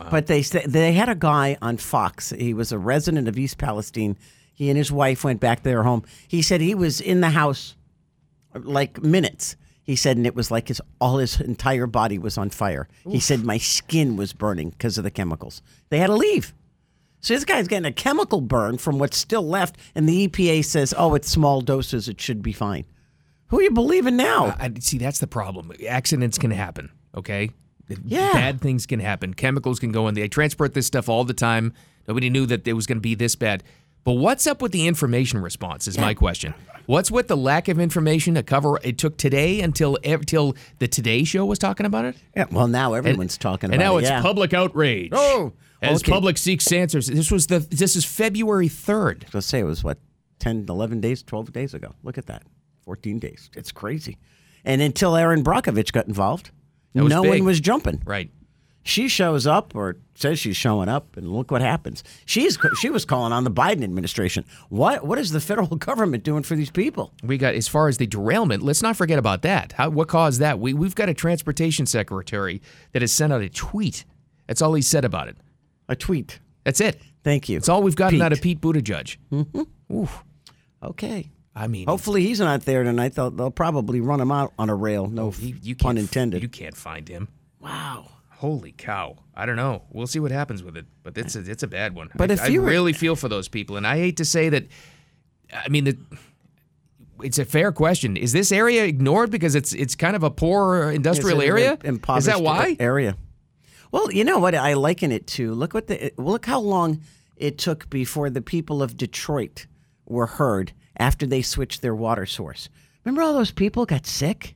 Speaker 5: But they sa- they had a guy on Fox. He was a resident of East Palestine. He and his wife went back to their home. He said he was in the house like minutes. He said, and it was like his all his entire body was on fire. He said my skin was burning because of the chemicals. They had to leave. So this guy's getting a chemical burn from what's still left, and the EPA says, "Oh, it's small doses; it should be fine." Who are you believing now?
Speaker 4: I, I- see, that's the problem. Accidents can happen. Okay.
Speaker 5: Yeah.
Speaker 4: Bad things can happen. Chemicals can go in. They transport this stuff all the time. Nobody knew that it was going to be this bad. But what's up with the information response? Is my question. What's with the lack of information to cover? It took today until ev- till the Today Show was talking about it.
Speaker 5: Yeah, well, now everyone's talking
Speaker 4: and
Speaker 5: about
Speaker 4: now
Speaker 5: it,
Speaker 4: it's
Speaker 5: yeah.
Speaker 4: public outrage.
Speaker 5: Oh,
Speaker 4: as
Speaker 5: okay.
Speaker 4: public seeks answers. This was the this is February third.
Speaker 5: Let's say it was what 10, 11 days, 12 days ago. Look at that. 14 days. It's crazy. And until Aaron Brockovich got involved,
Speaker 4: That was
Speaker 5: no
Speaker 4: big.
Speaker 5: one was jumping.
Speaker 4: Right.
Speaker 5: She shows up or says she's showing up and look what happens. She's she was calling on the Biden administration. What what is the federal government doing for these people?
Speaker 4: We got as far as the derailment. Let's not forget about that. How, what caused that? We we've got a transportation secretary that has sent out a tweet. That's all he said about it.
Speaker 5: A tweet.
Speaker 4: That's it.
Speaker 5: Thank you.
Speaker 4: That's all we've gotten
Speaker 5: Pete. Hmm.
Speaker 4: out of Pete Buttigieg.
Speaker 5: Okay.
Speaker 4: I mean,
Speaker 5: Hopefully he's not there tonight. They'll, they'll probably run him out on a rail. No
Speaker 4: Oh, you
Speaker 5: pun
Speaker 4: can't-
Speaker 5: intended.
Speaker 4: You can't find him. Wow. Holy cow! I don't know. We'll see what happens with it, but it's a, it's a bad one.
Speaker 5: But
Speaker 4: I,
Speaker 5: if
Speaker 4: I
Speaker 5: you were-
Speaker 4: really feel for those people, and I hate to say that, I mean the. It's a fair question. Is this area ignored because it's it's kind of a poor industrial
Speaker 5: It's an
Speaker 4: area?
Speaker 5: im-
Speaker 4: Is
Speaker 5: Impoverished
Speaker 4: that why?
Speaker 5: a- Area. Well, you know what I liken it to. Look what the it- look how long it took before the people of Detroit were heard after they switched their water source. Remember all those people got sick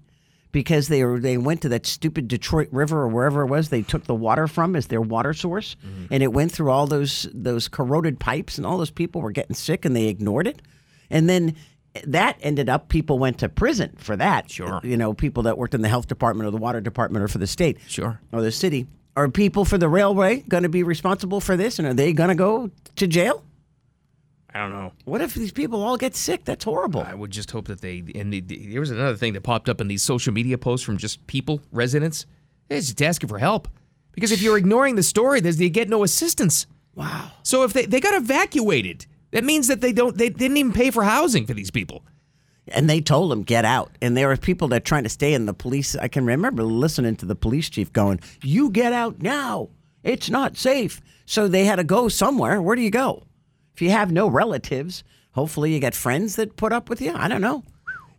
Speaker 5: because they were they went to that stupid Detroit River or wherever it was they took the water from as their water source, and it went through all those those corroded pipes, and all those people were getting sick, and they ignored it, and then that ended up people went to prison for that. Sure, you know people that worked in the health department or the water department or for the state.
Speaker 4: Sure,
Speaker 5: or the city. Are people for the railway going to be responsible for this, and are they going to go to jail?
Speaker 4: I don't know.
Speaker 5: What if these people all get sick? That's horrible.
Speaker 4: I would just hope that they. And the, the- there was another thing that popped up in these social media posts from just people, residents. It's just asking for help because if you're ignoring the story, there's you get no assistance. Wow. So if they they got evacuated, that means that they don't they didn't even pay for housing for these people.
Speaker 5: and they told them get out and there were people that trying to stay in the police i can remember listening to the police chief going you get out now it's not safe so they had to go somewhere where do you go if you have no relatives hopefully you got friends that put up with you i don't know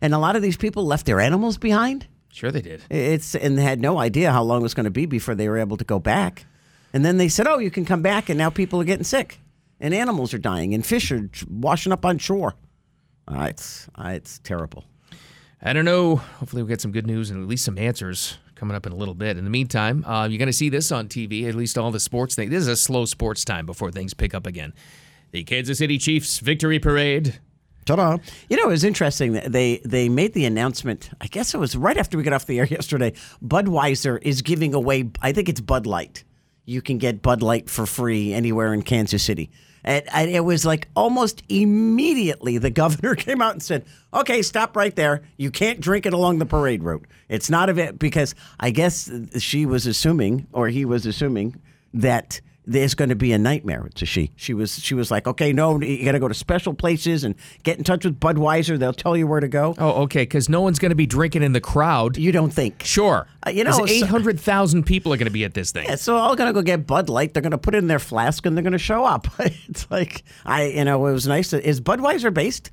Speaker 5: and a lot of these people left their animals behind
Speaker 4: Sure, they did.
Speaker 5: It's and they had no idea how long it was going to be before they were able to go back. And then they said, "Oh, you can come back," and now people are getting sick, and animals are dying, and fish are tr- washing up on shore. Uh, it's uh, it's terrible.
Speaker 4: I don't know. Hopefully, we'll get some good news and at least some answers coming up in a little bit. In the meantime, uh, you're going to see this on TV, at least all the sports thing. This is a slow sports time before things pick up again. The Kansas City Chiefs victory parade.
Speaker 5: Ta-da! You know, it was interesting. that They they made the announcement. I guess it was right after we got off the air yesterday. Budweiser is giving away. I think it's Bud Light. You can get Bud Light for free anywhere in Kansas City. And, and it was like almost immediately the governor came out and said, "Okay, stop right there. You can't drink it along the parade route. It's not of it because I guess she was assuming, or he was assuming, that." there's going to be a nightmare to she. She was she was like, okay, no, you got to go to special places and get in touch with Budweiser. They'll tell you where to go.
Speaker 4: Oh, okay, because no one's going to be drinking in the crowd.
Speaker 5: You don't think?
Speaker 4: Sure.
Speaker 5: Uh, you know, so-
Speaker 4: eight hundred thousand people are going to be at this thing.
Speaker 5: Yeah, so all going to go get Bud Light. They're going to put it in their flask and they're going to show up. it's like I, you know, it was nice. To, is Budweiser based?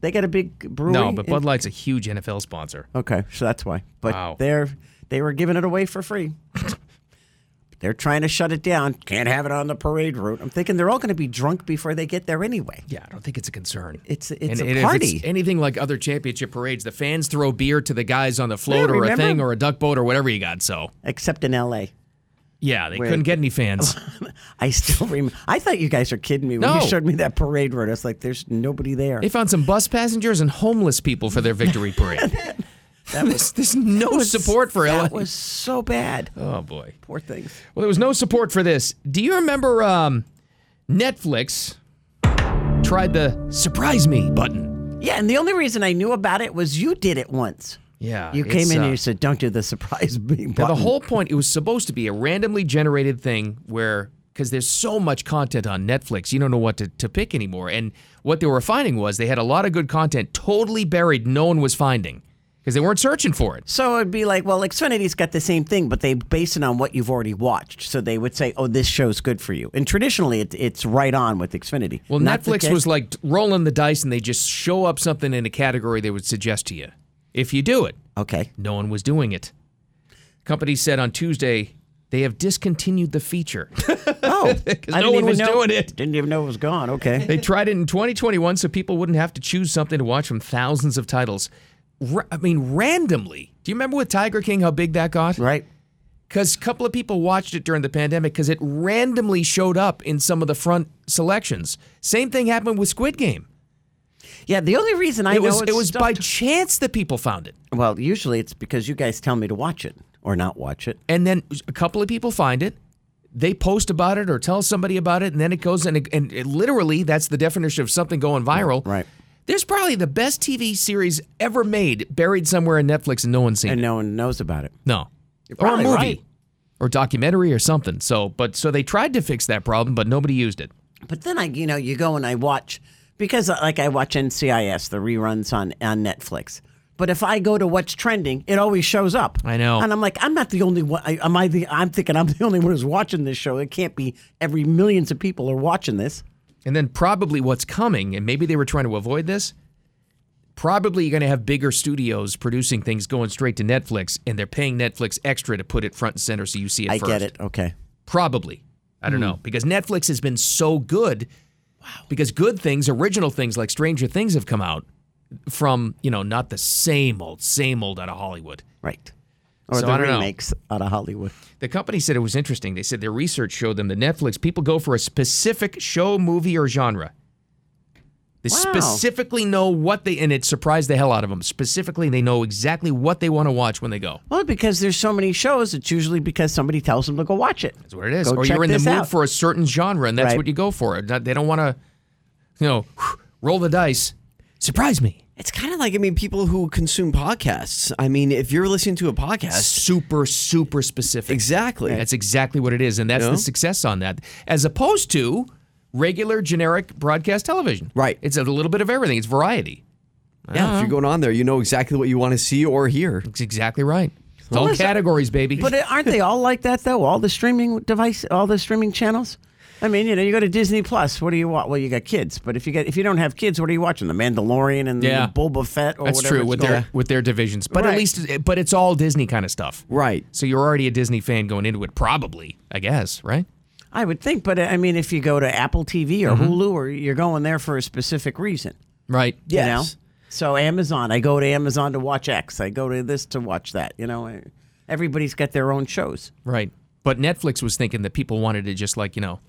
Speaker 5: They got a big brewery.
Speaker 4: No, but
Speaker 5: in-
Speaker 4: Bud Light's a huge NFL sponsor.
Speaker 5: Okay, so that's why. But
Speaker 4: Wow.
Speaker 5: they're they were giving it away for free. they're trying to shut it down. Can't have it on the parade route. I'm thinking they're all going to be drunk before they get there anyway.
Speaker 4: Yeah, I don't think it's a concern.
Speaker 5: It's
Speaker 4: And-
Speaker 5: it's a
Speaker 4: and if
Speaker 5: party.
Speaker 4: anything like other championship parades, the fans throw beer to the guys on the float or a
Speaker 5: remember?
Speaker 4: thing or a duck boat or whatever you got. So
Speaker 5: except in L.A.
Speaker 4: yeah, they
Speaker 5: Where-
Speaker 4: couldn't get any fans.
Speaker 5: I still remember. I thought you guys are kidding me when
Speaker 4: No.
Speaker 5: you showed me that parade route. I was like, "There's nobody there."
Speaker 4: They found some bus passengers and homeless people for their victory parade.
Speaker 5: That was-
Speaker 4: there's no
Speaker 5: that was-
Speaker 4: support for LA.
Speaker 5: That was so bad.
Speaker 4: oh boy.
Speaker 5: Poor things.
Speaker 4: Well, there was no support for this. Do you remember um, Netflix tried the surprise me button?
Speaker 5: Yeah, and the only reason I knew about it was you did it once.
Speaker 4: Yeah,
Speaker 5: you came
Speaker 4: it's,
Speaker 5: in
Speaker 4: uh,
Speaker 5: and you said, "Don't do the surprise being
Speaker 4: Now,
Speaker 5: button."
Speaker 4: the whole point, it was supposed to be a randomly generated thing where, because there's so much content on Netflix, you don't know what to, to pick anymore. And what they were finding was they had a lot of good content totally buried, no one was finding because they weren't searching for it.
Speaker 5: So it'd be like, well, Xfinity's got the same thing, but they base it on what you've already watched. So they would say, "Oh, this show's good for you." And traditionally, it, it's right on with Xfinity.
Speaker 4: Well,
Speaker 5: Not the
Speaker 4: Netflix
Speaker 5: case-
Speaker 4: was like rolling the dice and they just show up something in a category they would suggest to you if you do it.
Speaker 5: Okay.
Speaker 4: No one was doing it. Company said on Tuesday they have discontinued the feature.
Speaker 5: "Oh, I
Speaker 4: no
Speaker 5: didn't
Speaker 4: one
Speaker 5: even
Speaker 4: was
Speaker 5: know-
Speaker 4: doing it.
Speaker 5: Didn't even know it was gone." Okay.
Speaker 4: They tried it in 2021 so people wouldn't have to choose something to watch from thousands of titles. Ra- I mean, randomly. Do you remember with Tiger King how big that got?
Speaker 5: Right.
Speaker 4: Because a couple of people watched it during the pandemic because it randomly showed up in some of the front selections. Same thing happened with Squid Game.
Speaker 5: Yeah, the only reason I
Speaker 4: it
Speaker 5: know
Speaker 4: was
Speaker 5: it's
Speaker 4: it was
Speaker 5: stuck
Speaker 4: by
Speaker 5: to-
Speaker 4: chance that people found it,
Speaker 5: Well, usually it's because you guys tell me to watch it or not watch it.
Speaker 4: and then a couple of people find it. They post about it or tell somebody about it, and then it goes and it, and it literally that's the definition of something going viral.
Speaker 5: Right.
Speaker 4: There's probably the best TV series ever made buried somewhere in Netflix and no one's seen
Speaker 5: And
Speaker 4: it.
Speaker 5: no one knows about it.
Speaker 4: No.
Speaker 5: You're
Speaker 4: Or a
Speaker 5: probably
Speaker 4: movie.
Speaker 5: right.
Speaker 4: Or documentary or something. So but so they tried to fix that problem, but nobody used it.
Speaker 5: But then I, you know, you go and I watch because uh, like I watch NCIS, the reruns on on Netflix. But if I go to what's trending, it always shows up.
Speaker 4: I know.
Speaker 5: and I'm like, I'm not the only one. I, am I? The, I'm thinking I'm the only one who's watching this show. It can't be every millions of people are watching this.
Speaker 4: And then probably what's coming, and maybe they were trying to avoid this. Probably you're going to have bigger studios producing things going straight to Netflix, and they're paying Netflix extra to put it front and center so you see it
Speaker 5: I
Speaker 4: first.
Speaker 5: get it. Okay.
Speaker 4: Probably. I don't
Speaker 5: Hmm.
Speaker 4: know. Because Netflix has been so good. Wow. Because good things, original things like Stranger Things have come out from, you know, not the same old, same old out of Hollywood.
Speaker 5: Right. Or
Speaker 4: So I
Speaker 5: the
Speaker 4: don't know.
Speaker 5: remakes out of Hollywood.
Speaker 4: The company said it was interesting. They said their research showed them that Netflix people go for a specific show, movie, or genre. They
Speaker 5: Wow.
Speaker 4: specifically know what they, and it surprised the hell out of them. Specifically, they know exactly what they want to watch when they go.
Speaker 5: Well, because there's so many shows, it's usually because somebody tells them to go watch it.
Speaker 4: That's what it is.
Speaker 5: Go
Speaker 4: or
Speaker 5: check
Speaker 4: you're in the
Speaker 5: this
Speaker 4: mood
Speaker 5: out.
Speaker 4: for a certain genre, and that's
Speaker 5: Right.
Speaker 4: what you go for. Not- They don't want to, you know, roll the dice. Surprise me.
Speaker 6: It's kind of like, I mean, people who consume podcasts. I mean, if you're listening to a podcast,
Speaker 4: super, super specific.
Speaker 6: Exactly.
Speaker 4: That's exactly what it is, and that's
Speaker 6: No?
Speaker 4: the success on that, as opposed to regular generic broadcast television. Right. It's a little bit of everything. It's variety.
Speaker 6: Yeah, if you're going on there, you know exactly what you want to see or hear.
Speaker 4: That's exactly right. It's
Speaker 5: Well,
Speaker 4: all
Speaker 5: listen-
Speaker 4: categories, baby.
Speaker 5: But aren't they all like that though? All the streaming device, all the streaming channels. I mean, you know, you go to Disney Plus. What do you watch? Well, you got kids, but if you get if you don't have kids, what are you watching? The Mandalorian and
Speaker 4: Yeah.
Speaker 5: the Boba Fett. Or
Speaker 4: That's
Speaker 5: whatever
Speaker 4: true
Speaker 5: it's
Speaker 4: with
Speaker 5: called.
Speaker 4: their with their divisions, but at
Speaker 5: Right.
Speaker 4: least but it's all Disney kind of stuff,
Speaker 6: right?
Speaker 4: So you're already a Disney fan going into it, probably. I guess, right?
Speaker 5: I would think, but I mean, if you go to Apple TV or
Speaker 4: Mhm.
Speaker 5: Hulu, or you're going there for a specific reason,
Speaker 4: right?
Speaker 5: You know?
Speaker 4: Yes.
Speaker 5: So Amazon, I go to Amazon to watch X. I go to this to watch that. You know, I- everybody's got their own shows.
Speaker 4: Right. But Netflix was thinking that people wanted to just like you know,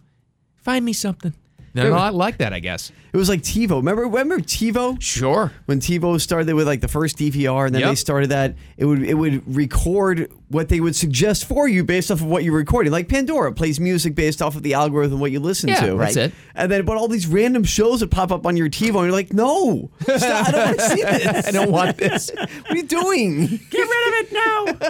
Speaker 4: find me something. They're
Speaker 6: It-
Speaker 4: not like that, I guess.
Speaker 6: It was like TiVo. Remember, remember TiVo?
Speaker 4: Sure.
Speaker 6: When TiVo started with like the first DVR, and then they
Speaker 4: Yep.
Speaker 6: started that, it would it would record what they would suggest for you based off of what you're recording. Like Pandora plays music based off of the algorithm what you listen
Speaker 4: Yeah,
Speaker 6: to.
Speaker 4: that's it.
Speaker 6: And then, but all these random shows that pop up on your TiVo, and you're like, no, stop, I don't want to see this.
Speaker 4: I don't want this.
Speaker 6: What are you doing? Get
Speaker 5: rid of it now.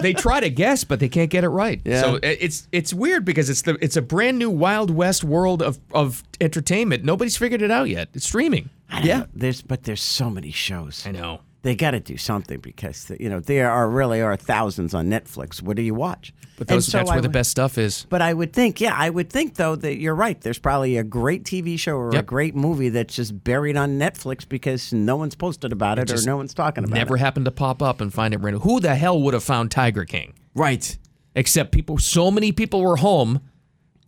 Speaker 4: they try to guess, but they can't get it right.
Speaker 6: Yeah.
Speaker 4: So i- it's it's weird because it's the it's a brand new wild west world of of entertainment. Nobody's figured it out yet. It's streaming.
Speaker 5: Yeah. There's but there's so many shows. I
Speaker 4: know.
Speaker 5: They got to do something because you know there are really are thousands on Netflix. What do you watch?
Speaker 4: But
Speaker 5: And
Speaker 4: those
Speaker 5: so
Speaker 4: that's
Speaker 5: I
Speaker 4: where the
Speaker 5: would-
Speaker 4: best stuff is.
Speaker 5: But I would think, yeah, I would think though that you're right. There's probably a great TV show or a
Speaker 4: Yep.
Speaker 5: great movie that's just buried on Netflix because no one's posted about it, or
Speaker 4: just
Speaker 5: no one's talking about
Speaker 4: Never
Speaker 5: it.
Speaker 4: happened to pop up and find it random. Who the hell would have found Tiger King?
Speaker 6: Right.
Speaker 4: Except people so many people were home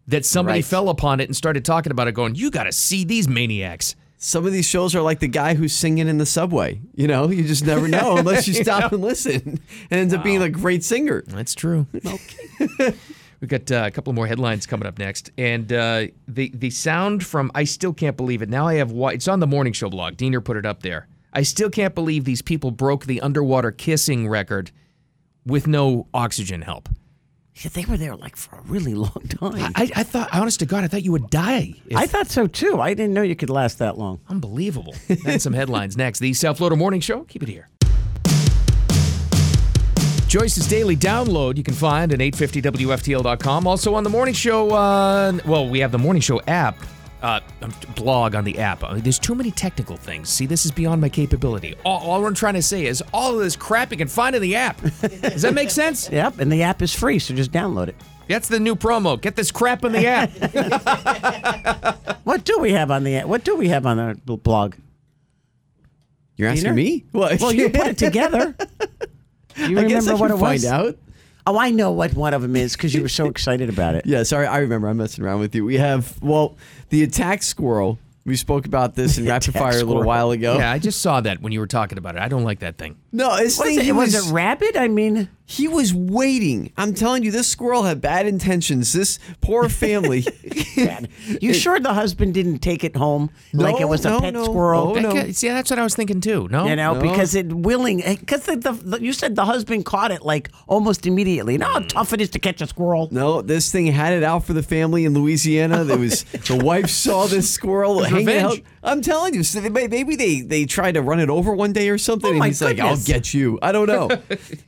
Speaker 4: that somebody
Speaker 6: Right.
Speaker 4: fell upon it and started talking about it going, "You got to see these maniacs."
Speaker 6: Some of these shows are like the guy who's singing in the subway. You know, you just never know unless you
Speaker 4: You
Speaker 6: stop
Speaker 4: know?
Speaker 6: and listen. It ends up being a great singer.
Speaker 4: That's true. We've got uh, a couple more headlines coming up next, and uh, the the sound from I still can't believe it. Now I have wa- it's on the morning show blog. Diener put it up there. I still can't believe these people broke the underwater kissing record with no oxygen help.
Speaker 5: Yeah, they were there like for a really long time.
Speaker 4: I, I thought, honest to God, I thought you would die.
Speaker 5: I thought so too. I didn't know you could last that long.
Speaker 4: Unbelievable. And some headlines next. The South Florida Morning Show. Keep it here. Joyce's Daily Download you can find at 850WFTL.com. Also on the morning show, uh, well, we have the morning show app, uh, um, blog on the app. Uh, There's too many technical things. See, this is beyond my capability. All, all I'm trying to say is all of this crap you can find in the app. Does that make sense?
Speaker 5: Yep, and the app is free, so just download it.
Speaker 4: That's the new promo. Get this crap in the app.
Speaker 5: What do we have on the what do we have on our bl- blog?
Speaker 6: You're
Speaker 5: Diener?
Speaker 6: asking me? What?
Speaker 5: Well, you put it together. Do you
Speaker 6: I
Speaker 5: remember
Speaker 6: guess I
Speaker 5: what
Speaker 6: should
Speaker 5: it was?
Speaker 6: find out.
Speaker 5: Oh, I know what one of them is because you were so excited about it.
Speaker 6: Yeah, sorry, I remember I'm messing around with you. We have well, the attack squirrel. We spoke about this in rapid fire a little while ago.
Speaker 4: Yeah, I just saw that when you were talking about it. I don't like that thing.
Speaker 6: No, it's
Speaker 5: Was it- was it rabbit? I mean,
Speaker 6: he was waiting. I'm telling you, this squirrel had bad intentions. This poor family.
Speaker 5: You sure the husband didn't take it home like it was a pet squirrel?
Speaker 4: That ca- See, that's what I was thinking too. No,
Speaker 5: You know, because it willing, because the, the, the- you said the husband caught it like almost immediately. You know how tough it is to catch a squirrel?
Speaker 6: No, this thing had it out for the family in Louisiana. There was the wife saw this squirrel
Speaker 5: It's
Speaker 6: hanging
Speaker 5: revenge.
Speaker 6: out. I'm telling you, so they- may- maybe they they tried to run it over one day or something, and
Speaker 5: Oh my
Speaker 6: he's like, "I'll
Speaker 5: goodness.
Speaker 6: get you." I don't know,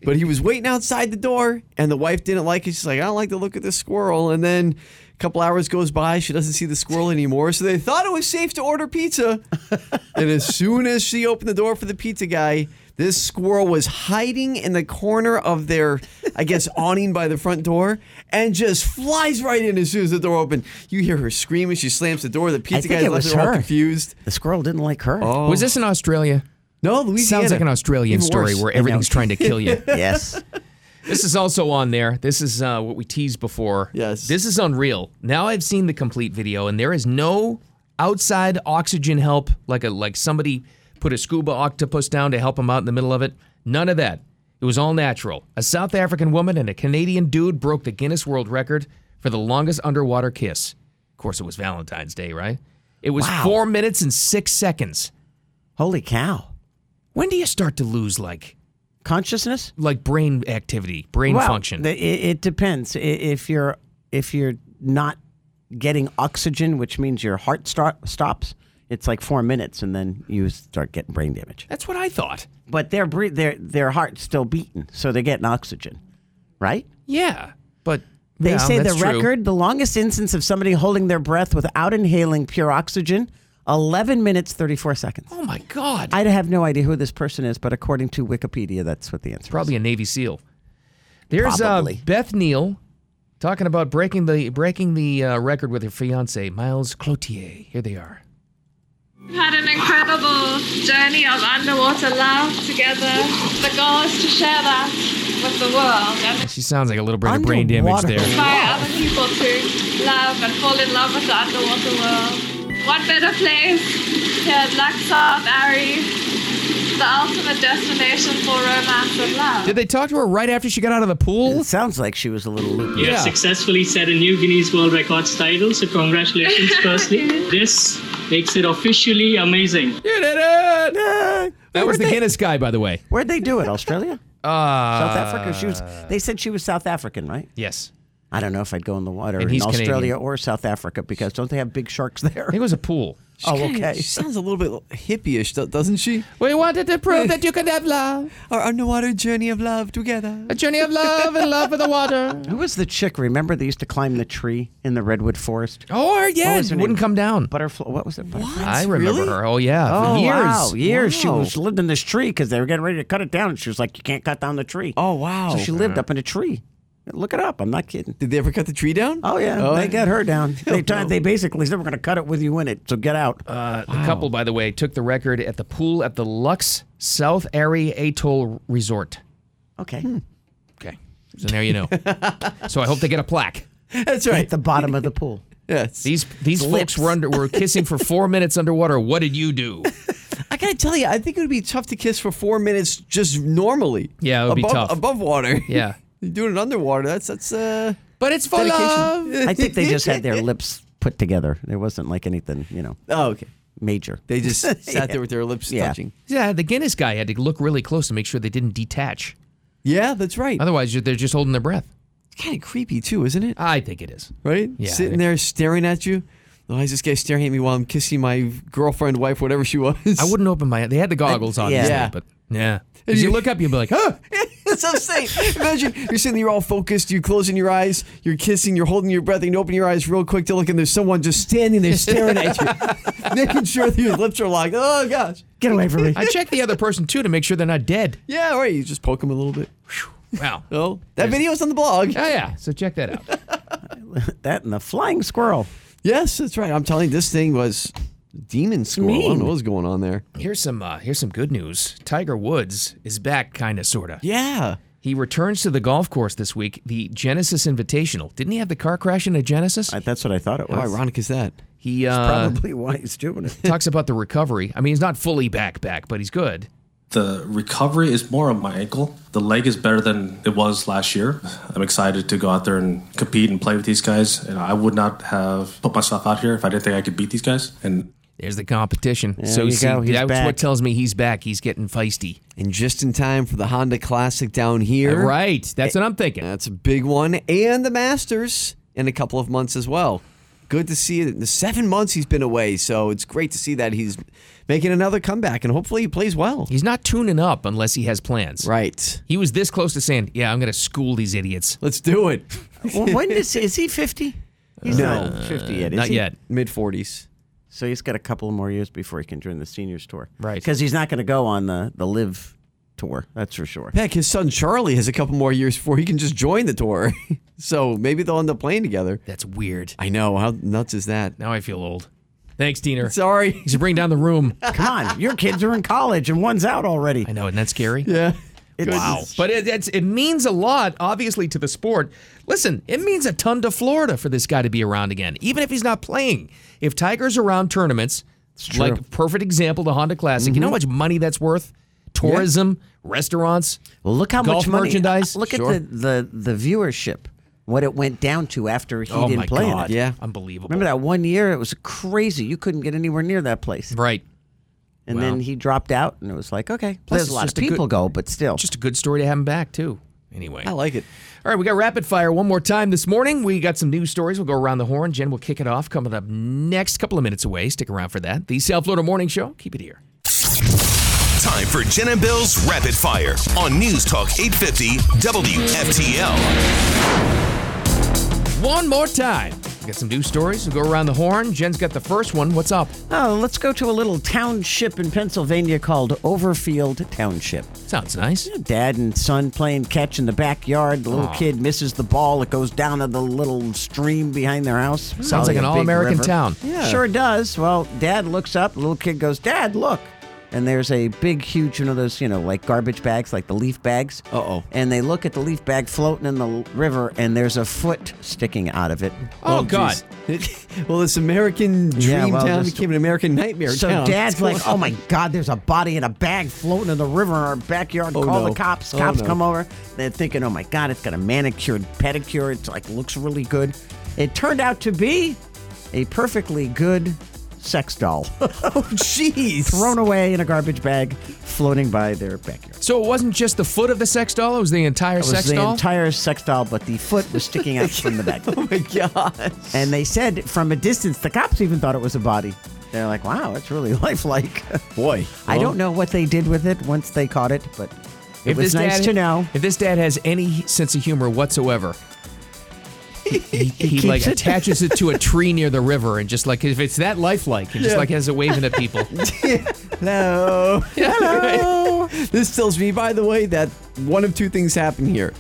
Speaker 6: but he was waiting outside the door, and the wife didn't like it. She's like, "I don't like the look of this squirrel." And then a couple hours goes by, she doesn't see the squirrel anymore, so they thought it was safe to order pizza. and as soon as she opened the door for the pizza guy. This squirrel was hiding in the corner of their, I guess, awning by the front door, and just flies right in as soon as the door opened. You hear her screaming. She slams the door. The
Speaker 5: I
Speaker 6: pizza
Speaker 5: think
Speaker 6: guy
Speaker 5: it was
Speaker 6: left all
Speaker 5: her.
Speaker 6: confused.
Speaker 5: The squirrel didn't like her.
Speaker 6: Oh.
Speaker 4: Was this in Australia?
Speaker 6: No, Louisiana.
Speaker 4: Sounds like an Australian
Speaker 6: Even
Speaker 4: story
Speaker 6: worse.
Speaker 4: where
Speaker 6: I know.
Speaker 4: everything's trying to kill you.
Speaker 5: yes.
Speaker 4: This is also on there. This is uh, what we teased before. Yes. This is unreal. Now I've seen the complete video, and there is no outside oxygen help, like a like somebody put a scuba octopus down to help him out in the middle of it. None of that. It was all natural. A South African woman and a Canadian dude broke the Guinness World Record for the longest underwater kiss. Of course, it was Valentine's Day, right? It was
Speaker 5: Wow.
Speaker 4: four minutes and six seconds.
Speaker 5: Holy cow.
Speaker 4: When do you start to lose like
Speaker 5: consciousness,
Speaker 4: like brain activity, brain
Speaker 5: Well,
Speaker 4: function?
Speaker 5: the- It, it depends. I- If you're if you're not getting oxygen, which means your heart start, stops, it's like four minutes, and then you start getting brain damage.
Speaker 4: That's what I thought.
Speaker 5: But their bre- their their heart's still beating, so they're getting oxygen, right?
Speaker 4: Yeah, but
Speaker 5: They
Speaker 4: Yeah,
Speaker 5: say the
Speaker 4: that's true.
Speaker 5: record, the longest instance of somebody holding their breath without inhaling pure oxygen, eleven minutes thirty four seconds.
Speaker 4: Oh my God!
Speaker 5: I have no idea who this person is, but according to Wikipedia, that's what the answer is.
Speaker 4: Probably a Navy SEAL. There's uh,
Speaker 5: Probably.
Speaker 4: Beth Neal Talking about breaking the breaking the uh, record with her fiance, Miles Cloutier. Here they are.
Speaker 12: We've had an incredible journey of underwater love together. The goal is to share that with the world and
Speaker 4: She sounds like a little bit of brain damage
Speaker 12: Underwater
Speaker 4: there.
Speaker 12: inspire other people to love and fall in love with the underwater world. What better place here at Luxor Barry, the ultimate destination for romance and love.
Speaker 4: Did they talk to her right after she got out of the pool? It
Speaker 5: sounds like she was a little loopy.
Speaker 13: You have successfully set a new Guinness World Records title, so congratulations, firstly. This makes it officially amazing.
Speaker 4: You did it! That was the Guinness guy, by the way.
Speaker 5: Where'd they do it? Australia?
Speaker 4: Uh,
Speaker 5: South Africa? She was. They said she was South African, right?
Speaker 4: Yes.
Speaker 5: I don't know if I'd go in the water
Speaker 4: And
Speaker 5: in
Speaker 4: he's
Speaker 5: Australia
Speaker 4: Canadian.
Speaker 5: or South Africa because don't they have big sharks there? I think
Speaker 4: it was a pool.
Speaker 5: oh,
Speaker 6: She kinda-
Speaker 5: okay.
Speaker 6: She sounds a little bit hippie-ish, do- doesn't she?
Speaker 4: We wanted to prove that you could have love.
Speaker 6: Our underwater journey of love together.
Speaker 4: A journey of love and love with the water.
Speaker 5: Who was the chick? Remember, they used to climb the tree in the redwood forest.
Speaker 4: Oh, yeah.
Speaker 5: was her
Speaker 4: Wouldn't
Speaker 5: name?
Speaker 4: come down.
Speaker 5: Butterfly. What was it? Butterfly?
Speaker 4: I remember her. Oh, yeah.
Speaker 5: Oh,
Speaker 4: For years.
Speaker 5: wow. Years. She
Speaker 4: Wow.
Speaker 5: was lived in this tree because they were getting ready to cut it down. And she was like, you can't cut down the tree. Oh, wow. So she lived up in a tree. Look it up. I'm not kidding.
Speaker 6: Did they ever cut the tree down?
Speaker 5: Oh, yeah.
Speaker 6: Oh,
Speaker 5: they
Speaker 6: yeah.
Speaker 5: got her down. They, tried, they basically said, we're going to cut it with you in it. So get out.
Speaker 4: Uh, The couple, by the way, took the record at the pool at the Lux South Airy Atoll Resort.
Speaker 5: okay.
Speaker 4: Okay. So there you know. so I hope they get a plaque.
Speaker 6: That's right.
Speaker 5: At the bottom of the pool.
Speaker 6: Yes.
Speaker 4: These these
Speaker 6: Lips.
Speaker 4: folks were under were kissing for four minutes underwater. What did you do?
Speaker 6: I gotta tell you, I think it would be tough to kiss for four minutes just normally.
Speaker 4: Yeah, it would be
Speaker 6: above,
Speaker 4: tough.
Speaker 6: above water.
Speaker 4: Yeah.
Speaker 6: you doing it underwater. That's that's. uh
Speaker 4: But it's for
Speaker 6: dedication.
Speaker 4: love.
Speaker 5: I think they just had their lips put together. There wasn't like anything, you know.
Speaker 6: Oh, okay.
Speaker 5: Major.
Speaker 6: They just sat there with their lips
Speaker 5: Yeah.
Speaker 6: touching.
Speaker 4: Yeah, the Guinness guy had to look really close to make sure they didn't detach.
Speaker 6: Yeah, that's right.
Speaker 4: Otherwise, you- they're just holding their breath.
Speaker 6: It's kind of creepy too, isn't it?
Speaker 4: I think it is.
Speaker 6: Right?
Speaker 4: Yeah.
Speaker 6: Sitting there staring at you. Why is this guy staring at me while I'm kissing my girlfriend, wife, whatever she was?
Speaker 4: I wouldn't open my. They had the goggles on,
Speaker 6: Yeah.
Speaker 4: yeah.
Speaker 6: Yeah.
Speaker 4: But yeah, as you look up, you'd be like, huh?
Speaker 6: That's what I'm saying. Imagine you're sitting there all focused, you're closing your eyes, you're kissing, you're holding your breath, and you open your eyes real quick to look, and there's someone just standing there staring at you, making sure that your lips are locked. Oh, gosh.
Speaker 5: Get away from me.
Speaker 4: I check the other person too to make sure they're not dead.
Speaker 6: Yeah, right. You just poke him a little bit.
Speaker 4: Wow.
Speaker 6: Oh, that video's on the blog.
Speaker 4: Yeah, yeah. So check that out.
Speaker 5: that and the flying squirrel.
Speaker 6: Yes, that's right. I'm telling you, this thing was demon squirrel. I don't know what was going on there.
Speaker 4: Here's some uh, here's some good news. Tiger Woods is back, kind of, sorta.
Speaker 6: Yeah.
Speaker 4: He returns to the golf course this week, the Genesis Invitational. Didn't he have the car crash in a Genesis?
Speaker 5: that's what I thought it
Speaker 6: How ironic is that?
Speaker 4: He uh,
Speaker 5: Probably why he's doing it.
Speaker 4: talks about the recovery. I mean, he's not fully back back, but he's good.
Speaker 2: The recovery is more on my ankle. The leg is better than it was last year. I'm excited to go out there and compete and play with these guys. And I would not have put myself out here if I didn't think I could beat these guys. And
Speaker 4: There's the competition.
Speaker 2: There
Speaker 4: so
Speaker 2: you
Speaker 4: see,
Speaker 2: go, he's
Speaker 4: that's
Speaker 2: back.
Speaker 4: what tells me he's back. He's getting feisty.
Speaker 6: And just in time for the Honda Classic down here.
Speaker 4: Right. That's what I'm thinking.
Speaker 6: That's a big one. And the Masters in a couple of months as well. Good to see it. The seven months he's been away, so it's great to see that he's making another comeback and hopefully he plays well.
Speaker 4: He's not tuning up unless he has plans.
Speaker 6: Right.
Speaker 4: He was this close to saying, "Yeah, I'm going to school these idiots."
Speaker 6: Let's do it.
Speaker 5: well, when is is he fifty? He's
Speaker 4: No.
Speaker 5: not fifty yet. Is
Speaker 4: Not
Speaker 5: he?
Speaker 4: yet.
Speaker 6: Mid forties.
Speaker 5: So he's got a couple more years before he can join the seniors tour.
Speaker 4: Right.
Speaker 5: Because he's not going to go on the the live tour. That's for sure.
Speaker 6: Heck, his son Charlie has a couple more years before he can just join the tour. so maybe they'll end up playing together.
Speaker 4: That's weird.
Speaker 6: I know. How nuts is that?
Speaker 4: Now I feel old. Thanks, Diener.
Speaker 6: Sorry.
Speaker 4: You should bring down the room.
Speaker 5: Come on, your kids are in college and one's out already.
Speaker 4: I know, isn't that scary?
Speaker 6: Yeah.
Speaker 4: Wow. But it, it's, it means a lot, obviously, to the sport. Listen, it means a ton to Florida for this guy to be around again, even if he's not playing. If Tiger's around tournaments,
Speaker 5: true. Mm-hmm.
Speaker 4: like perfect example, the Honda Classic, you know how much money that's worth? Tourism, restaurants,
Speaker 5: Well, look how
Speaker 4: golf
Speaker 5: much money,
Speaker 4: merchandise.
Speaker 5: uh, Look
Speaker 4: Sure.
Speaker 5: at the, the the viewership. What it went down to after he
Speaker 4: oh
Speaker 5: didn't
Speaker 4: my
Speaker 5: play in
Speaker 4: God.
Speaker 5: it.
Speaker 6: Yeah.
Speaker 4: Unbelievable.
Speaker 5: Remember that one year? It was crazy. You couldn't get anywhere near that place.
Speaker 4: Right.
Speaker 5: And
Speaker 4: Wow.
Speaker 5: then he dropped out, and it was like, okay.
Speaker 4: Plus,
Speaker 5: there's a
Speaker 4: it's
Speaker 5: lot of
Speaker 4: just a good-
Speaker 5: people go, but still.
Speaker 4: Just a good story to have him back, too. Anyway.
Speaker 6: I
Speaker 5: Oh.
Speaker 6: like it.
Speaker 4: All right, we got rapid fire one more time this morning. We got some news stories. We'll go around the horn. Jen will kick it off coming up next couple of minutes away. Stick around for that. The South Florida Morning Show. Keep it here.
Speaker 1: Time for Jen and Bill's Rapid Fire on News Talk 850 WFTL.
Speaker 4: One more time. We got some news stories. We'll go around the horn. Jen's got the first one. What's up?
Speaker 5: Oh, let's go to a little township in Pennsylvania called Overfield Township.
Speaker 4: Sounds nice.
Speaker 5: Dad and son playing catch in the backyard. The little
Speaker 4: Aw.
Speaker 5: kid misses the ball. It goes down to the little stream behind their house.
Speaker 4: Sounds
Speaker 5: Probably
Speaker 4: like an
Speaker 5: a big
Speaker 4: all-American
Speaker 5: river.
Speaker 4: town.
Speaker 5: Yeah. Sure does. Well, dad looks up. The little kid goes, Dad, look. And there's a big, huge, you know, those, you know, like garbage bags, like the leaf bags. Uh oh. And they look at the leaf bag floating in the l- river, and there's a foot sticking out of it.
Speaker 6: Oh, God. well, this American dream
Speaker 5: Yeah, well,
Speaker 6: town
Speaker 5: just-
Speaker 6: became an American nightmare
Speaker 5: So
Speaker 6: town.
Speaker 5: dad's
Speaker 6: What's going
Speaker 5: like,
Speaker 6: on?
Speaker 5: oh my God, there's a body in a bag floating in the river in our backyard.
Speaker 6: Oh,
Speaker 5: Call
Speaker 6: no.
Speaker 5: the cops.
Speaker 6: Oh,
Speaker 5: Cops
Speaker 6: no.
Speaker 5: come over. They're thinking, oh my God, it's got a manicured pedicure. It's like looks really good. It turned out to be a perfectly good sex doll. oh,
Speaker 6: jeez.
Speaker 5: Thrown away in a garbage bag, floating by their backyard.
Speaker 4: So it wasn't just the foot of the sex doll; it was the entire
Speaker 5: It was
Speaker 4: sex
Speaker 5: the
Speaker 4: doll.
Speaker 5: entire sex doll, but the foot was sticking out from the back. oh
Speaker 6: my god!
Speaker 5: And they said from a distance, the cops even thought it was a body. They're like, "Wow, it's really lifelike."
Speaker 6: Boy,
Speaker 5: I
Speaker 4: well-
Speaker 5: don't know what they did with it once they caught it, but it
Speaker 4: If
Speaker 5: was
Speaker 4: this
Speaker 5: nice
Speaker 4: dad-
Speaker 5: to know.
Speaker 4: If this dad has any sense of humor whatsoever, he, he- he,
Speaker 5: keeps
Speaker 4: like
Speaker 5: it.
Speaker 4: attaches it to a tree near the river and just like if it's that lifelike, he just
Speaker 6: Yeah.
Speaker 4: like has it waving at people.
Speaker 5: Oh.
Speaker 6: Hello. Hello. this tells me, by the way, that one of two things happened here.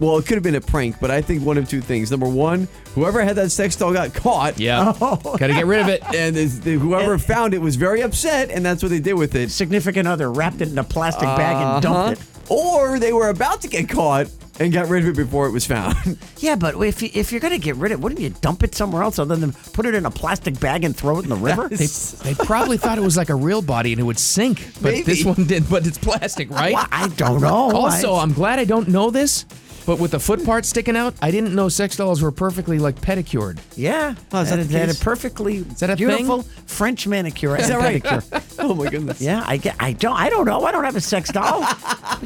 Speaker 6: Well, it could have been a prank, but I think one of two things. Number one, whoever had that sex doll got caught.
Speaker 4: Yeah. Gotta get rid of it.
Speaker 6: And it's- the- whoever found it was very upset, and that's what they did with it. Uh-huh.
Speaker 5: Significant other wrapped it in a plastic bag and dumped it.
Speaker 6: Or they were about to get caught and got rid of it before it was found.
Speaker 5: Yeah, but if you, if you're gonna get rid of, it, wouldn't you dump it somewhere else other than put it in a plastic bag and throw it in the river?
Speaker 4: They, they probably thought it was like a real body and it would sink, but
Speaker 5: Maybe. Oh,
Speaker 4: this one did. But it's plastic, right?
Speaker 5: Well, I don't know.
Speaker 4: Also, uh,
Speaker 5: I-
Speaker 4: I'm glad I don't know this, but with the foot part sticking out, I didn't know sex dolls were perfectly like pedicured.
Speaker 5: Yeah,
Speaker 4: Oh, is that
Speaker 5: and
Speaker 4: the
Speaker 5: it had a
Speaker 4: case?
Speaker 5: perfectly
Speaker 4: that a thing?
Speaker 5: beautiful French manicure.
Speaker 4: Is
Speaker 5: and
Speaker 4: that right?
Speaker 5: pedicure.
Speaker 6: oh my goodness.
Speaker 5: Yeah, I get. I don't. I don't know. I don't have a sex doll. You're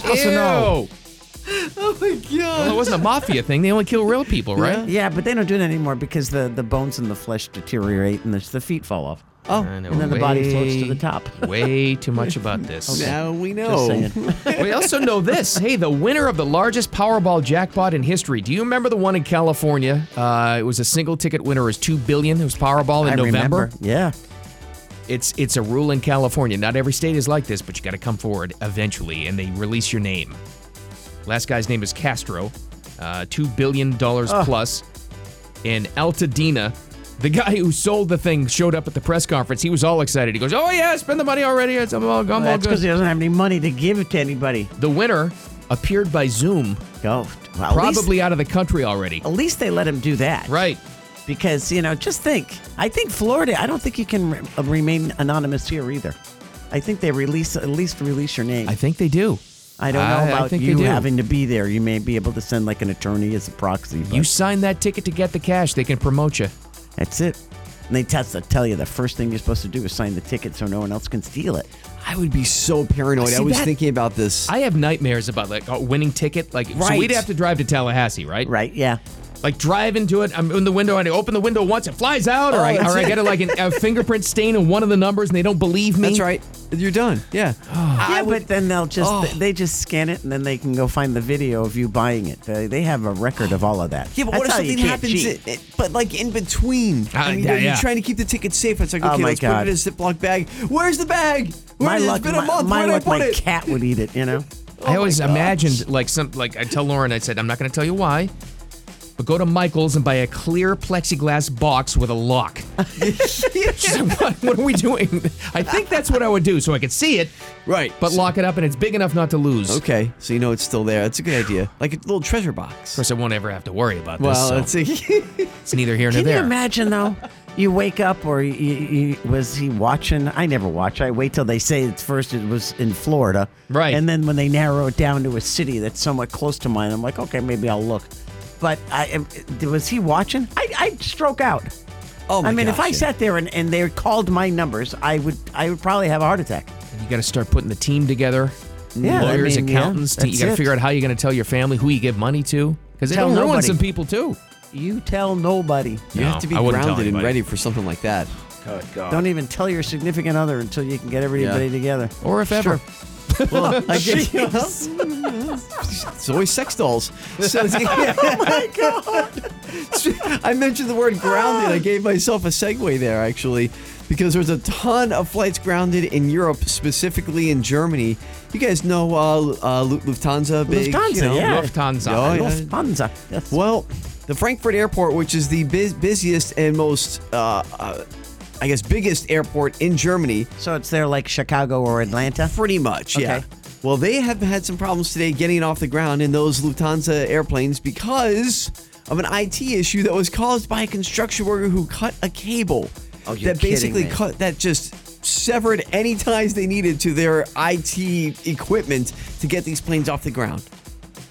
Speaker 5: supposed to know.
Speaker 6: Oh my god!
Speaker 4: Well, it wasn't a mafia thing. They only kill real people, right?
Speaker 5: Yeah. but they don't do that anymore because the, the bones and the flesh deteriorate and the, the feet fall off.
Speaker 6: Oh,
Speaker 4: I know
Speaker 5: and then the body floats to
Speaker 4: way-
Speaker 5: the top.
Speaker 4: Way too much about this.
Speaker 6: Now we
Speaker 5: Just
Speaker 6: know.
Speaker 5: saying.
Speaker 4: we also know this. Hey, the winner of the largest Powerball jackpot in history. Do you remember the one in California? Uh, it was a single ticket winner. It was two billion. It was Powerball in
Speaker 5: I
Speaker 4: November.
Speaker 5: remember. Yeah.
Speaker 4: It's it's a rule in California. Not every state is like this, but you got to come forward eventually, and they release your name. Last guy's name is Castro, uh, two billion dollars
Speaker 5: Ugh.
Speaker 4: plus. In Altadena, the guy who sold the thing showed up at the press conference. He was all excited. He goes, "Oh yeah, spend the money already. It's I'm all, I'm all
Speaker 5: Well, that's because
Speaker 4: good."
Speaker 5: he doesn't have any money to give to anybody.
Speaker 4: The winner appeared by Zoom.
Speaker 5: Go. Oh, Well, at least-
Speaker 4: Probably out of the country already.
Speaker 5: At least they let him do that.
Speaker 4: Right.
Speaker 5: Because, you know, just think. I think Florida, I don't think you can re- uh, remain anonymous here either. I think they release, at least release your name. I
Speaker 4: think they do.
Speaker 5: I don't know
Speaker 4: I- I
Speaker 5: about
Speaker 4: think they
Speaker 5: you
Speaker 4: do.
Speaker 5: having to be there. You may be able to send like an attorney as a proxy. But
Speaker 4: You sign that ticket to get the cash, they can promote you.
Speaker 5: that's it. And they test to tell you the first thing you're supposed to do is sign the ticket so no one else can steal it.
Speaker 6: I would be so paranoid.
Speaker 5: See,
Speaker 6: I was
Speaker 5: that-
Speaker 6: thinking about this.
Speaker 4: I have nightmares about like a winning ticket. Like, so
Speaker 6: Right.
Speaker 4: we'd have to drive to Tallahassee, right?
Speaker 5: Right. Yeah.
Speaker 4: Like drive into it. I'm in the window and I open the window once, it flies out, or I
Speaker 6: Oh, that's
Speaker 4: or I
Speaker 6: it.
Speaker 4: get a, like an, a fingerprint stain on one of the numbers, and they don't believe me.
Speaker 6: That's right. You're done. Yeah.
Speaker 5: yeah, but then they'll just
Speaker 6: Oh.
Speaker 5: they just scan it and then they can go find the video of you buying it. They, they have a record of all of that.
Speaker 6: Yeah, but
Speaker 5: That's
Speaker 6: what if
Speaker 5: how you
Speaker 6: something
Speaker 5: can't
Speaker 6: happens?
Speaker 5: cheat.
Speaker 6: It, it- but like in between,
Speaker 5: Ah,
Speaker 6: I mean,
Speaker 5: yeah,
Speaker 6: you're
Speaker 5: yeah.
Speaker 6: trying to keep the ticket safe. It's like,
Speaker 5: Oh,
Speaker 6: okay,
Speaker 5: my
Speaker 6: let's
Speaker 5: God.
Speaker 6: put it in a Ziploc bag. Where's the bag? Where
Speaker 5: my
Speaker 6: is it?
Speaker 5: luck,
Speaker 6: It's been a
Speaker 5: my-
Speaker 6: month.
Speaker 5: My,
Speaker 6: Where
Speaker 5: luck,
Speaker 6: did I put
Speaker 5: my
Speaker 6: it?
Speaker 5: cat would eat it. You know.
Speaker 4: I always
Speaker 5: my God.
Speaker 4: imagined like some like I tell Lauren, I said I'm not going to tell you why, but go to Michaels and buy a clear plexiglass box with a lock. She's like, what, what are we doing? I think that's what I would do so I could see it,
Speaker 6: right?
Speaker 4: But lock it up and it's big enough not to lose.
Speaker 6: Okay, so you know it's still there. That's a good idea. Like a little treasure box. Of
Speaker 4: course, I won't ever have to worry about this.
Speaker 6: Well,
Speaker 4: so
Speaker 6: it's a,
Speaker 4: it's neither here nor
Speaker 5: Can
Speaker 4: there.
Speaker 5: you imagine though? You wake up, or you, you, you- was he watching? I never watch. I wait till they say it's first. It was in Florida, right? And then when they narrow it down to a city that's somewhat close to mine, I'm like, okay, maybe I'll look. But I am- was he watching? I, I'd stroke out.
Speaker 6: Oh, my
Speaker 5: I mean, if
Speaker 6: gosh,
Speaker 5: I
Speaker 6: yeah.
Speaker 5: sat there and, and they called my numbers, I would I would probably have a heart attack.
Speaker 4: You got to start putting the team together.
Speaker 5: Yeah, I
Speaker 4: lawyers,
Speaker 5: mean, yeah,
Speaker 4: accountants. te- you
Speaker 5: that's
Speaker 4: got to
Speaker 5: it.
Speaker 4: figure out how you're going to tell your family who you give money to because it'll
Speaker 5: Tell
Speaker 4: ruin
Speaker 5: nobody.
Speaker 4: some people too.
Speaker 5: You tell nobody.
Speaker 6: you have to be
Speaker 4: I wouldn't tell
Speaker 6: grounded and
Speaker 4: anybody.
Speaker 6: ready for something like that. Good God.
Speaker 5: Don't even tell your significant other until you can get everybody
Speaker 6: Yeah.
Speaker 5: together.
Speaker 4: Or if ever.
Speaker 5: Well,
Speaker 6: I guess-
Speaker 5: jeez.
Speaker 6: It's always sex dolls. So, oh
Speaker 5: my
Speaker 6: I mentioned the word grounded. I gave myself a segue there, actually, because there's a ton of flights grounded in Europe, specifically in Germany. You guys know uh, Lu- uh, Lu- Lufthansa? Big,
Speaker 5: Lufthansa,
Speaker 6: you know,
Speaker 5: yeah.
Speaker 6: Oh, yeah.
Speaker 5: Lufthansa. Yes.
Speaker 6: Well, the Frankfurt Airport, which is the bus- busiest and most, uh, uh, I guess, biggest airport in Germany.
Speaker 5: So it's there like Chicago or Atlanta?
Speaker 6: Pretty much, yeah.
Speaker 5: Okay.
Speaker 6: Well, they have had some problems today getting it off the ground in those Lufthansa airplanes because of an IT issue that was caused by a construction worker who cut a cable
Speaker 5: Oh, you're
Speaker 6: that
Speaker 5: kidding
Speaker 6: basically
Speaker 5: me.
Speaker 6: cut that just severed any ties they needed to their IT equipment to get these planes off the ground.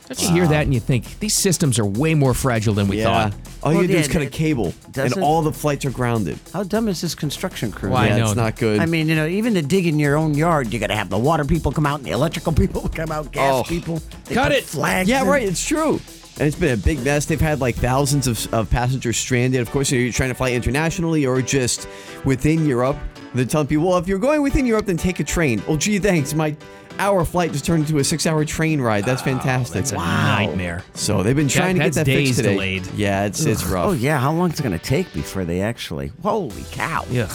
Speaker 4: Don't you hear that and you think these systems are way more fragile than we
Speaker 6: Yeah.
Speaker 4: thought?
Speaker 6: All you Well, do yeah, is cut a it cable, and doesn't- all the flights are grounded.
Speaker 5: How dumb is this construction crew?
Speaker 6: Well, I Yeah, know. it's not good.
Speaker 5: I mean, you know, even to dig in your own yard, you got to have the water people come out and the electrical people come out, gas
Speaker 6: Oh.
Speaker 5: people. They
Speaker 6: Cut
Speaker 5: put
Speaker 6: it.
Speaker 5: Flags.
Speaker 6: Yeah,
Speaker 5: in.
Speaker 6: right. It's true. And it's been a big mess. They've had like thousands of, of passengers stranded. Of course, you know, you're trying to fly internationally or just within Europe. They're telling people, well, if you're going within Europe, then take a train. Well, gee, thanks. My hour flight just turned into a six hour train ride. That's fantastic. That's
Speaker 4: a nightmare.
Speaker 6: So they've been
Speaker 4: That-
Speaker 6: trying
Speaker 4: that's
Speaker 6: to get that
Speaker 4: days
Speaker 6: fixed today.
Speaker 4: delayed.
Speaker 6: Yeah, it's, it's
Speaker 5: Ugh.
Speaker 6: rough.
Speaker 5: Oh yeah, how long is it going to take before they actually? Holy cow!
Speaker 6: Ugh.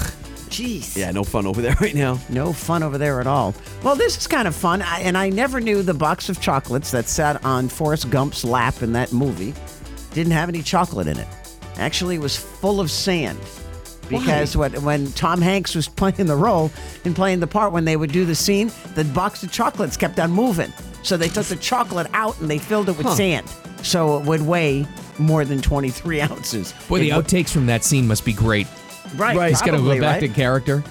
Speaker 5: Jeez.
Speaker 6: Yeah, no fun over there right now.
Speaker 5: No fun over there at all. Well, this is kind of fun, I, and I never knew the box of chocolates that sat on Forrest Gump's lap in that movie didn't have any chocolate in it. Actually, it was full of sand. Because when, when Tom Hanks was playing the role and playing the part, when they would do the scene, the box of chocolates kept on moving. So they took the chocolate out and they filled it with
Speaker 4: Huh.
Speaker 5: sand. So it would weigh more than 23 ounces.
Speaker 4: Boy, the
Speaker 5: It wa-
Speaker 4: outtakes from that scene must be great.
Speaker 5: Right,
Speaker 4: He's gonna go
Speaker 5: probably,
Speaker 4: back
Speaker 5: right?
Speaker 4: to character.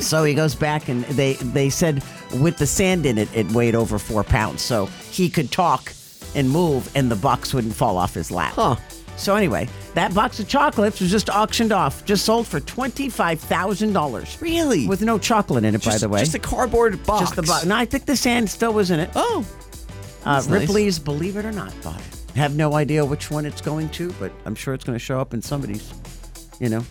Speaker 5: So he goes back and they they said with the sand in it, it weighed over four pounds, so he could talk and move, and the box wouldn't fall off his lap. Huh. So anyway, that box of chocolates was just auctioned off, just sold for twenty five thousand dollars.
Speaker 6: Really?
Speaker 5: With no chocolate in it, by
Speaker 6: Just-
Speaker 5: the way.
Speaker 6: just a cardboard box.
Speaker 5: Just the box. No, I think the sand still was in it.
Speaker 6: Oh.
Speaker 5: Uh,
Speaker 6: That's nice.
Speaker 5: Ripley's Believe It or Not bought it. Have no idea which one it's going to, but I'm sure it's going to show up in somebody's, you know,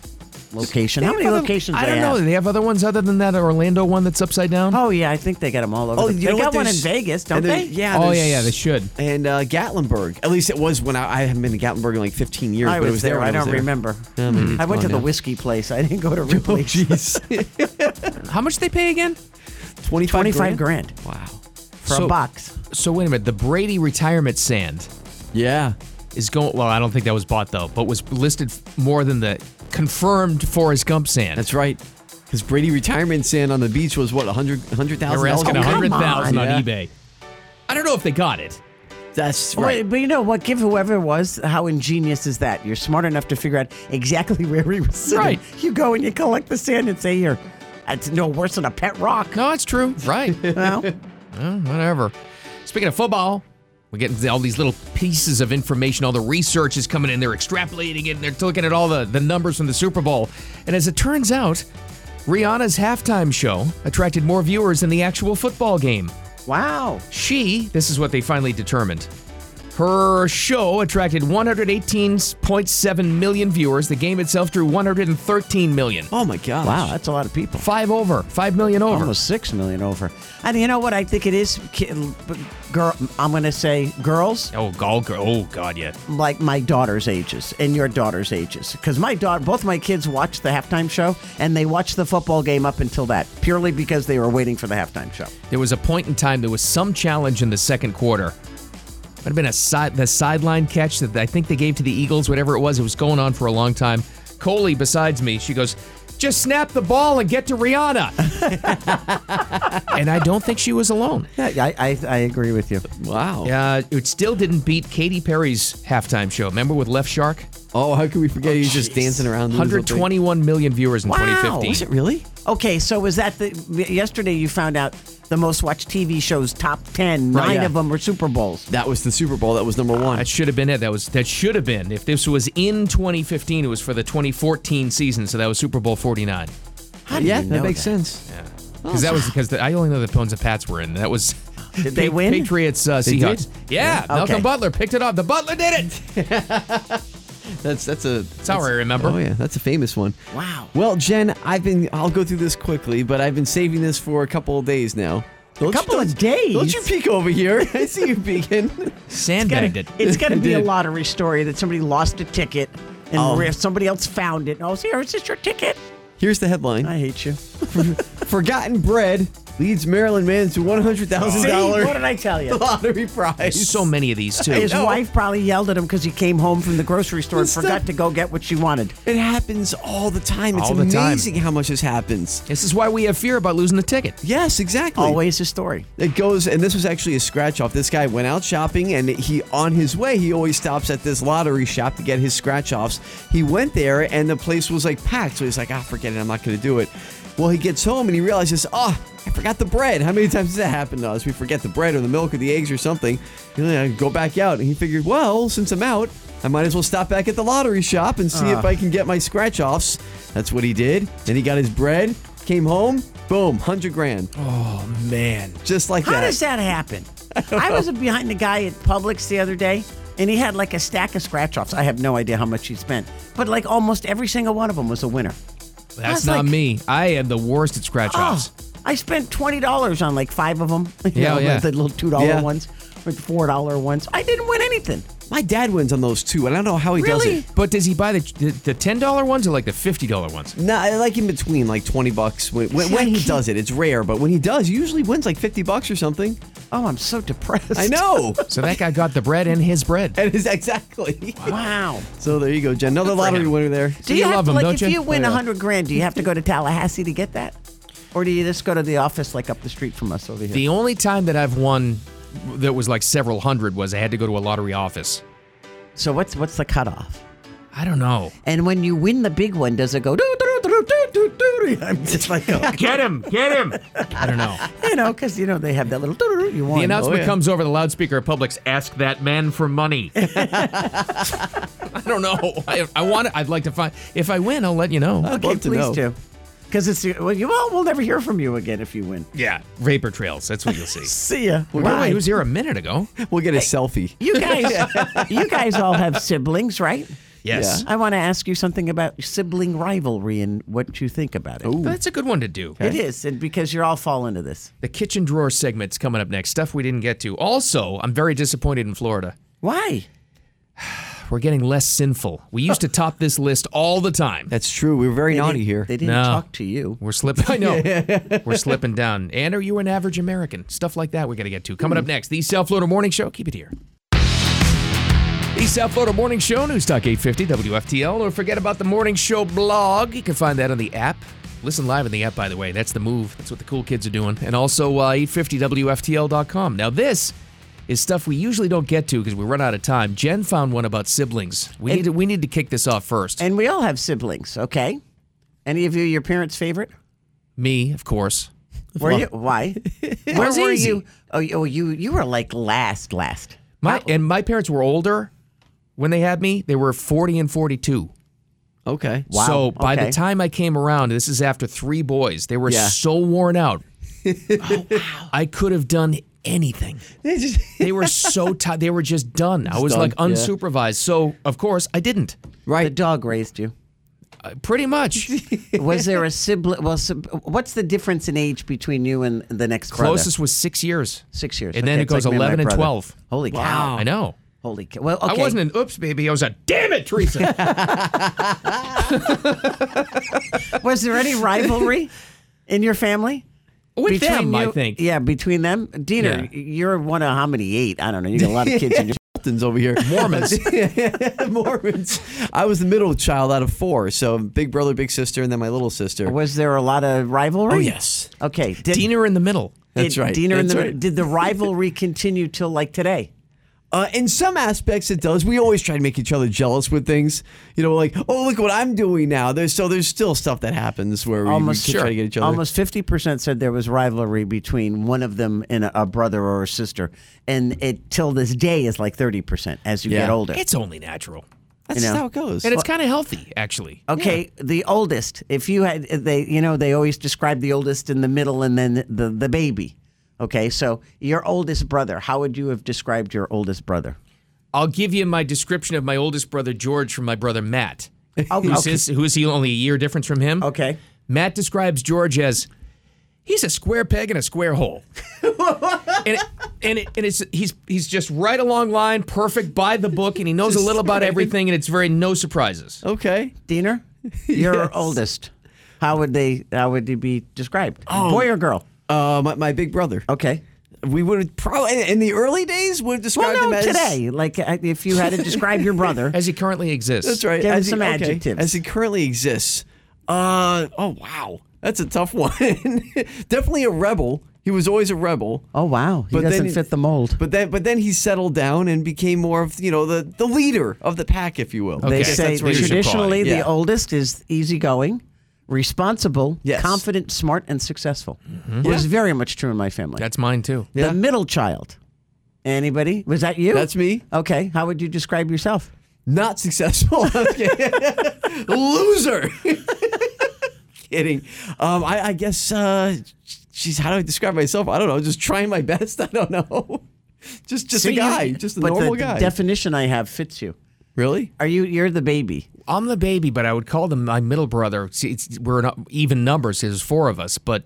Speaker 5: location.
Speaker 4: They
Speaker 5: How
Speaker 4: have
Speaker 5: many
Speaker 4: other-
Speaker 5: locations?
Speaker 4: I
Speaker 5: they
Speaker 4: don't
Speaker 5: have?
Speaker 4: know. Do They have other ones other than that Orlando one that's upside down.
Speaker 5: Oh yeah, I think they got them all over.
Speaker 4: Oh,
Speaker 5: the-
Speaker 4: you
Speaker 5: they
Speaker 4: know
Speaker 5: got
Speaker 4: what?
Speaker 5: one in
Speaker 4: There's-
Speaker 5: Vegas, don't
Speaker 6: And there-
Speaker 5: they?
Speaker 6: Yeah.
Speaker 4: Oh,
Speaker 6: there's-
Speaker 4: yeah, yeah, they should.
Speaker 6: And uh, Gatlinburg. At least it was when I, I haven't been to Gatlinburg in like 15 years.
Speaker 5: I
Speaker 6: but it
Speaker 5: was
Speaker 6: was
Speaker 5: there.
Speaker 6: when
Speaker 5: I
Speaker 6: was
Speaker 5: don't remember.
Speaker 6: Yeah, maybe
Speaker 5: I
Speaker 6: it's Oh,
Speaker 5: went to
Speaker 6: gone
Speaker 5: the
Speaker 6: now.
Speaker 5: whiskey place. I didn't go to Ripley's.
Speaker 4: How much they pay again?
Speaker 6: 25,
Speaker 5: 25 grand.
Speaker 4: Wow.
Speaker 5: For a box.
Speaker 4: So wait a minute, the Brady retirement sand.
Speaker 6: Yeah.
Speaker 4: Is going well, I don't think that was bought though, but was listed f- more than the confirmed Forrest Gump sand.
Speaker 6: That's right. Because Brady retirement sand on the beach was what 100 $100,000?
Speaker 4: They were asking
Speaker 6: Oh,
Speaker 4: a
Speaker 6: come
Speaker 4: hundred thousand on
Speaker 6: Yeah.
Speaker 4: eBay. I don't know if they got it.
Speaker 6: That's
Speaker 5: Well,
Speaker 6: right.
Speaker 5: But you know what? Give whoever it was. How ingenious is that? You're smart enough to figure out exactly where he was sitting.
Speaker 4: Right.
Speaker 5: You go and you collect the sand and say here. It's no worse than a pet rock.
Speaker 4: No, it's true. Right.
Speaker 5: Well,
Speaker 4: Well, whatever. Speaking of football, we get all these little pieces of information. All the research is coming in. They're extrapolating it. And they're looking at all the, the numbers from the Super Bowl. And as it turns out, Rihanna's halftime show attracted more viewers than the actual football game.
Speaker 5: Wow.
Speaker 4: She, this is what they finally determined. Her show attracted 118.7 million viewers. The game itself drew 113 million.
Speaker 6: Oh my gosh.
Speaker 5: wow, that's a lot of people.
Speaker 4: Five over, five million over.
Speaker 5: Almost six million over. And you know what? I think it is. ki- but Girl, I'm going to say girls.
Speaker 4: Oh, God, oh God, yeah.
Speaker 5: like my daughter's ages and your daughter's ages because my daughter both my kids watched the halftime show and they watched the football game up until that purely because they were waiting for the halftime show
Speaker 4: There was a point in time there was some challenge in the second quarter. Might have been a side the sideline catch that I think they gave to the Eagles, whatever it was. It was going on for a long time. Coley, besides me, she goes, "Just snap the ball and get to Rihanna." and I don't think she was alone.
Speaker 5: yeah i i, I agree with you
Speaker 6: Wow.
Speaker 4: Uh, it still didn't beat Katy Perry's halftime show. Remember with Left Shark?
Speaker 6: Oh, how could we forget? He's just dancing around. doing his little thing.
Speaker 4: 121 million viewers in
Speaker 5: Wow.
Speaker 4: 2015.
Speaker 5: Was it
Speaker 6: really?
Speaker 5: okay so was that the yesterday you found out the most watched tv shows top 10
Speaker 4: Right,
Speaker 5: nine
Speaker 4: yeah.
Speaker 5: of them were super bowls
Speaker 6: That was the Super Bowl. That was number
Speaker 5: Ah,
Speaker 6: one.
Speaker 4: That should have been it. That was that should have been. If this was in 2015, it was for the 2014 season, so that was Super Bowl 49.
Speaker 5: How do
Speaker 6: yeah,
Speaker 5: you
Speaker 6: that
Speaker 5: know
Speaker 6: makes
Speaker 5: that?
Speaker 6: sense. Yeah.
Speaker 4: Because that was because the, I only know the Pons and Pats were in. That was
Speaker 5: Oh. Did they win?
Speaker 4: Patriots uh,
Speaker 6: They
Speaker 4: Seahawks.
Speaker 6: did?
Speaker 4: Yeah,
Speaker 5: Yeah.
Speaker 4: Malcolm
Speaker 5: Okay.
Speaker 4: Butler picked it up. The Butler did it.
Speaker 6: That's that's a. That's
Speaker 4: how I remember.
Speaker 6: Oh yeah, that's a famous one.
Speaker 5: Wow.
Speaker 6: Well, Jen, I've been. I'll go through this quickly, but I've been saving this for a couple of days now.
Speaker 5: a couple of days.
Speaker 6: Don't you peek over here. I see you peeking.
Speaker 4: Sandbagged
Speaker 5: it. It's going to be a lottery story that somebody lost a ticket and
Speaker 6: Oh.
Speaker 5: riff- somebody else found it. Oh, here, it's just your ticket.
Speaker 6: Here's the headline. I
Speaker 5: hate you.
Speaker 6: Forgotten bread leads Maryland man to one hundred thousand
Speaker 5: See,
Speaker 6: dollars.
Speaker 5: what did I tell you?
Speaker 6: Lottery prize.
Speaker 4: So many of these too.
Speaker 5: His wife probably yelled at him because he came home from the grocery store and
Speaker 6: It's
Speaker 5: forgot
Speaker 6: not-
Speaker 5: to go get what she wanted.
Speaker 6: It happens all the time. It's
Speaker 5: All the time.
Speaker 6: amazing how much this happens.
Speaker 4: This is why we have fear about losing the ticket.
Speaker 6: Yes, exactly.
Speaker 5: Always a story.
Speaker 6: It goes, and this was actually a scratch off. This guy went out shopping, and he, on his way, he always stops at this lottery shop to get his scratch offs. He went there, and the place was like packed. So he's like, ah, forget it. I'm not going to do it. Well, he gets home and he realizes, oh, I forgot the bread. How many times does that happen to us? We forget the bread or the milk or the eggs or something. And then I go back out, and he figured, well, since I'm out, I might as well stop back at the lottery shop and see if
Speaker 5: Ah.
Speaker 6: I can get my scratch offs. That's what he did. Then he got his bread, came home, boom, 100 grand.
Speaker 4: Oh, man.
Speaker 6: Just like
Speaker 5: How
Speaker 6: that.
Speaker 5: does that happen? I was behind the guy at Publix the other day, and he had like a stack of scratch offs. I have no idea how much he spent, but like almost every single one of them was a winner. I
Speaker 4: That's
Speaker 5: was
Speaker 4: not
Speaker 5: like-
Speaker 4: me. I am the worst at scratch
Speaker 5: Oh,
Speaker 4: offs.
Speaker 5: I spent twenty dollars on like five of them.
Speaker 4: Yeah, yeah.
Speaker 5: the little two dollar
Speaker 6: Yeah.
Speaker 5: ones, or the four dollar ones. I didn't win anything.
Speaker 6: My dad wins on those too, and I don't know how he
Speaker 5: Really?
Speaker 6: does it.
Speaker 4: But does he buy the the, the ten dollar ones or like the fifty dollar ones?
Speaker 6: Nah, like in between, like twenty bucks. When, when,
Speaker 4: See, I
Speaker 6: when he
Speaker 4: can't-
Speaker 6: does it, it's rare, but when he does, he usually wins like fifty bucks or something.
Speaker 5: Oh, I'm so depressed.
Speaker 6: I know.
Speaker 4: So that guy got the bread and his bread.
Speaker 6: And his exactly.
Speaker 5: Wow.
Speaker 6: So there you go, Jen. Another lottery winner there.
Speaker 5: do you, have to, like, if you win a hundred grand, do you have to go to Tallahassee to get that, or do you just go to the office like up the street from us over here?
Speaker 4: The only time that I've won that was like several hundred was I had to go to a lottery office.
Speaker 5: so what's what's the cutoff?
Speaker 4: I don't know.
Speaker 5: And when you win the big one, does it go? Doo, doo, doo, doo, doo, doo, doo? I'm just like, oh,
Speaker 4: Get him! Get him! I don't know.
Speaker 5: you know, because you know they have that little. Doo, doo, doo, you want
Speaker 4: The announcement comes over the loudspeaker of Publix. Ask that man for money. I don't know. I, I want. I'd like to find. If I win, I'll let you know.
Speaker 5: Okay, please do. Because it's well, you, well, we'll never hear from you again if you win.
Speaker 4: Yeah, vapor trails. That's what you'll see.
Speaker 5: See ya.
Speaker 4: Well,
Speaker 5: Bye.
Speaker 4: He was here a minute ago.
Speaker 6: We'll get a selfie.
Speaker 5: You guys, you guys all have siblings, right?
Speaker 4: Yes.
Speaker 5: I want to ask you something about sibling rivalry and what you think about it.
Speaker 4: That's a good one to do.
Speaker 5: It is, and because you're all fall into this.
Speaker 4: The kitchen drawer segment's coming up next. Stuff we didn't get to. Also, I'm very disappointed in Florida.
Speaker 5: Why?
Speaker 4: We're getting less sinful. We used to top this list all the time.
Speaker 6: That's true. We were very naughty here.
Speaker 5: They didn't
Speaker 4: No.
Speaker 5: talk to you.
Speaker 4: We're slipping. I know. We're slipping down. And are you an average American? Stuff like that we got to get to. Coming up next, the South Florida Morning Show. Keep it here. The South Florida Morning Show, News Talk 850 WFTL. Don't forget about the Morning Show blog. You can find that on the app. Listen live on the app, by the way. That's the move. That's what the cool kids are doing. And also uh, 850WFTL.com. Now, this is stuff we usually don't get to because we run out of time. Jen found one about siblings. We, need, to, we need to kick this off first.
Speaker 5: And we all have siblings, okay? Any of you your parents' favorite?
Speaker 4: Me, of course.
Speaker 5: Were you? Why? Where
Speaker 4: was
Speaker 5: were
Speaker 4: easy.
Speaker 5: you? Oh, you- oh, you you were like last, last.
Speaker 4: My and my parents were older when they had me. They were 40 and 42.
Speaker 6: Okay.
Speaker 5: Wow,
Speaker 4: So by
Speaker 5: okay.
Speaker 4: the time I came around, this is after three boys. They were
Speaker 6: Yeah.
Speaker 4: so worn out. Oh, I could have done anything.
Speaker 6: They just-
Speaker 4: They were so tired. They were just done. I was
Speaker 6: done,
Speaker 4: like
Speaker 6: yeah.
Speaker 4: unsupervised. So of course I didn't.
Speaker 5: The
Speaker 6: right.
Speaker 5: dog raised you.
Speaker 4: Uh, pretty much.
Speaker 5: Was there a sibling? Well, sib- what's the difference in age between you and the next brother?
Speaker 4: Closest was six years.
Speaker 5: Six years.
Speaker 4: And then
Speaker 5: Okay,
Speaker 4: it
Speaker 5: it's like
Speaker 4: goes
Speaker 5: me my
Speaker 4: 11 and
Speaker 5: brother.
Speaker 4: 12.
Speaker 5: Holy cow.
Speaker 4: I know.
Speaker 5: Holy cow. Well, okay.
Speaker 4: I wasn't an oops baby. I was a damn it, Teresa.
Speaker 5: Was there any rivalry in your family?
Speaker 4: With them, I
Speaker 5: you-
Speaker 4: think.
Speaker 5: Yeah, between them. Dieter,
Speaker 4: Yeah.
Speaker 5: you're one of how many? Eight. I don't know. You got a lot of kids in your.
Speaker 6: Mormons over here.
Speaker 4: Mormons.
Speaker 6: Mormons. I was the middle child out of four, so big brother, big sister, and then my little sister.
Speaker 5: Was there a lot of rivalry?
Speaker 6: Oh yes.
Speaker 5: Okay. Did,
Speaker 4: Diener in the middle.
Speaker 6: That's
Speaker 5: did
Speaker 6: right.
Speaker 5: Diener and
Speaker 6: That's
Speaker 5: the,
Speaker 6: right.
Speaker 5: Did the rivalry continue till like today?
Speaker 6: Uh, in some aspects, it does. We always try to make each other jealous with things. You know, like, oh, look what I'm doing now. There's so there's still stuff that happens where we,
Speaker 5: Almost
Speaker 6: we can try to get each other.
Speaker 5: Almost fifty percent said there was rivalry between one of them and a, a brother or a sister, and it till this day is like thirty percent as you
Speaker 6: Yeah.
Speaker 5: get older.
Speaker 4: It's only natural.
Speaker 6: That's
Speaker 5: you know.
Speaker 6: just how it goes.
Speaker 4: And it's kind of healthy, actually.
Speaker 5: Okay, the oldest. If you had uh, they, you know, they always describe the oldest in the middle and then the the baby. Okay, so your oldest brother. How would you have described your oldest brother?
Speaker 4: I'll give you my description of my oldest brother George from my brother Matt.
Speaker 5: Oh,
Speaker 4: Who's
Speaker 5: okay.
Speaker 4: his, who's he only a year difference from him?
Speaker 5: Okay.
Speaker 4: Matt describes George as He's a square peg in a square hole. and it, and, it, and it's he's he's just right along line, perfect by the book, and he knows a little about everything, and it's very no surprises.
Speaker 6: Okay,
Speaker 5: Diener, you're oldest. How would they? How would you be described? Boy or girl?
Speaker 6: Uh, my, my big brother.
Speaker 5: Okay.
Speaker 6: We would have probably in the early days would have described
Speaker 5: well, no,
Speaker 6: him as
Speaker 5: today. Like uh, if you had to describe your brother
Speaker 4: as he currently exists.
Speaker 6: That's right.
Speaker 5: Give him
Speaker 6: as
Speaker 5: some
Speaker 6: he, okay,
Speaker 5: adjectives.
Speaker 6: As he currently exists. Uh oh wow. That's a tough one. Definitely a rebel. He was always a rebel.
Speaker 5: Oh wow. He doesn't fit the mold.
Speaker 6: But then but then he settled down and became more of, you know, the, the leader of the pack, if you will. I
Speaker 5: They
Speaker 6: guess
Speaker 5: say
Speaker 6: that's what you should call it.
Speaker 5: traditionally the
Speaker 6: Yeah.
Speaker 5: oldest is easygoing, responsible, confident, smart, and successful.
Speaker 6: Mm-hmm.
Speaker 5: Was very much true in my family.
Speaker 4: That's mine too.
Speaker 5: The middle child. Anybody? Was that you?
Speaker 6: That's me.
Speaker 5: Okay. How would you describe yourself?
Speaker 6: Not successful. Loser. Kidding. Um, I, I guess uh geez, how do I describe myself? I don't know. Just trying my best. I don't know. Just just a
Speaker 5: See, you-
Speaker 6: guy. just a
Speaker 5: but the-
Speaker 6: normal
Speaker 5: the
Speaker 6: guy.
Speaker 5: definition I have fits you.
Speaker 6: Really?
Speaker 5: Are you? You're the baby.
Speaker 6: Mm.
Speaker 4: I'm the baby, but I would call them my middle brother. See, it's, we're in even numbers. There's four of us, but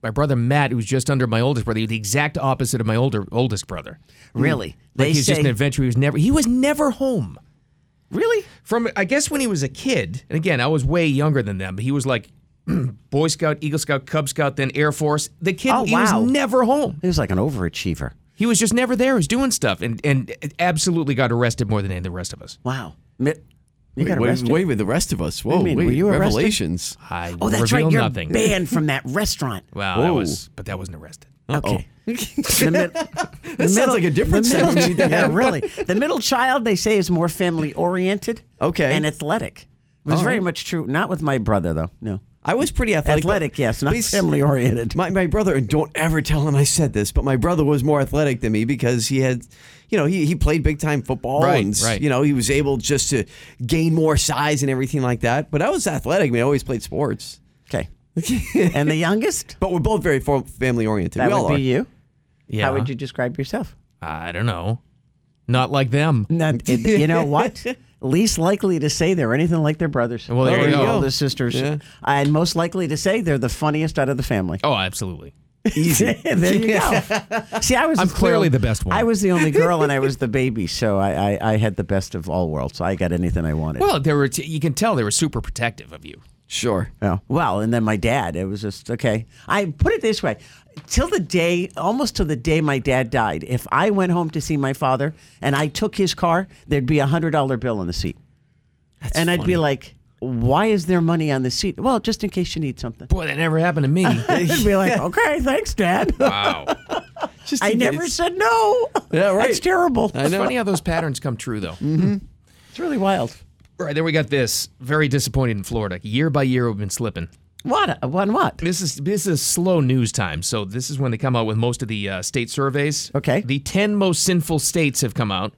Speaker 4: my brother Matt, who's just under my oldest brother, he's the exact opposite of my older oldest brother.
Speaker 5: Really?
Speaker 4: Like
Speaker 5: They
Speaker 4: he's just an
Speaker 5: say-
Speaker 4: adventurer. He was never. He was never home.
Speaker 5: Really?
Speaker 4: From I guess when he was a kid, and again, I was way younger than them. But he was like Boy Scout, Eagle Scout, Cub Scout, then Air Force. The kid,
Speaker 5: Oh,
Speaker 4: he was
Speaker 5: wow.
Speaker 4: never home.
Speaker 5: He was like an overachiever.
Speaker 4: He was just never there. He was doing stuff, and and absolutely got arrested more than any of the rest of us.
Speaker 5: Wow. Mi- You
Speaker 6: Wait,
Speaker 5: got
Speaker 6: wait,
Speaker 5: arrested.
Speaker 6: wait with the rest of us.
Speaker 5: What do you
Speaker 6: Whoa,
Speaker 5: mean?
Speaker 6: wait,
Speaker 5: Were you arrested?
Speaker 6: revelations.
Speaker 4: I
Speaker 5: Oh, that's
Speaker 4: reveal
Speaker 5: right. You're
Speaker 4: nothing.
Speaker 5: banned from that restaurant.
Speaker 4: Wow, that
Speaker 6: Whoa.
Speaker 4: was but that wasn't arrested.
Speaker 5: Okay.
Speaker 6: Oh. that sounds like a different
Speaker 5: the middle-
Speaker 6: section.
Speaker 5: yeah, really. The middle child, they say, is more family oriented.
Speaker 6: Okay.
Speaker 5: And athletic. It was
Speaker 6: All
Speaker 5: very
Speaker 6: right.
Speaker 5: much true. Not with my brother though. No.
Speaker 6: I was pretty athletic. but-
Speaker 5: Athletic, yes, not
Speaker 6: but he's-
Speaker 5: family-oriented.
Speaker 6: My, my brother, and don't ever tell him I said this, but my brother was more athletic than me because he had, you know, he, he played big time football.
Speaker 4: Right,
Speaker 6: and,
Speaker 4: right.
Speaker 6: You know, he was able just to gain more size and everything like that. But I was athletic. I mean, I always played sports.
Speaker 5: Okay. and the youngest?
Speaker 6: But we're both very family oriented.
Speaker 5: That
Speaker 6: we all
Speaker 5: would
Speaker 6: are.
Speaker 5: be you.
Speaker 4: Yeah.
Speaker 5: How would you describe yourself?
Speaker 4: I don't know. Not like them.
Speaker 5: Not, you know what? Least likely to say they're anything like their brothers.
Speaker 4: Well,
Speaker 6: Oh,
Speaker 4: there
Speaker 5: or
Speaker 4: you
Speaker 5: their
Speaker 4: go.
Speaker 5: older sisters.
Speaker 4: Yeah.
Speaker 5: And most likely to say they're the funniest out of the family.
Speaker 4: Oh, absolutely.
Speaker 5: Easy. there you go. See, I was
Speaker 4: I'm
Speaker 5: the
Speaker 4: clearly
Speaker 5: girl-
Speaker 4: the best one.
Speaker 5: I was the only girl and I was the baby, so I, I, I had the best of all worlds. I got anything I wanted.
Speaker 4: Well, they were. T- you can tell they were super protective of you.
Speaker 6: Sure.
Speaker 5: Yeah. Oh, Well, and then my dad, it was just okay. I put it this way. Till the day, almost till the day my dad died, if I went home to see my father and I took his car, there'd be a hundred dollar bill on the seat. and I'd be like, Why is there money on the seat? Well, just in case you need something.
Speaker 4: Boy, that never happened to me.
Speaker 5: I'd be like, Okay, thanks, Dad.
Speaker 4: wow.
Speaker 6: Just
Speaker 5: I
Speaker 6: in
Speaker 5: never
Speaker 6: case.
Speaker 5: said no.
Speaker 6: Yeah, right.
Speaker 5: That's terrible.
Speaker 4: It's funny how those patterns come true, though.
Speaker 5: Mm-hmm. It's really wild.
Speaker 4: All right, then we got this. Very disappointed in Florida. Year by year, we've been slipping.
Speaker 5: What? What? What?
Speaker 4: This is this is slow news time. So this is when they come out with most of the uh, state surveys.
Speaker 5: Okay.
Speaker 4: The ten most sinful states have come out.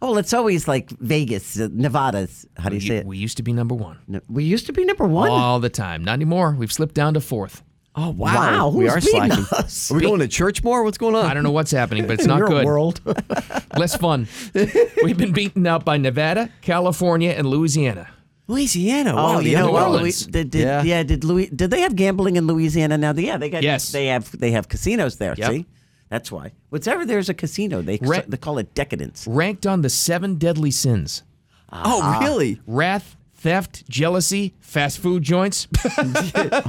Speaker 5: Oh, it's always like Vegas, uh, Nevada's. How do you
Speaker 4: we,
Speaker 5: say it?
Speaker 4: we Oh, used to be number one
Speaker 5: No, We used to be number one.
Speaker 4: all the time. Not anymore. We've slipped down to fourth.
Speaker 5: Oh
Speaker 6: Wow,
Speaker 5: who's
Speaker 6: we are
Speaker 5: beating
Speaker 6: slacking.
Speaker 5: us?
Speaker 6: Are we going to church more? What's going on?
Speaker 4: I don't know what's happening, but it's not
Speaker 5: Your
Speaker 4: good.
Speaker 5: world.
Speaker 4: Less fun. We've been beaten out by Nevada, California, and Louisiana.
Speaker 6: Louisiana.
Speaker 5: Oh,
Speaker 6: wow,
Speaker 5: you
Speaker 6: the
Speaker 5: know
Speaker 6: other
Speaker 5: what?
Speaker 6: ones.
Speaker 5: Louis,
Speaker 4: Orleans.
Speaker 5: did, did,
Speaker 6: Yeah.
Speaker 5: yeah. did Louis? Did they have gambling in Louisiana now? Yeah, they got.
Speaker 4: Yes.
Speaker 5: they have. They have casinos there.
Speaker 4: Yep.
Speaker 5: See, that's why. Whenever there's a casino, they
Speaker 4: Re-
Speaker 5: they call it decadence.
Speaker 4: Ranked on the seven deadly sins.
Speaker 6: Oh, really?
Speaker 4: wrath, theft, jealousy, fast food joints,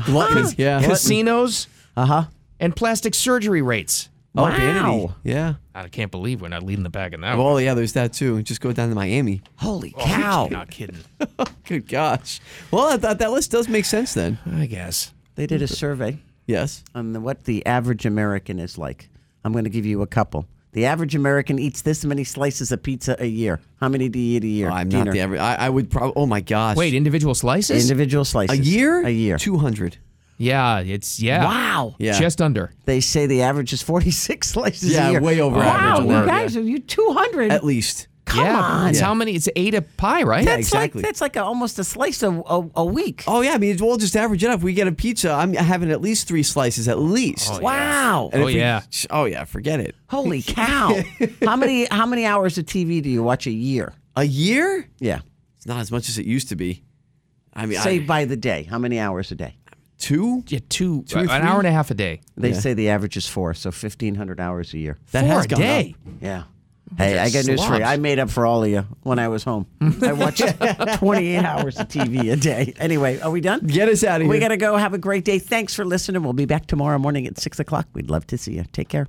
Speaker 6: Gluttony. Yeah.
Speaker 4: casinos,
Speaker 5: Uh huh.
Speaker 4: and plastic surgery rates.
Speaker 6: Oh, vanity.
Speaker 5: Wow.
Speaker 6: Yeah.
Speaker 4: I can't believe we're not leading the pack in that one.
Speaker 6: Well, yeah, there's that too. Just go down to Miami.
Speaker 5: Holy cow!
Speaker 4: Wow. Not kidding.
Speaker 6: Good gosh. Well, I thought that list does make sense then.
Speaker 4: I guess.
Speaker 5: They did a survey
Speaker 6: Yes.
Speaker 5: on the, what the average American is like. I'm going to give you a couple. The average American eats this many slices of pizza a year. How many do you eat a year?
Speaker 6: I'm
Speaker 5: Diener?
Speaker 6: not the average. I, I would probably. Oh my gosh.
Speaker 4: Wait, individual slices?
Speaker 5: Individual
Speaker 6: a
Speaker 5: slices.
Speaker 6: year?
Speaker 5: A year.
Speaker 6: Two hundred.
Speaker 4: yeah, it's yeah.
Speaker 5: Wow.
Speaker 6: Yeah.
Speaker 4: Just under.
Speaker 5: They say the average is 46 slices
Speaker 6: Yeah,
Speaker 5: a year.
Speaker 6: way over
Speaker 5: wow,
Speaker 6: average.
Speaker 5: Wow,
Speaker 6: Wow.
Speaker 5: you guys, are you 200?
Speaker 6: At least.
Speaker 5: Come
Speaker 4: yeah.
Speaker 5: on.
Speaker 4: It's how many? It's eight a pie, right?
Speaker 5: That's
Speaker 6: exactly.
Speaker 5: Like, that's like a, almost a slice a, a, a week.
Speaker 6: Oh yeah. I mean, we'll just average it up. If we get a pizza. I'm having at least three slices at least.
Speaker 5: wow.
Speaker 6: And
Speaker 4: Oh,
Speaker 6: if we-
Speaker 4: yeah.
Speaker 6: oh yeah. Forget it.
Speaker 5: Holy cow. how many how many hours of TV do you watch a year?
Speaker 6: A year?
Speaker 5: Yeah.
Speaker 6: It's not as much as it used to be. I mean,
Speaker 5: Say
Speaker 6: I,
Speaker 5: by the day. How many hours a day?
Speaker 6: two?
Speaker 4: Yeah, two.
Speaker 6: Two or
Speaker 4: an
Speaker 6: three?
Speaker 4: hour and a half a day.
Speaker 5: They say the average is four, so fifteen hundred hours a year.
Speaker 4: That Four has a gone day?
Speaker 5: Up. Yeah. Hey,
Speaker 4: They're
Speaker 5: I got news for you.
Speaker 4: slobs.
Speaker 5: I made up for all of you when I was home. I watched twenty-eight hours of TV a day. Anyway, are we done?
Speaker 6: Get us out of here.
Speaker 5: We gotta go. Have a great day. Thanks for listening. We'll be back tomorrow morning at six o'clock. We'd love to see you. Take care.